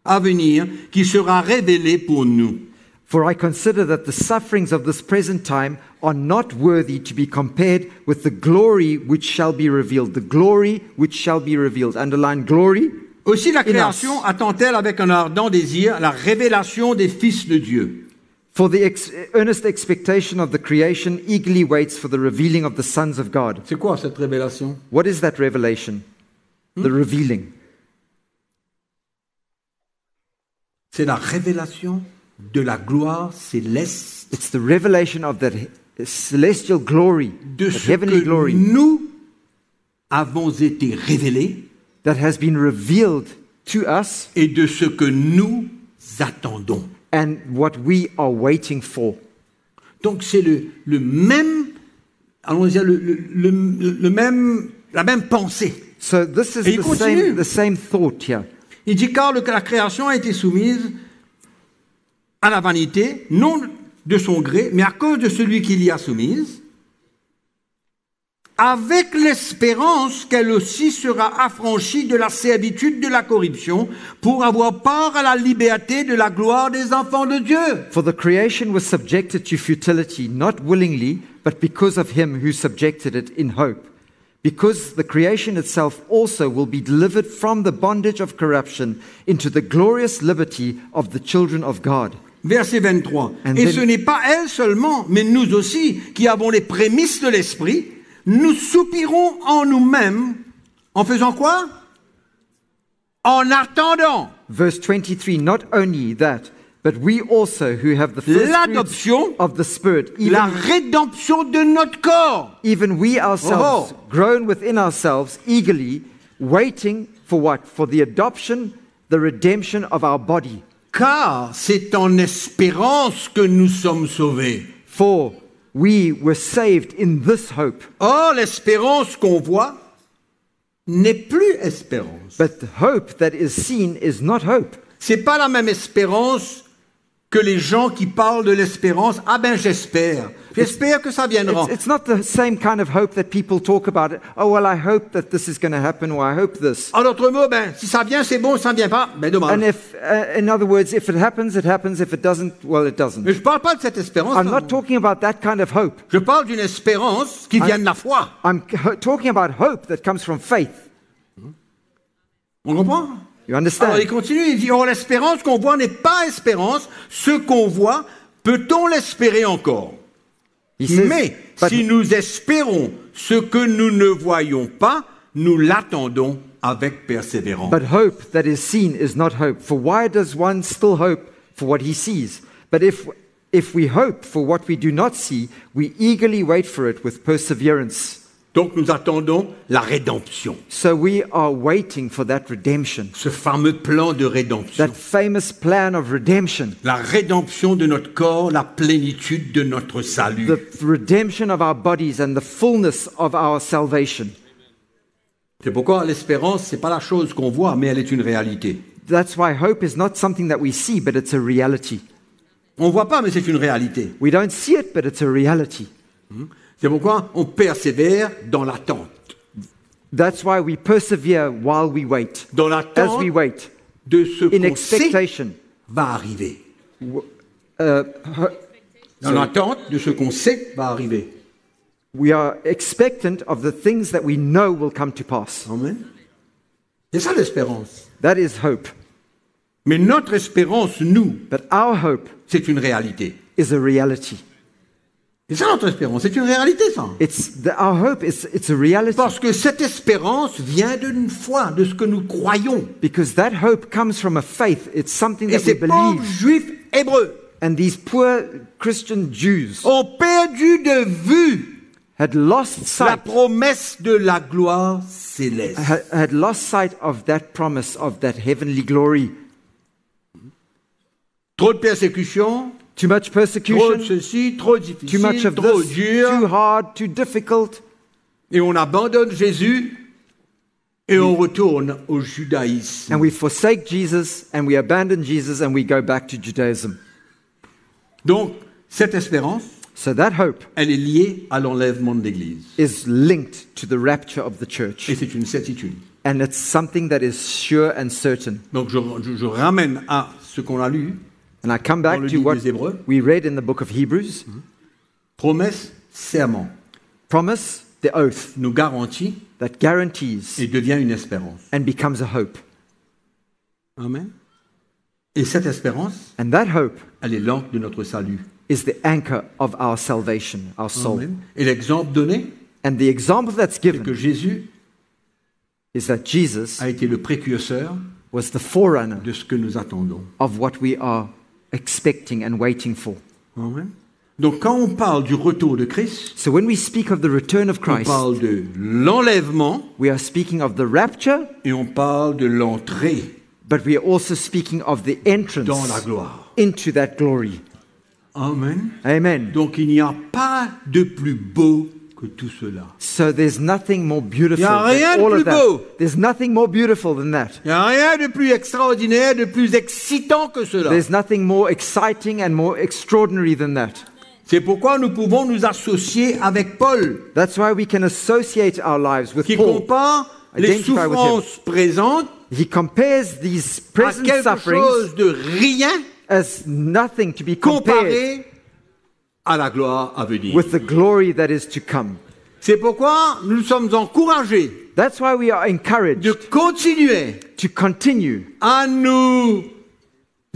Speaker 2: à venir, qui sera révélée pour nous.
Speaker 3: For I consider that the sufferings of this present time are not worthy to be compared with the glory which shall be revealed. The glory which shall be revealed. Underline glory.
Speaker 2: Aussi la
Speaker 3: Hélas.
Speaker 2: création attend-elle avec un ardent désir la révélation des fils de Dieu.
Speaker 3: For the ex- earnest expectation of the creation eagerly waits for the revealing of the sons of God.
Speaker 2: C'est quoi cette révélation
Speaker 3: What is that revelation?
Speaker 2: Hmm?
Speaker 3: The revealing.
Speaker 2: C'est la révélation de la gloire céleste,
Speaker 3: It's the revelation of that he- celestial glory,
Speaker 2: de
Speaker 3: that
Speaker 2: ce
Speaker 3: heavenly
Speaker 2: que
Speaker 3: glory
Speaker 2: nous avons été révélés
Speaker 3: that has been revealed to us
Speaker 2: et de ce que nous attendons.
Speaker 3: and what we are waiting for.
Speaker 2: Donc c'est le, le même, allons dire, le, le- le- le même, la même pensée.
Speaker 3: So this is
Speaker 2: Et il
Speaker 3: the
Speaker 2: continue.
Speaker 3: same, the same thought here.
Speaker 2: Il dit car le- la création a été soumise à la vanité, non de son gré, mais à cause de celui qui l'y a soumise, avec l'espérance qu'elle aussi sera affranchie de la servitude de la corruption pour avoir part à la liberté de la gloire des enfants de Dieu.
Speaker 3: For the creation was subjected to futility, not willingly, but because of him who subjected it in hope. Because the creation itself also will be delivered from the bondage of corruption into the glorious liberty of the children of God.
Speaker 2: Verset 23.
Speaker 3: And
Speaker 2: Et
Speaker 3: then-
Speaker 2: ce n'est pas elle seulement, mais nous aussi, qui avons les prémices de l'esprit, nous soupirons en nous-mêmes, en faisant quoi En attendant
Speaker 3: Verse 23 Not only that, but we also who have the first
Speaker 2: L'adoption.
Speaker 3: fruits of the Spirit,
Speaker 2: la
Speaker 3: even,
Speaker 2: rédemption de notre corps.
Speaker 3: even we ourselves,
Speaker 2: Oh.
Speaker 3: grown within ourselves, eagerly waiting for what? For the adoption, the redemption of our body.
Speaker 2: Car c'est en espérance que nous sommes sauvés.
Speaker 3: For we were saved in this hope.
Speaker 2: Or, l'espérance qu'on voit n'est plus espérance.
Speaker 3: But the hope that is seen is not hope.
Speaker 2: C'est pas la même espérance que les gens qui parlent de l'espérance. Ah ben j'espère. J'espère que ça viendra.
Speaker 3: It's, it's not the same kind of hope that people talk about. Oh, well, I hope that this is going to happen, or I hope this.
Speaker 2: En d'autres mots, ben si ça vient c'est bon, si ça ne vient pas, ben
Speaker 3: And
Speaker 2: dommage.
Speaker 3: if, uh, in other words, if it happens, it happens. If it doesn't, well, it
Speaker 2: Mais
Speaker 3: doesn't.
Speaker 2: je ne parle pas de cette espérance.
Speaker 3: I'm
Speaker 2: non.
Speaker 3: not talking about that kind of hope.
Speaker 2: Je parle d'une espérance qui vient de la foi.
Speaker 3: I'm c- ho- talking about hope that comes from faith.
Speaker 2: On comprend
Speaker 3: You
Speaker 2: Alors il
Speaker 3: understand?
Speaker 2: continue, il dit, oh l'espérance qu'on voit n'est pas espérance. Ce qu'on voit, peut-on l'espérer encore
Speaker 3: He
Speaker 2: Mais
Speaker 3: but,
Speaker 2: si nous espérons ce que nous ne voyons pas, nous l'attendons avec persévérance.
Speaker 3: but hope that is seen is not hope. For why does one still hope for what he sees? But if, if we hope for what we do not see, we eagerly wait for it with perseverance.
Speaker 2: Donc nous attendons la rédemption,
Speaker 3: So we are waiting for that redemption,
Speaker 2: ce fameux plan de rédemption.
Speaker 3: that famous plan of redemption,
Speaker 2: La rédemption de notre corps, la plénitude de notre salut.
Speaker 3: the redemption of our bodies and the fullness of our salvation.
Speaker 2: C'est pourquoi l'espérance, c'est pas la chose qu'on voit, mais elle est une réalité.
Speaker 3: That's why hope is not something that we see, but it's a reality.
Speaker 2: On voit pas, mais c'est une réalité.
Speaker 3: We don't see it, but it's a reality.
Speaker 2: C'est pourquoi on persévère dans l'attente.
Speaker 3: That's why we persevere while we wait.
Speaker 2: Dans
Speaker 3: As
Speaker 2: l'attente
Speaker 3: we wait,
Speaker 2: de ce
Speaker 3: in
Speaker 2: qu'on sait
Speaker 3: expectation.
Speaker 2: va arriver.
Speaker 3: Uh, ho-
Speaker 2: Dans l'attente de ce qu'on sait va arriver.
Speaker 3: we are expectant of the things that we know will come to pass.
Speaker 2: Amen. C'est ça l'espérance.
Speaker 3: That is hope.
Speaker 2: Mais notre espérance, nous,
Speaker 3: But our hope
Speaker 2: c'est une réalité.
Speaker 3: is a reality.
Speaker 2: C'est ça notre espérance, c'est une réalité ça.
Speaker 3: It's the, our hope is it's a reality
Speaker 2: Parce que cette espérance vient d'une foi, de ce que nous croyons.
Speaker 3: because that hope comes from a faith. It's something
Speaker 2: Et
Speaker 3: that we
Speaker 2: ces pauvres
Speaker 3: believe.
Speaker 2: juifs hébreux
Speaker 3: And these poor Christian Jews
Speaker 2: ont perdu de vue
Speaker 3: had lost
Speaker 2: la
Speaker 3: sight
Speaker 2: promesse de la gloire céleste.
Speaker 3: had, had lost sight of that promise of that heavenly glory.
Speaker 2: Trop de persécutions,
Speaker 3: Too much
Speaker 2: trop de
Speaker 3: persecution,
Speaker 2: ceci, trop
Speaker 3: too much
Speaker 2: difficile,
Speaker 3: of
Speaker 2: trop
Speaker 3: this, too
Speaker 2: dur,
Speaker 3: hard, too difficult.
Speaker 2: et on abandonne Jésus et on retourne au judaïsme.
Speaker 3: And we forsake Jesus and we abandon Jesus and we go back to Judaism.
Speaker 2: Donc, cette espérance,
Speaker 3: So that hope
Speaker 2: elle est liée à l'enlèvement de l'Église.
Speaker 3: is linked to the rapture of the church.
Speaker 2: Et c'est une certitude.
Speaker 3: And it's something that is sure and certain.
Speaker 2: Donc, je, je- je ramène à ce qu'on a lu,
Speaker 3: And I come
Speaker 2: Dans
Speaker 3: back
Speaker 2: le
Speaker 3: to
Speaker 2: livre
Speaker 3: what
Speaker 2: des Hébreux. Mm-hmm.
Speaker 3: we read in the book of Hebrews
Speaker 2: promesse, serment,
Speaker 3: promise, the oath
Speaker 2: nous garantit
Speaker 3: that guarantees
Speaker 2: et devient une espérance.
Speaker 3: and becomes a hope.
Speaker 2: Amen. Et cette espérance,
Speaker 3: And that hope
Speaker 2: elle est l'encre de notre salut.
Speaker 3: is the anchor of our salvation, our soul.
Speaker 2: Amen. Et l'exemple donné,
Speaker 3: And the example that's
Speaker 2: c'est
Speaker 3: given
Speaker 2: que Jésus
Speaker 3: is that Jesus
Speaker 2: a été le précurseur
Speaker 3: was the forerunner
Speaker 2: de ce que nous attendons.
Speaker 3: of what we are expecting and waiting for.
Speaker 2: Amen. Donc quand on parle du retour de Christ,
Speaker 3: So when we speak of the return of
Speaker 2: on
Speaker 3: Christ,
Speaker 2: parle de l'enlèvement
Speaker 3: we are speaking of the rapture,
Speaker 2: et on parle de l'entrée
Speaker 3: but we are also speaking of the entrance
Speaker 2: dans la gloire.
Speaker 3: into that glory.
Speaker 2: Amen.
Speaker 3: Amen.
Speaker 2: Donc il n'y a pas de plus beau que tout cela.
Speaker 3: So there's nothing more
Speaker 2: Y
Speaker 3: beautiful
Speaker 2: a rien
Speaker 3: than
Speaker 2: de
Speaker 3: all
Speaker 2: plus
Speaker 3: of
Speaker 2: beau.
Speaker 3: that. There's nothing more beautiful than that.
Speaker 2: Il n'y a rien de plus extraordinaire, de plus excitant que cela.
Speaker 3: There's nothing more exciting and more extraordinary than that.
Speaker 2: C'est pourquoi nous pouvons nous associer avec Paul,
Speaker 3: That's why we can associate our lives with
Speaker 2: qui
Speaker 3: Paul.
Speaker 2: compare les
Speaker 3: Identify with him.
Speaker 2: souffrances présentes
Speaker 3: He compares these
Speaker 2: à
Speaker 3: present
Speaker 2: quelque
Speaker 3: sufferings
Speaker 2: chose de rien
Speaker 3: as nothing to be compared
Speaker 2: comparé à la gloire à venir.
Speaker 3: with the glory that is to come.
Speaker 2: C'est pourquoi nous sommes encouragés
Speaker 3: That's why we are encouraged
Speaker 2: de continuer
Speaker 3: to continue
Speaker 2: à nous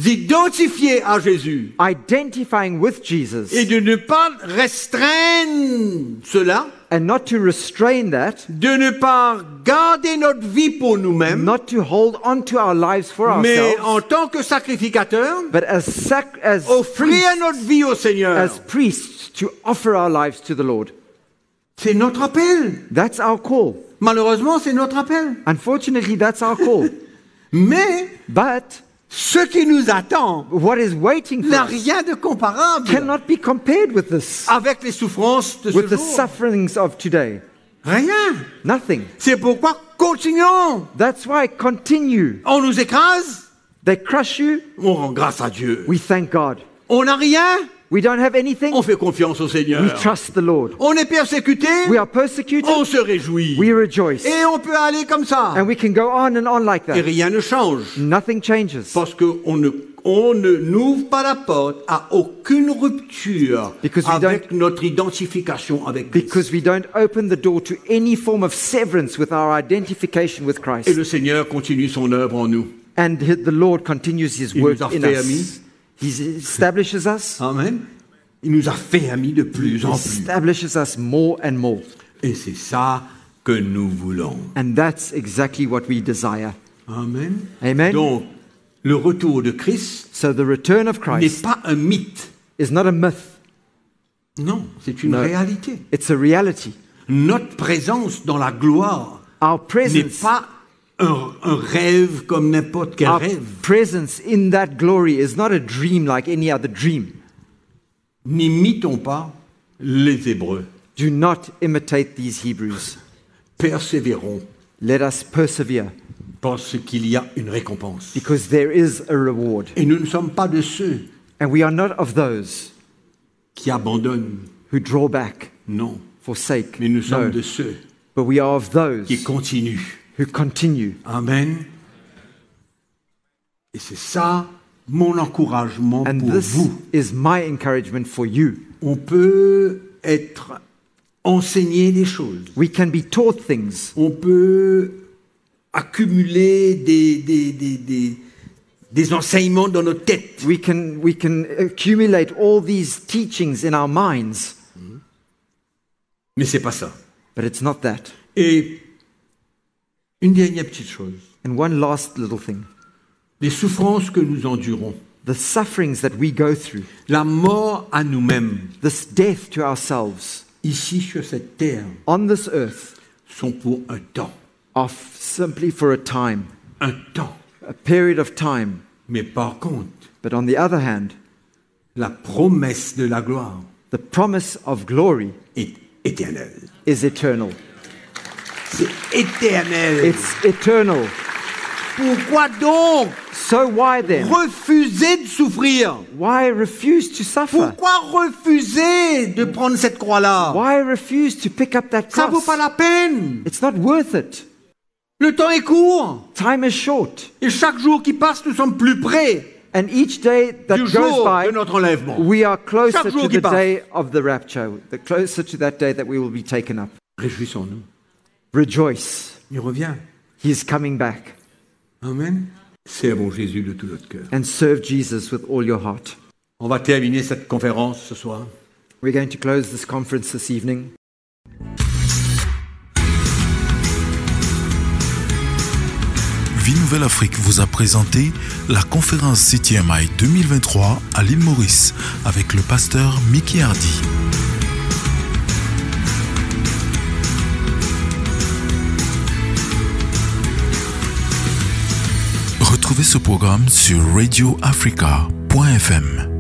Speaker 2: identifier à Jésus
Speaker 3: identifying with Jesus
Speaker 2: et de ne pas restreindre cela,
Speaker 3: and not to restrain that,
Speaker 2: de ne pas garder notre vie pour nous-mêmes,
Speaker 3: not to hold on to our lives for
Speaker 2: mais
Speaker 3: ourselves,
Speaker 2: en tant que sacrificateur,
Speaker 3: but as sac- as
Speaker 2: Oh,
Speaker 3: priests,
Speaker 2: offrir notre vie au Seigneur.
Speaker 3: as priests to offer our lives to the Lord.
Speaker 2: C'est notre appel.
Speaker 3: That's our call.
Speaker 2: Malheureusement, c'est notre appel.
Speaker 3: Unfortunately, that's our call.
Speaker 2: Mais
Speaker 3: but
Speaker 2: ce qui nous attend
Speaker 3: what is waiting for
Speaker 2: n'a
Speaker 3: us
Speaker 2: rien de comparable
Speaker 3: cannot be compared with this,
Speaker 2: avec les souffrances de
Speaker 3: with
Speaker 2: ce
Speaker 3: the
Speaker 2: jour.
Speaker 3: sufferings of today.
Speaker 2: Rien.
Speaker 3: Nothing.
Speaker 2: C'est pourquoi continuons.
Speaker 3: That's why continue.
Speaker 2: On nous écrase,
Speaker 3: They crush you.
Speaker 2: on rend grâce à Dieu.
Speaker 3: We thank God.
Speaker 2: On n'a rien,
Speaker 3: We don't have anything.
Speaker 2: on fait confiance au
Speaker 3: We
Speaker 2: Seigneur.
Speaker 3: trust the Lord.
Speaker 2: On est persécuté,
Speaker 3: We are persecuted.
Speaker 2: on se réjouit.
Speaker 3: We rejoice.
Speaker 2: Et on peut aller comme ça.
Speaker 3: And we can go on and on like
Speaker 2: Et
Speaker 3: that.
Speaker 2: rien ne change.
Speaker 3: Nothing changes
Speaker 2: Parce qu'on ne, on ne n'ouvre pas la porte à aucune rupture
Speaker 3: Because we
Speaker 2: avec notre identification avec Christ.
Speaker 3: because we don't open the door to any form of severance with our identification with
Speaker 2: Et
Speaker 3: Christ.
Speaker 2: le Seigneur continue son œuvre en nous.
Speaker 3: And he- the Lord continues his
Speaker 2: Il
Speaker 3: work
Speaker 2: nous a
Speaker 3: in
Speaker 2: fait amis.
Speaker 3: us. He establishes us,
Speaker 2: Amen. Il nous a fait amis de plus en plus.
Speaker 3: establishes us more and more.
Speaker 2: Et c'est ça que nous voulons.
Speaker 3: And that's exactly what we desire.
Speaker 2: Amen.
Speaker 3: Amen.
Speaker 2: Donc, le retour de Christ
Speaker 3: So the return of
Speaker 2: n'est
Speaker 3: Christ
Speaker 2: pas un mythe.
Speaker 3: is not a myth,
Speaker 2: Non, c'est une
Speaker 3: No.
Speaker 2: réalité.
Speaker 3: it's a reality.
Speaker 2: Notre présence dans la gloire
Speaker 3: Our
Speaker 2: n'est
Speaker 3: presence,
Speaker 2: pas un, un rêve comme n'importe quel
Speaker 3: our
Speaker 2: rêve,
Speaker 3: presence in that glory is not a dream like any other dream.
Speaker 2: n'imitons pas les Hébreux.
Speaker 3: Do not imitate these Hebrews.
Speaker 2: Persévérons
Speaker 3: Let us persevere
Speaker 2: parce qu'il y a une récompense.
Speaker 3: because there is a reward.
Speaker 2: Et nous ne sommes pas de ceux
Speaker 3: And we are not of those
Speaker 2: qui abandonnent,
Speaker 3: who draw back,
Speaker 2: non,
Speaker 3: forsake.
Speaker 2: mais nous sommes
Speaker 3: No.
Speaker 2: de ceux
Speaker 3: But we are of
Speaker 2: qui
Speaker 3: those
Speaker 2: continuent.
Speaker 3: who continue.
Speaker 2: Amen. Et c'est ça mon encouragement
Speaker 3: And
Speaker 2: pour
Speaker 3: this
Speaker 2: vous.
Speaker 3: is my encouragement for you.
Speaker 2: On peut être enseigné des choses.
Speaker 3: We can be taught things.
Speaker 2: on peut accumuler des, des, des, des, des enseignements dans nos têtes.
Speaker 3: We can, we can accumulate all these teachings in our minds,
Speaker 2: Mais c'est pas ça.
Speaker 3: but it's not that.
Speaker 2: Et une dernière petite chose.
Speaker 3: And one last little thing
Speaker 2: Les souffrances que nous endurons,
Speaker 3: the sufferings that we go through,
Speaker 2: la mort à nous-mêmes,
Speaker 3: this death to ourselves
Speaker 2: ici sur cette terre,
Speaker 3: on this earth,
Speaker 2: sont pour un temps.
Speaker 3: are f- simply for a time,
Speaker 2: Un temps.
Speaker 3: a period of time.
Speaker 2: Mais par contre,
Speaker 3: But on the other hand,
Speaker 2: la promesse de la gloire
Speaker 3: the promise of glory
Speaker 2: est éternelle.
Speaker 3: is eternal.
Speaker 2: C'est éternel.
Speaker 3: It's eternal.
Speaker 2: Pourquoi donc
Speaker 3: So why then?
Speaker 2: refuser de souffrir
Speaker 3: Why refuse to suffer?
Speaker 2: Pourquoi refuser de prendre cette croix-là
Speaker 3: Why refuse to pick up that
Speaker 2: Ça vaut pas
Speaker 3: cross?
Speaker 2: la peine.
Speaker 3: It's not worth it.
Speaker 2: Le temps est court.
Speaker 3: Time is short.
Speaker 2: Et chaque jour qui passe, nous sommes plus près
Speaker 3: And each day that
Speaker 2: du
Speaker 3: goes
Speaker 2: jour
Speaker 3: by,
Speaker 2: de notre enlèvement.
Speaker 3: we are closer
Speaker 2: Chaque jour
Speaker 3: to
Speaker 2: qui
Speaker 3: the
Speaker 2: passe.
Speaker 3: day of the rapture, the closer to that day that we will be taken up.
Speaker 2: Réjouissons-nous.
Speaker 3: Rejoice.
Speaker 2: Il revient.
Speaker 3: He is coming back.
Speaker 2: Amen. Servons Jésus de tout notre cœur.
Speaker 3: And serve Jesus with all your heart.
Speaker 2: On va terminer cette conférence ce soir.
Speaker 3: We're going to close this conference this evening.
Speaker 1: Vie Nouvelle Afrique vous a présenté la conférence CTMI 2023 à l'île Maurice avec le pasteur Mickey Hardy. Retrouvez ce programme sur radioafrica.fm.